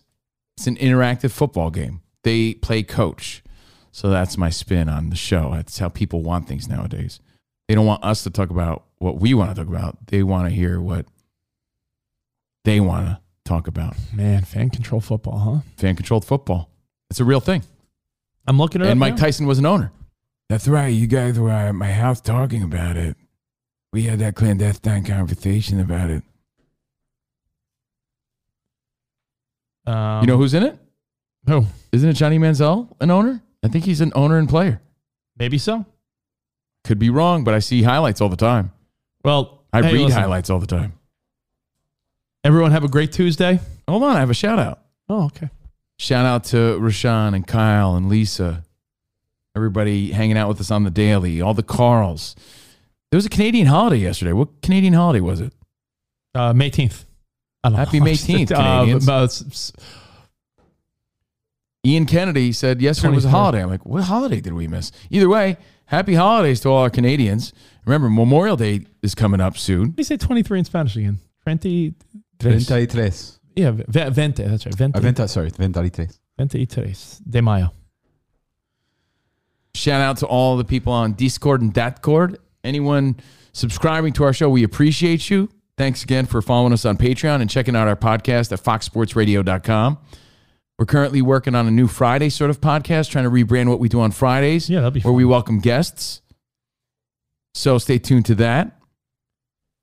[SPEAKER 3] It's an interactive football game. They play coach. So that's my spin on the show. That's how people want things nowadays. They don't want us to talk about what we want to talk about. They want to hear what they want to talk about.
[SPEAKER 1] Man, fan control football, huh?
[SPEAKER 3] Fan controlled football. It's a real thing.
[SPEAKER 1] I'm looking at
[SPEAKER 3] And Mike Tyson was an owner. That's right. You guys were at my house talking about it. We had that clandestine conversation about it.
[SPEAKER 1] Um,
[SPEAKER 3] you know who's in it?
[SPEAKER 1] Who?
[SPEAKER 3] Isn't it Johnny Manziel an owner? I think he's an owner and player.
[SPEAKER 1] Maybe so.
[SPEAKER 3] Could be wrong, but I see highlights all the time.
[SPEAKER 1] Well,
[SPEAKER 3] I
[SPEAKER 1] hey,
[SPEAKER 3] read
[SPEAKER 1] listen.
[SPEAKER 3] highlights all the time.
[SPEAKER 1] Everyone have a great Tuesday.
[SPEAKER 3] Hold on, I have a shout out.
[SPEAKER 1] Oh, okay.
[SPEAKER 3] Shout out to Rashawn and Kyle and Lisa. Everybody hanging out with us on the daily, all the Carls. There was a Canadian holiday yesterday. What Canadian holiday was it?
[SPEAKER 1] Uh, May 10th. I don't
[SPEAKER 3] Happy
[SPEAKER 1] know.
[SPEAKER 3] May 10th,
[SPEAKER 1] Uh,
[SPEAKER 3] Canadians.
[SPEAKER 1] but it's-
[SPEAKER 3] Ian Kennedy said yesterday was a
[SPEAKER 1] 23rd.
[SPEAKER 3] holiday. I'm like, what holiday did we miss? Either way, happy holidays to all our Canadians. Remember, Memorial Day is coming up soon.
[SPEAKER 1] What do you say 23 in Spanish again? 20. Yeah, ve- 20. That's right. 20.
[SPEAKER 6] Aventa, sorry, 23.
[SPEAKER 1] 23 de mayo.
[SPEAKER 3] Shout out to all the people on Discord and Datcord. Anyone subscribing to our show, we appreciate you. Thanks again for following us on Patreon and checking out our podcast at foxsportsradio.com. We're currently working on a new Friday sort of podcast, trying to rebrand what we do on Fridays. Yeah,
[SPEAKER 1] that'd be
[SPEAKER 3] where we welcome guests. So stay tuned to that.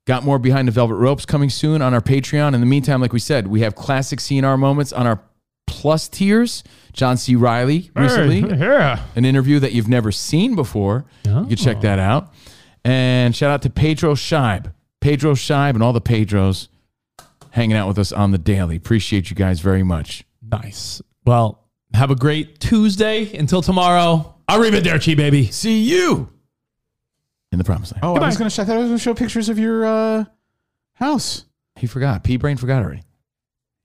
[SPEAKER 3] Got more behind the velvet ropes coming soon on our Patreon. In the meantime, like we said, we have classic CNR moments on our plus tiers. John C. Riley recently,
[SPEAKER 1] yeah.
[SPEAKER 3] an interview that you've never seen before. You can check that out. And shout out to Pedro Scheib, Pedro Scheib, and all the Pedros hanging out with us on the daily. Appreciate you guys very much.
[SPEAKER 1] Nice. Well, have a great Tuesday. Until tomorrow, arrivederci, baby.
[SPEAKER 3] See you in the promised land.
[SPEAKER 6] Oh, I
[SPEAKER 1] Goodbye.
[SPEAKER 6] was going to shout that. I was going to show pictures of your uh, house.
[SPEAKER 3] He forgot. P Brain forgot already.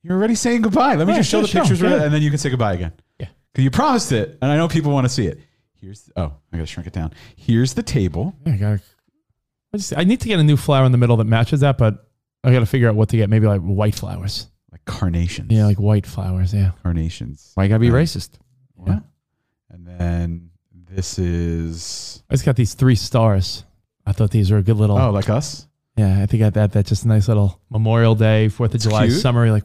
[SPEAKER 6] You're already saying goodbye. Let me
[SPEAKER 1] Yeah,
[SPEAKER 6] just show
[SPEAKER 1] yeah,
[SPEAKER 6] the
[SPEAKER 1] show 'em.
[SPEAKER 6] pictures,
[SPEAKER 1] Yeah.
[SPEAKER 6] and then you can say goodbye again.
[SPEAKER 1] Yeah.
[SPEAKER 6] because you promised it, and I know people want to see it. Here's oh, I got to shrink it down. Here's the table.
[SPEAKER 1] I, gotta, I, just, I need to get a new flower in the middle that matches that, but I got to figure out what to get. Maybe like white flowers.
[SPEAKER 6] like carnations.
[SPEAKER 1] Yeah, like white flowers. Yeah.
[SPEAKER 6] carnations.
[SPEAKER 3] Why you gotta be racist?
[SPEAKER 6] Yeah. And then this is
[SPEAKER 1] I just got these three stars. I thought these were a good little.
[SPEAKER 6] oh, like us,
[SPEAKER 1] Yeah, I think I that that just a nice little Memorial Day, Fourth of July
[SPEAKER 6] cute.
[SPEAKER 1] summary, like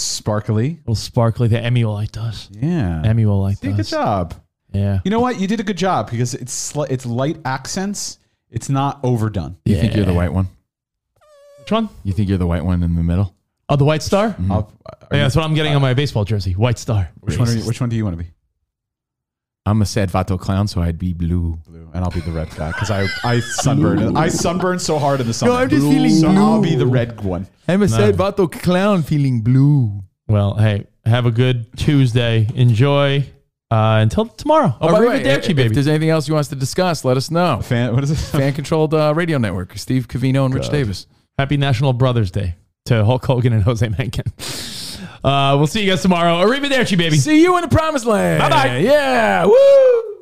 [SPEAKER 6] sparkly.
[SPEAKER 1] little sparkly. The Emmy will like does.
[SPEAKER 6] Yeah.
[SPEAKER 1] Emmy will like
[SPEAKER 6] See, good
[SPEAKER 1] does.
[SPEAKER 6] job.
[SPEAKER 1] Yeah.
[SPEAKER 6] You know what? You did a good job because it's sli- it's light accents. It's not overdone.
[SPEAKER 3] You think you're the white one?
[SPEAKER 1] Which one?
[SPEAKER 3] You think you're the white one in the middle?
[SPEAKER 1] Oh, the White Star.
[SPEAKER 6] I'll-
[SPEAKER 3] Mm-hmm.
[SPEAKER 1] Yeah, that's what I'm getting on my baseball jersey. White Star.
[SPEAKER 6] Which one? Are you, which one do you want to be?
[SPEAKER 3] I'm a sad Vato clown, so I'd be blue.
[SPEAKER 6] Blue, and I'll be the red guy because I I sunburn. I sunburn so hard in the summer.
[SPEAKER 3] I'm just feeling
[SPEAKER 6] so I'll
[SPEAKER 3] blue.
[SPEAKER 6] be the red one.
[SPEAKER 3] I'm a
[SPEAKER 1] sad
[SPEAKER 3] Vato clown feeling blue.
[SPEAKER 1] Well, hey, have a good Tuesday. Enjoy uh, until tomorrow.
[SPEAKER 3] Oh, by the
[SPEAKER 1] Arrivederci,
[SPEAKER 3] way, if- if
[SPEAKER 1] baby.
[SPEAKER 3] there's anything else you want us to discuss, let us know.
[SPEAKER 6] Fan, what is it?
[SPEAKER 3] Fan controlled uh, radio network, Steve Cavino and Rich Davis.
[SPEAKER 1] Happy National Brothers Day to Hulk Hogan and Jose Mencken. Uh, we'll see you guys tomorrow. Arrivederci, baby.
[SPEAKER 3] See you in the promised land.
[SPEAKER 1] Bye-bye.
[SPEAKER 3] Yeah. Woo.